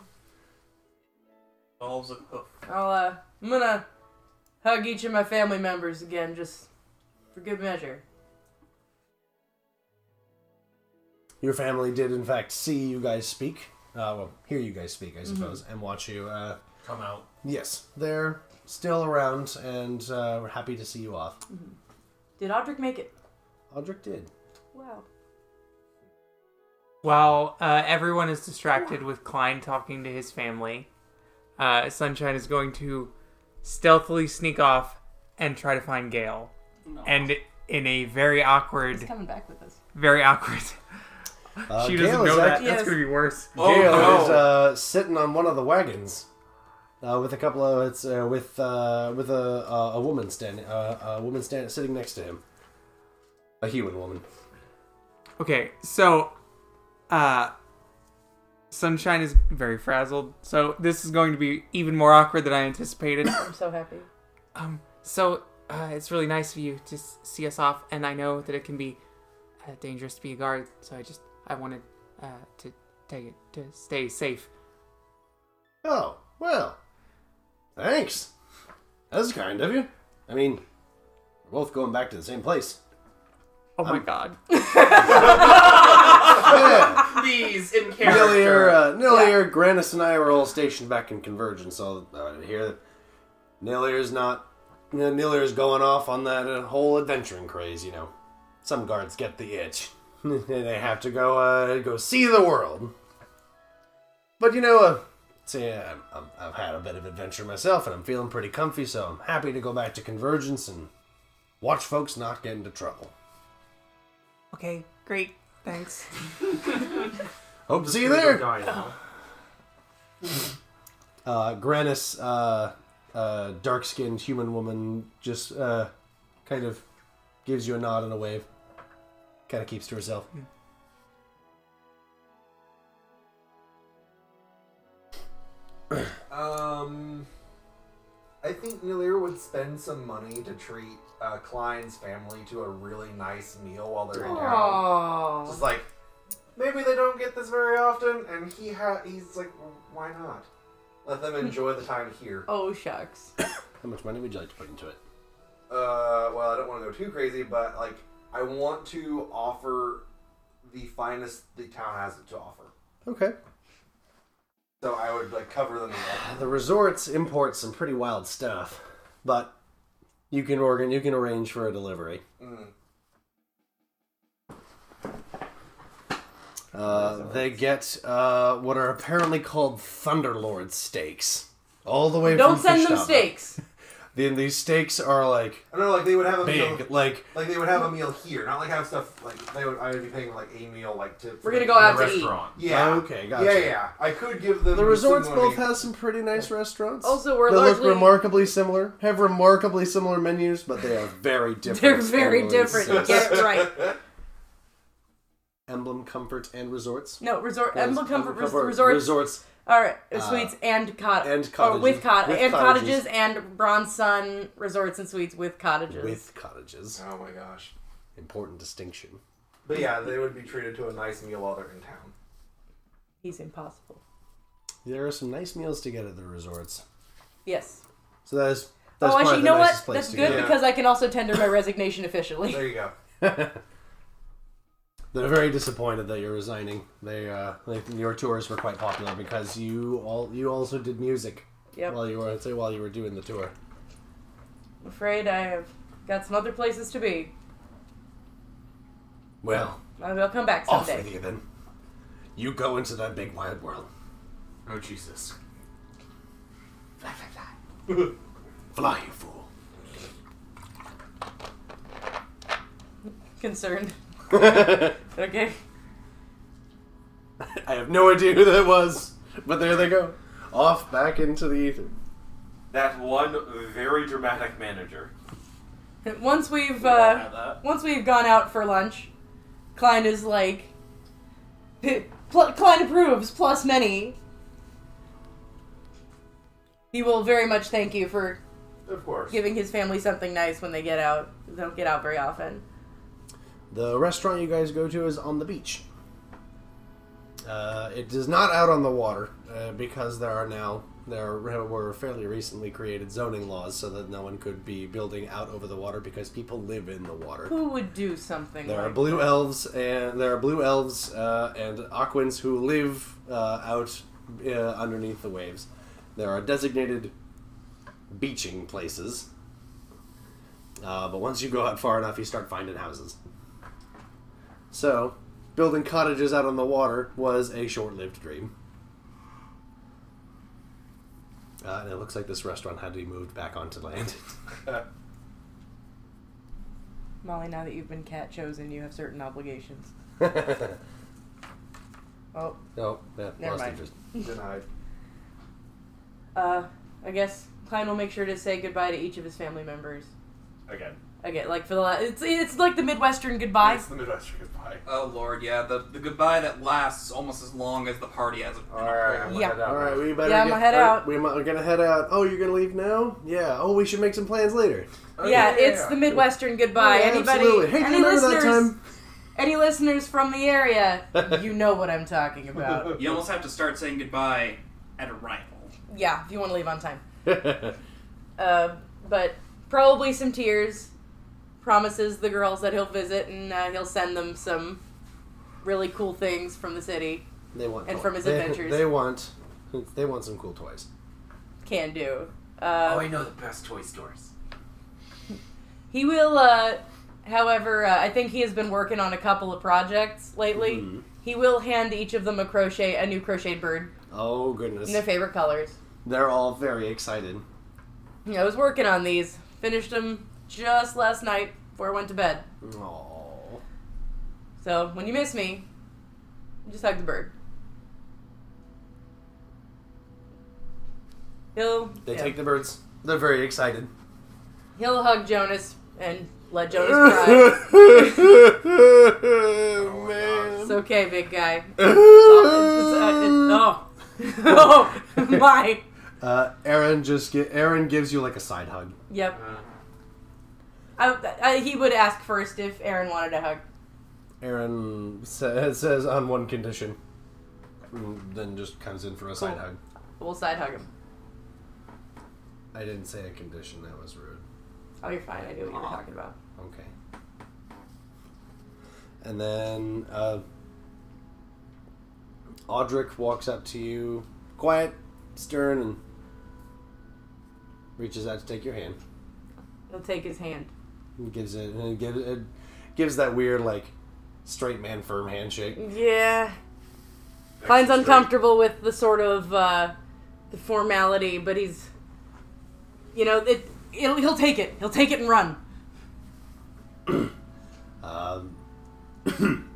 [SPEAKER 7] Balls of hoof.
[SPEAKER 10] I'll, uh, I'm gonna hug each of my family members again, just for good measure.
[SPEAKER 1] Your family did, in fact, see you guys speak. Uh, well, hear you guys speak, I suppose, and watch you uh,
[SPEAKER 11] Mm-hmm. Come out.
[SPEAKER 1] Yes, they're still around, and uh, we're happy to see you off.
[SPEAKER 10] Did Audric make it?
[SPEAKER 1] Aldrich did.
[SPEAKER 10] Wow.
[SPEAKER 2] While uh, everyone is distracted with Klein talking to his family, uh, Sunshine is going to stealthily sneak off and try to find Gale. And in a very awkward,
[SPEAKER 10] Coming back with us.
[SPEAKER 2] very awkward.
[SPEAKER 1] Uh,
[SPEAKER 2] she
[SPEAKER 1] Gale
[SPEAKER 2] doesn't
[SPEAKER 1] is
[SPEAKER 2] know that. Oh,
[SPEAKER 1] act-
[SPEAKER 2] That's going to be worse.
[SPEAKER 1] Gale
[SPEAKER 7] no.
[SPEAKER 1] is uh, sitting on one of the wagons uh, with a couple of it's uh, with uh, with a uh, a woman standing uh, a woman stand- sitting next to him, a human woman.
[SPEAKER 2] Okay, so uh Sunshine is very frazzled. So this is going to be even more awkward than I anticipated.
[SPEAKER 10] I'm so happy.
[SPEAKER 2] um so uh, it's really nice of you to s- see us off and I know that it can be uh, dangerous to be a guard, so I just I wanted uh to take it to stay safe.
[SPEAKER 1] Oh well, thanks. That's kind of you. I mean, we're both going back to the same place.
[SPEAKER 2] Oh my god.
[SPEAKER 1] Yeah.
[SPEAKER 7] Please, in
[SPEAKER 1] Nillier,
[SPEAKER 7] character.
[SPEAKER 1] uh, Nillier, Granis, and I were all stationed back in Convergence. So I hear that Nillier's not. you know, Nillier's going off on that uh, whole adventuring craze. You know, some guards get the itch, and they have to go uh, go see the world. But you know, uh, see, I'm, I'm, I've had a bit of adventure myself, and I'm feeling pretty comfy. So I'm happy to go back to Convergence and watch folks not get into trouble.
[SPEAKER 2] Okay, great. Thanks.
[SPEAKER 1] Hope to see you
[SPEAKER 11] Gonna go
[SPEAKER 1] there.
[SPEAKER 11] die now.
[SPEAKER 1] uh, Granis, uh, uh, dark skinned human woman, just uh, kind of gives you a nod and a wave. Kind of keeps to herself.
[SPEAKER 6] Um, I think Nilir would spend some money to treat uh, Klein's family to a really nice meal while they're in town. Just like maybe they don't get this very often, and he ha- he's like, "Well, why not? Let them enjoy the time here.
[SPEAKER 10] Oh, shucks.
[SPEAKER 1] How much money would you like to put into it?
[SPEAKER 6] Uh, well, I don't want to go too crazy, but like I want to offer the finest the town has to offer.
[SPEAKER 1] Okay.
[SPEAKER 6] So I would like cover them. in-
[SPEAKER 1] The resorts import some pretty wild stuff, but you can organ you can arrange for a delivery.
[SPEAKER 6] Mm.
[SPEAKER 1] Uh, they get uh, what are apparently called Thunderlord steaks, all the way.
[SPEAKER 10] Don't
[SPEAKER 1] from
[SPEAKER 10] send them
[SPEAKER 1] Fishtown.
[SPEAKER 10] steaks.
[SPEAKER 1] Then these steaks are like
[SPEAKER 6] I don't know, like they would have a
[SPEAKER 1] big,
[SPEAKER 6] meal,
[SPEAKER 1] like
[SPEAKER 6] like they would have a meal here, not like have stuff like they would. I would be paying like a meal, like to.
[SPEAKER 10] We're gonna
[SPEAKER 6] for the
[SPEAKER 10] go out to eat.
[SPEAKER 6] restaurant. Yeah.
[SPEAKER 1] Okay, gotcha.
[SPEAKER 6] Yeah, yeah. I could give them.
[SPEAKER 1] The resorts
[SPEAKER 6] similar
[SPEAKER 1] both have some pretty nice restaurants.
[SPEAKER 10] Also, we're
[SPEAKER 1] they look
[SPEAKER 10] largely
[SPEAKER 1] remarkably similar, have remarkably similar menus, but they are very different.
[SPEAKER 10] they're very
[SPEAKER 1] Thunderlord
[SPEAKER 10] different.
[SPEAKER 1] steaks.
[SPEAKER 10] Get it right.
[SPEAKER 1] Emblem Comfort and Resorts.
[SPEAKER 10] No resort.
[SPEAKER 1] Or is-
[SPEAKER 10] Emblem Comfort Res-
[SPEAKER 1] Comfort
[SPEAKER 10] Resorts.
[SPEAKER 1] Resorts.
[SPEAKER 10] All right,
[SPEAKER 1] Uh,
[SPEAKER 10] suites and cot
[SPEAKER 1] and
[SPEAKER 10] or
[SPEAKER 1] cottages.
[SPEAKER 10] with cot
[SPEAKER 1] With
[SPEAKER 10] and cottages.
[SPEAKER 1] cottages.
[SPEAKER 10] and Bronze Sun Resorts and Suites with cottages.
[SPEAKER 1] With cottages.
[SPEAKER 6] Oh my gosh.
[SPEAKER 1] Important distinction.
[SPEAKER 6] But yeah, they would be treated to a nice meal while they're in town.
[SPEAKER 10] He's impossible.
[SPEAKER 1] There are some nice meals to get at the resorts.
[SPEAKER 10] Yes.
[SPEAKER 1] So that is that's
[SPEAKER 10] oh,
[SPEAKER 1] probably
[SPEAKER 10] actually, you
[SPEAKER 1] the
[SPEAKER 10] know what?
[SPEAKER 1] nicest place
[SPEAKER 10] That's
[SPEAKER 1] to
[SPEAKER 10] good
[SPEAKER 1] go.
[SPEAKER 10] because I can also tender my resignation officially.
[SPEAKER 6] There you go.
[SPEAKER 1] They're very disappointed that you're resigning. They, uh, they your tours were quite popular because you all you also did music
[SPEAKER 10] Yep.
[SPEAKER 1] while you were while you were doing the tour.
[SPEAKER 10] I'm afraid I have got some other places to be.
[SPEAKER 1] Well,
[SPEAKER 10] I will come back
[SPEAKER 1] off
[SPEAKER 10] someday.
[SPEAKER 1] with you then. You go into that big wide world.
[SPEAKER 11] Oh Jesus!
[SPEAKER 1] Fly, you fool.
[SPEAKER 10] Concerned.
[SPEAKER 1] I
[SPEAKER 10] Okay.
[SPEAKER 1] have no idea who that was, but there they go. Off back into the ether.
[SPEAKER 11] That one very dramatic manager.
[SPEAKER 10] Once we've
[SPEAKER 11] We all have
[SPEAKER 10] uh,
[SPEAKER 11] that.
[SPEAKER 10] once we've gone out for lunch, Klein is like, Pl- Klein approves plus many. He will very much thank you for
[SPEAKER 6] Of course.
[SPEAKER 10] giving his family something nice when they get out. They don't get out very often.
[SPEAKER 1] The restaurant you guys go to is on the beach. Uh, it is not out on the water uh, because there are now there were fairly recently created zoning laws so that no one could be building out over the water because people live in the water.
[SPEAKER 10] Who would do something?
[SPEAKER 1] There are
[SPEAKER 10] like
[SPEAKER 1] blue elves and there are blue elves uh, and aquins who live uh, out uh, underneath the waves. There are designated beaching places, uh, but once you go out far enough, you start finding houses. So, building cottages out on the water was a short-lived dream. Uh, and it looks like this restaurant had to be moved back onto land.
[SPEAKER 10] Molly, now that you've been cat chosen, you have certain obligations. Oh,
[SPEAKER 1] oh, that
[SPEAKER 10] Never
[SPEAKER 1] lost
[SPEAKER 10] mind.
[SPEAKER 1] interest.
[SPEAKER 6] Denied.
[SPEAKER 10] uh, I guess Klein will make sure to say goodbye to each of his family members.
[SPEAKER 11] Again.
[SPEAKER 10] Okay, like for the last, it's it's like the Midwestern goodbye.
[SPEAKER 6] It's the Midwestern goodbye.
[SPEAKER 7] Oh lord, yeah, the, the goodbye that lasts almost as long as the party has.
[SPEAKER 6] All right, I'm gonna
[SPEAKER 10] Yeah.
[SPEAKER 6] head out.
[SPEAKER 1] All right, we better.
[SPEAKER 10] Yeah, I'ma
[SPEAKER 1] get,
[SPEAKER 10] head
[SPEAKER 1] are-
[SPEAKER 10] out.
[SPEAKER 1] We are gonna head out. Oh, you're gonna leave now? Yeah. Oh, we should make some plans later.
[SPEAKER 10] yeah, it's the Midwestern goodbye.
[SPEAKER 1] Oh, yeah,
[SPEAKER 10] Anybody,
[SPEAKER 1] absolutely. Hey, do you
[SPEAKER 10] any
[SPEAKER 1] remember that
[SPEAKER 10] listeners,
[SPEAKER 1] time?
[SPEAKER 10] any listeners from the area, you know what I'm talking about.
[SPEAKER 7] You almost have to start saying goodbye at arrival.
[SPEAKER 10] Yeah, if you want to leave on time. Uh, but probably some tears. Promises the girls that he'll visit and uh, he'll send them some really cool things from the city.
[SPEAKER 1] they want
[SPEAKER 10] And
[SPEAKER 1] toys.
[SPEAKER 10] from his
[SPEAKER 1] They-
[SPEAKER 10] adventures.
[SPEAKER 1] They want. They want some cool toys.
[SPEAKER 10] Can do.
[SPEAKER 14] oh,
[SPEAKER 10] Uh,
[SPEAKER 14] I know the best toy stores.
[SPEAKER 10] He will, uh, however, uh, I think he has been working on a couple of projects lately.
[SPEAKER 14] Mm-hmm.
[SPEAKER 1] Mhm.
[SPEAKER 10] He will hand each of them a crochet, a new crocheted bird
[SPEAKER 1] Oh goodness.
[SPEAKER 10] in their favorite colors.
[SPEAKER 1] They're all very excited.
[SPEAKER 10] Yeah, I was working on these, finished them just last night before I went to bed.
[SPEAKER 1] Oh.
[SPEAKER 10] So when you miss me, just hug the bird. He'll
[SPEAKER 1] They
[SPEAKER 10] yeah.
[SPEAKER 1] take the birds. They're very excited.
[SPEAKER 10] he'll hug Jonas and let Jonas cry.
[SPEAKER 1] man.
[SPEAKER 6] Oh
[SPEAKER 10] it's okay, big guy. uh, It's, all- it's, uh, it's, oh, oh my.
[SPEAKER 1] Uh, Aaron just gi- Aaron gives you like a side hug.
[SPEAKER 10] Yep. I, I, he would ask first if Aaron wanted a hug.
[SPEAKER 1] Aaron sa- says on one condition, and then just comes in for a side
[SPEAKER 10] Cool.
[SPEAKER 1] hug.
[SPEAKER 10] We'll side hug him.
[SPEAKER 1] I didn't say a condition. That was rude.
[SPEAKER 10] Oh, you're fine. I knew what you were talking about.
[SPEAKER 1] Okay. And then uh, Audric walks up to you, quiet, stern, and reaches out to take your hand.
[SPEAKER 10] He'll take his hand.
[SPEAKER 1] And gives it and gives it gives that weird like straight man firm handshake.
[SPEAKER 10] Yeah. Klein's uncomfortable with the sort of uh, the formality, but he's, you know, it. He'll, he'll take it. He'll take it and run.
[SPEAKER 1] Um,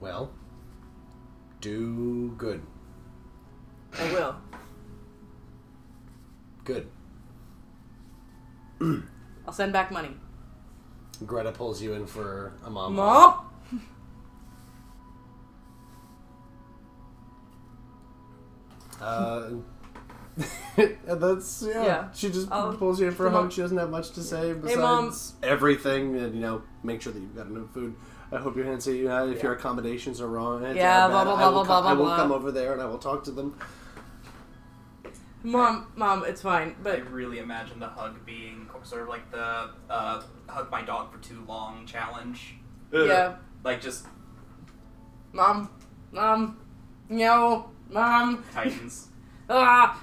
[SPEAKER 1] well, do good.
[SPEAKER 10] I will.
[SPEAKER 1] Good.
[SPEAKER 10] I'll send back money.
[SPEAKER 1] Greta pulls you in for a mom.
[SPEAKER 10] Mom?
[SPEAKER 1] Uh, that's yeah.
[SPEAKER 10] Yeah. Oh,
[SPEAKER 1] She just
[SPEAKER 10] I'll-
[SPEAKER 1] pulls you in for a
[SPEAKER 10] Mom.
[SPEAKER 1] hug. She doesn't have much to say besides
[SPEAKER 10] Mom.
[SPEAKER 1] everything, and you know, make sure that you've got enough food. I hope your hands say you if your accommodations are wrong. and
[SPEAKER 10] Yeah,
[SPEAKER 1] are
[SPEAKER 10] blah,
[SPEAKER 1] bad,
[SPEAKER 10] blah,
[SPEAKER 1] I
[SPEAKER 10] blah,
[SPEAKER 1] will
[SPEAKER 10] blah,
[SPEAKER 1] come-
[SPEAKER 10] blah,
[SPEAKER 1] I will
[SPEAKER 10] blah.
[SPEAKER 1] come over there and I will talk to them.
[SPEAKER 10] Mom, mom, it's fine. But
[SPEAKER 7] I really imagine the hug being sort of like the uh, hug my dog for too long challenge.
[SPEAKER 10] yeah,
[SPEAKER 7] Like just
[SPEAKER 10] mom, mom, no, mom.
[SPEAKER 7] Titans.
[SPEAKER 10] ah,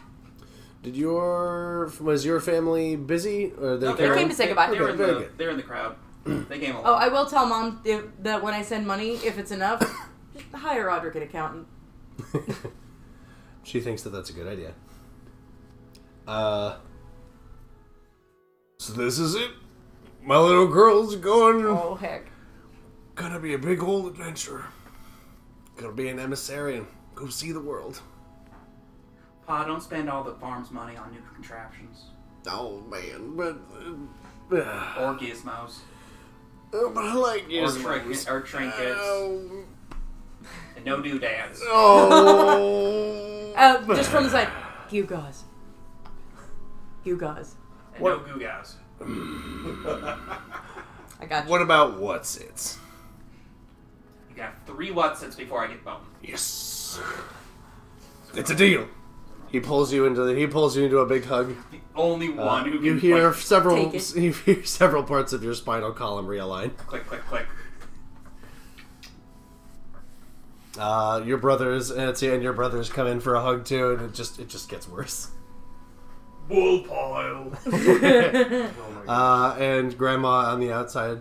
[SPEAKER 1] Did your was your family busy? Or they,
[SPEAKER 7] No,
[SPEAKER 10] they came to say goodbye.
[SPEAKER 7] They were
[SPEAKER 1] Okay,
[SPEAKER 7] in
[SPEAKER 1] very
[SPEAKER 7] the,
[SPEAKER 1] good. Mm.
[SPEAKER 7] they were in the crowd. they came along.
[SPEAKER 10] Oh, I will tell mom if, that when I send money, if it's enough, just hire Roderick an accountant.
[SPEAKER 1] she thinks that that's a good idea. Uh, so this is it. My little girl's going.
[SPEAKER 10] Oh heck!
[SPEAKER 1] Gonna be a big old adventure. Gonna be an emissarian. Go see the world.
[SPEAKER 7] Pa, don't spend all the farm's money on new contraptions
[SPEAKER 1] Oh man, but
[SPEAKER 7] or gizmos
[SPEAKER 1] Oh, but I like
[SPEAKER 7] or,
[SPEAKER 1] Ah. gizmos.
[SPEAKER 7] trinket- or trinkets. And no doodads.
[SPEAKER 1] Oh.
[SPEAKER 10] Oh, just from the side, Gugaz. Gugaz.
[SPEAKER 7] And no goo guys.
[SPEAKER 10] I got you.
[SPEAKER 1] what about what's it?
[SPEAKER 7] You got three Watsits before I get bone.
[SPEAKER 1] Yes. It's a deal. He pulls you into the, he pulls you into a big hug.
[SPEAKER 7] Only
[SPEAKER 1] Uh,
[SPEAKER 7] one who can
[SPEAKER 1] you hear
[SPEAKER 7] like,
[SPEAKER 1] several
[SPEAKER 7] take it.
[SPEAKER 1] you hear several parts of your spinal column realign.
[SPEAKER 7] click click click.
[SPEAKER 1] Uh, your brothers Etsy and your brothers come in for a hug too, and it just it just gets worse.
[SPEAKER 7] Wool pile.
[SPEAKER 1] Uh, and grandma on the outside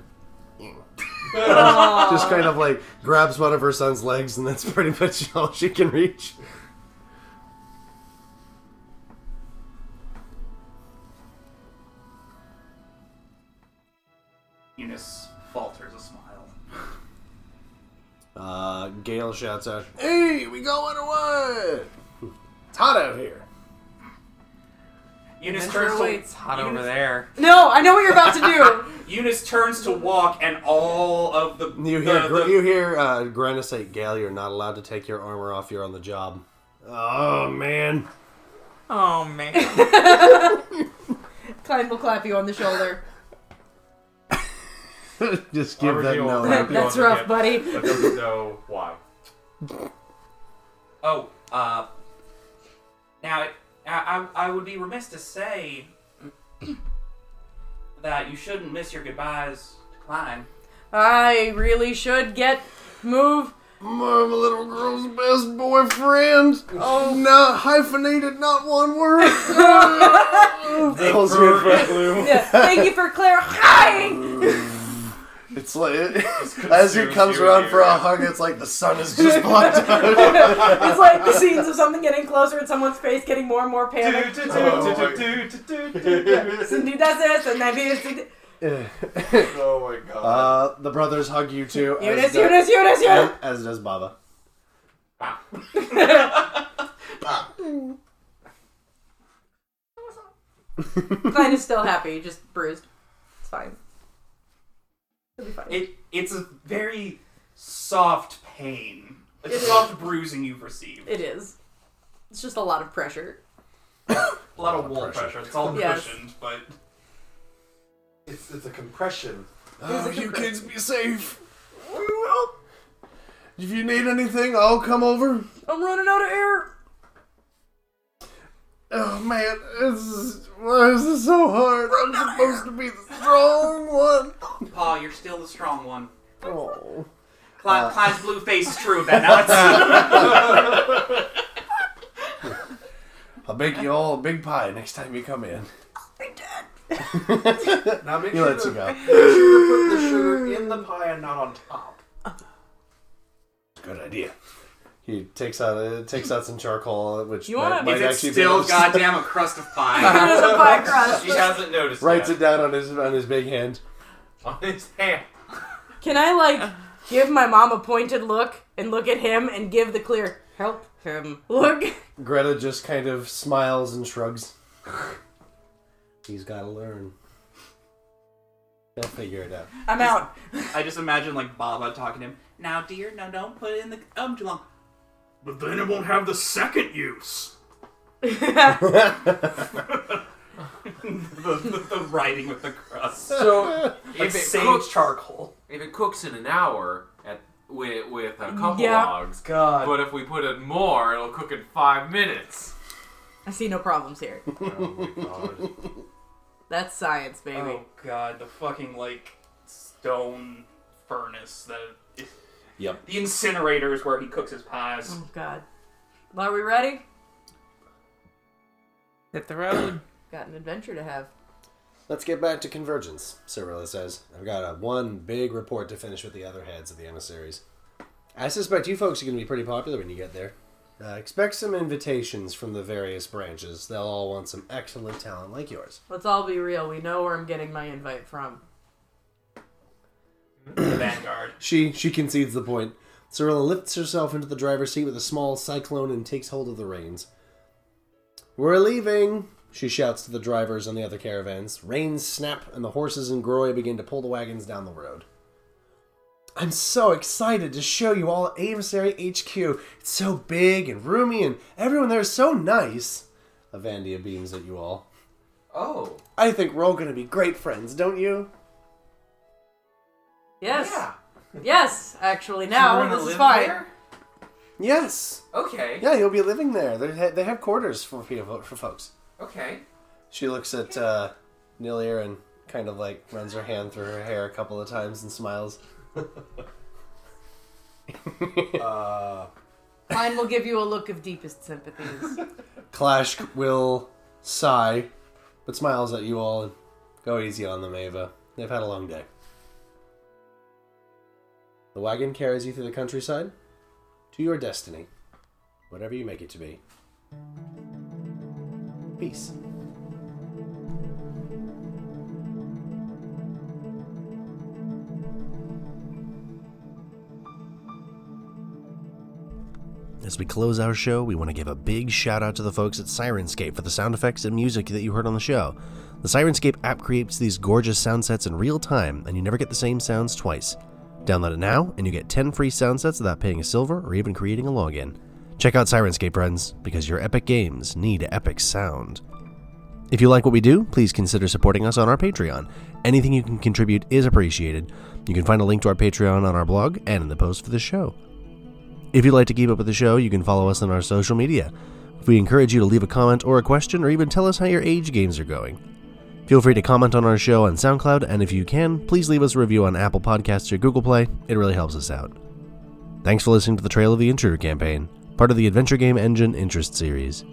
[SPEAKER 13] Aw.
[SPEAKER 1] just kind of like grabs one of her son's legs, and that's pretty much all she can reach.
[SPEAKER 7] Eunice falters a smile.
[SPEAKER 1] Uh, Gail shouts out, "Hey, we going or what? It's hot out here."
[SPEAKER 7] Eunice
[SPEAKER 2] Adventure
[SPEAKER 7] turns to
[SPEAKER 2] awaits. Hot over there.
[SPEAKER 10] No, I know what you're about to do.
[SPEAKER 7] Eunice turns to walk, and all of the
[SPEAKER 1] You hear Gr- you hear uh, Grandma say, "Gail, you're not allowed to take your armor off. You're on the job." Oh man.
[SPEAKER 2] Oh man.
[SPEAKER 10] Klein will clap you on the shoulder.
[SPEAKER 1] Just give that
[SPEAKER 11] Armadillo
[SPEAKER 1] no.
[SPEAKER 11] will wrap you
[SPEAKER 10] That's
[SPEAKER 11] on the
[SPEAKER 10] rough,
[SPEAKER 11] hip,
[SPEAKER 10] buddy.
[SPEAKER 11] But doesn't know why.
[SPEAKER 7] Oh, uh, now it, I, I I would be remiss to say that you shouldn't miss your goodbyes to Klein.
[SPEAKER 10] I really should get move.
[SPEAKER 1] Mom, a little girl's best boyfriend. Oh, not hyphenated, not one word. Pulls you in for a loop.
[SPEAKER 10] Yeah, thank you for clarifying.
[SPEAKER 1] It's like as he comes around for a hug, it's like the sun is just blocked
[SPEAKER 8] It's
[SPEAKER 1] out.
[SPEAKER 8] like the scenes of something getting closer and someone's face getting more and more panicked.
[SPEAKER 1] Oh,
[SPEAKER 8] Cindy does this, and then Venus. did-
[SPEAKER 1] oh my god! Uh, the brothers hug you too. as
[SPEAKER 8] Eunice,
[SPEAKER 1] do-
[SPEAKER 8] Eunice, Eunice, Eunice.
[SPEAKER 1] As does Baba.
[SPEAKER 10] Klein is still happy, just bruised. It's fine. It'll be fine.
[SPEAKER 7] It it's a very soft pain. It's a soft bruising you've received.
[SPEAKER 10] It is. It's just a lot of pressure.
[SPEAKER 7] A lot of wool pressure. It's all
[SPEAKER 10] Yes.
[SPEAKER 7] cushioned, but
[SPEAKER 6] It's, it's a compression.
[SPEAKER 1] Oh, you kids be safe. We will. If you need anything, I'll come over.
[SPEAKER 10] I'm running out of air.
[SPEAKER 1] Oh man, this is, why is this so hard? I'm supposed to be the strong one.
[SPEAKER 7] Paul, you're still the strong one.
[SPEAKER 1] Oh.
[SPEAKER 7] Clyde,
[SPEAKER 1] Uh,
[SPEAKER 7] Clyde's blue face is true then. Now it's-
[SPEAKER 1] I'll bake you all a big pie next time you come in.
[SPEAKER 6] Now make
[SPEAKER 1] he
[SPEAKER 6] sure,
[SPEAKER 1] lets
[SPEAKER 6] to,
[SPEAKER 1] you go.
[SPEAKER 6] make sure to put the sugar in the pie and not on top.
[SPEAKER 1] Good idea. He takes out uh, takes out some charcoal, which
[SPEAKER 7] You
[SPEAKER 1] might,
[SPEAKER 7] wanna-
[SPEAKER 1] might
[SPEAKER 7] Is it
[SPEAKER 1] actually
[SPEAKER 7] still
[SPEAKER 1] be
[SPEAKER 7] goddamn a crust of pie? It is a pie crust.
[SPEAKER 9] He hasn't noticed
[SPEAKER 1] Writes
[SPEAKER 9] yet.
[SPEAKER 1] it down on his on his big hand.
[SPEAKER 9] on his hand.
[SPEAKER 10] Can I like give my mom a pointed look and look at him and give the clear help him look?
[SPEAKER 1] Greta just kind of smiles and shrugs. He's got to learn. They'll figure it out.
[SPEAKER 7] I'm out. I just imagine like Baba talking to him. Now, dear, no, don't put it in the um too long.
[SPEAKER 15] But then it won't have the second use.
[SPEAKER 7] the, the, the writing with the crust.
[SPEAKER 15] So,
[SPEAKER 7] Like
[SPEAKER 15] if it
[SPEAKER 7] sage
[SPEAKER 15] cooks-
[SPEAKER 7] charcoal.
[SPEAKER 15] If it cooks in an hour at with, with a
[SPEAKER 11] Oh
[SPEAKER 15] couple
[SPEAKER 10] Yeah.
[SPEAKER 15] logs, God. but if we put in more, it'll cook in five minutes.
[SPEAKER 10] I see no problems here. That's science, baby.
[SPEAKER 13] Oh god, the fucking like stone furnace that.
[SPEAKER 1] Yep.
[SPEAKER 13] The incinerator is where he cooks his pies.
[SPEAKER 10] Oh god. Well, are we ready?
[SPEAKER 2] Hit the road.
[SPEAKER 10] Got an adventure to have.
[SPEAKER 1] Let's get back to convergence, Cyrilla says. I've got a one big report to finish with the other heads of the emissaries. I suspect you folks are going to be pretty popular when you get there. Uh, expect some invitations from the various branches. They'll all want some excellent talent like yours.
[SPEAKER 10] Let's all be real. We know where I'm getting my invite from.
[SPEAKER 7] Vanguard.
[SPEAKER 1] She she concedes the point. Cyrilla lifts herself into the driver's seat with a small cyclone and takes hold of the reins. We're leaving, she shouts to the drivers on the other caravans. Reins snap, and the horses and Groy begin to pull the wagons down the road. I'm so excited to show you all Adversary HQ. It's so big and roomy, and everyone there is so nice. Avandia beams at you all.
[SPEAKER 15] Oh.
[SPEAKER 1] I think we're all going to be great friends, don't you?
[SPEAKER 10] Yes. Yes, actually, now
[SPEAKER 1] we're gonna
[SPEAKER 10] this
[SPEAKER 1] live
[SPEAKER 10] is fine.
[SPEAKER 1] there? Yes.
[SPEAKER 15] Okay.
[SPEAKER 1] Yeah, you'll be living there. They ha- they have quarters for people for folks.
[SPEAKER 15] Okay.
[SPEAKER 1] She looks at uh, Nilir and kind of like runs her hand through her hair a couple of times and smiles. uh,
[SPEAKER 10] Mine will give you a look of deepest sympathies.
[SPEAKER 1] Clash will sigh, but smiles at you all and go easy on them, Ava. They've had a long day. The wagon carries you through the countryside to your destiny, whatever you make it to be. Peace. As we close our show, we want to give a big shout out to the folks at Sirenscape for the sound effects and music that you heard on the show. The Sirenscape app creates these gorgeous sound sets in real time, and you never get the same sounds twice. Download it now, and you get 10 free sound sets without paying a silver or even creating a login. Check out Sirenscape, friends, because your epic games need epic sound. If you like what we do, please consider supporting us on our Patreon. Anything you can contribute is appreciated. You can find a link to our Patreon on our blog and in the post for the show. If you'd like to keep up with the show, you can follow us on our social media. We encourage you to leave a comment or a question or even tell us how your age games are going. Feel free to comment on our show on SoundCloud, and if you can, please leave us a review on Apple Podcasts or Google Play. It really helps us out. Thanks for listening to the Trail of the Intruder campaign, part of the Adventure Game Engine Interest series.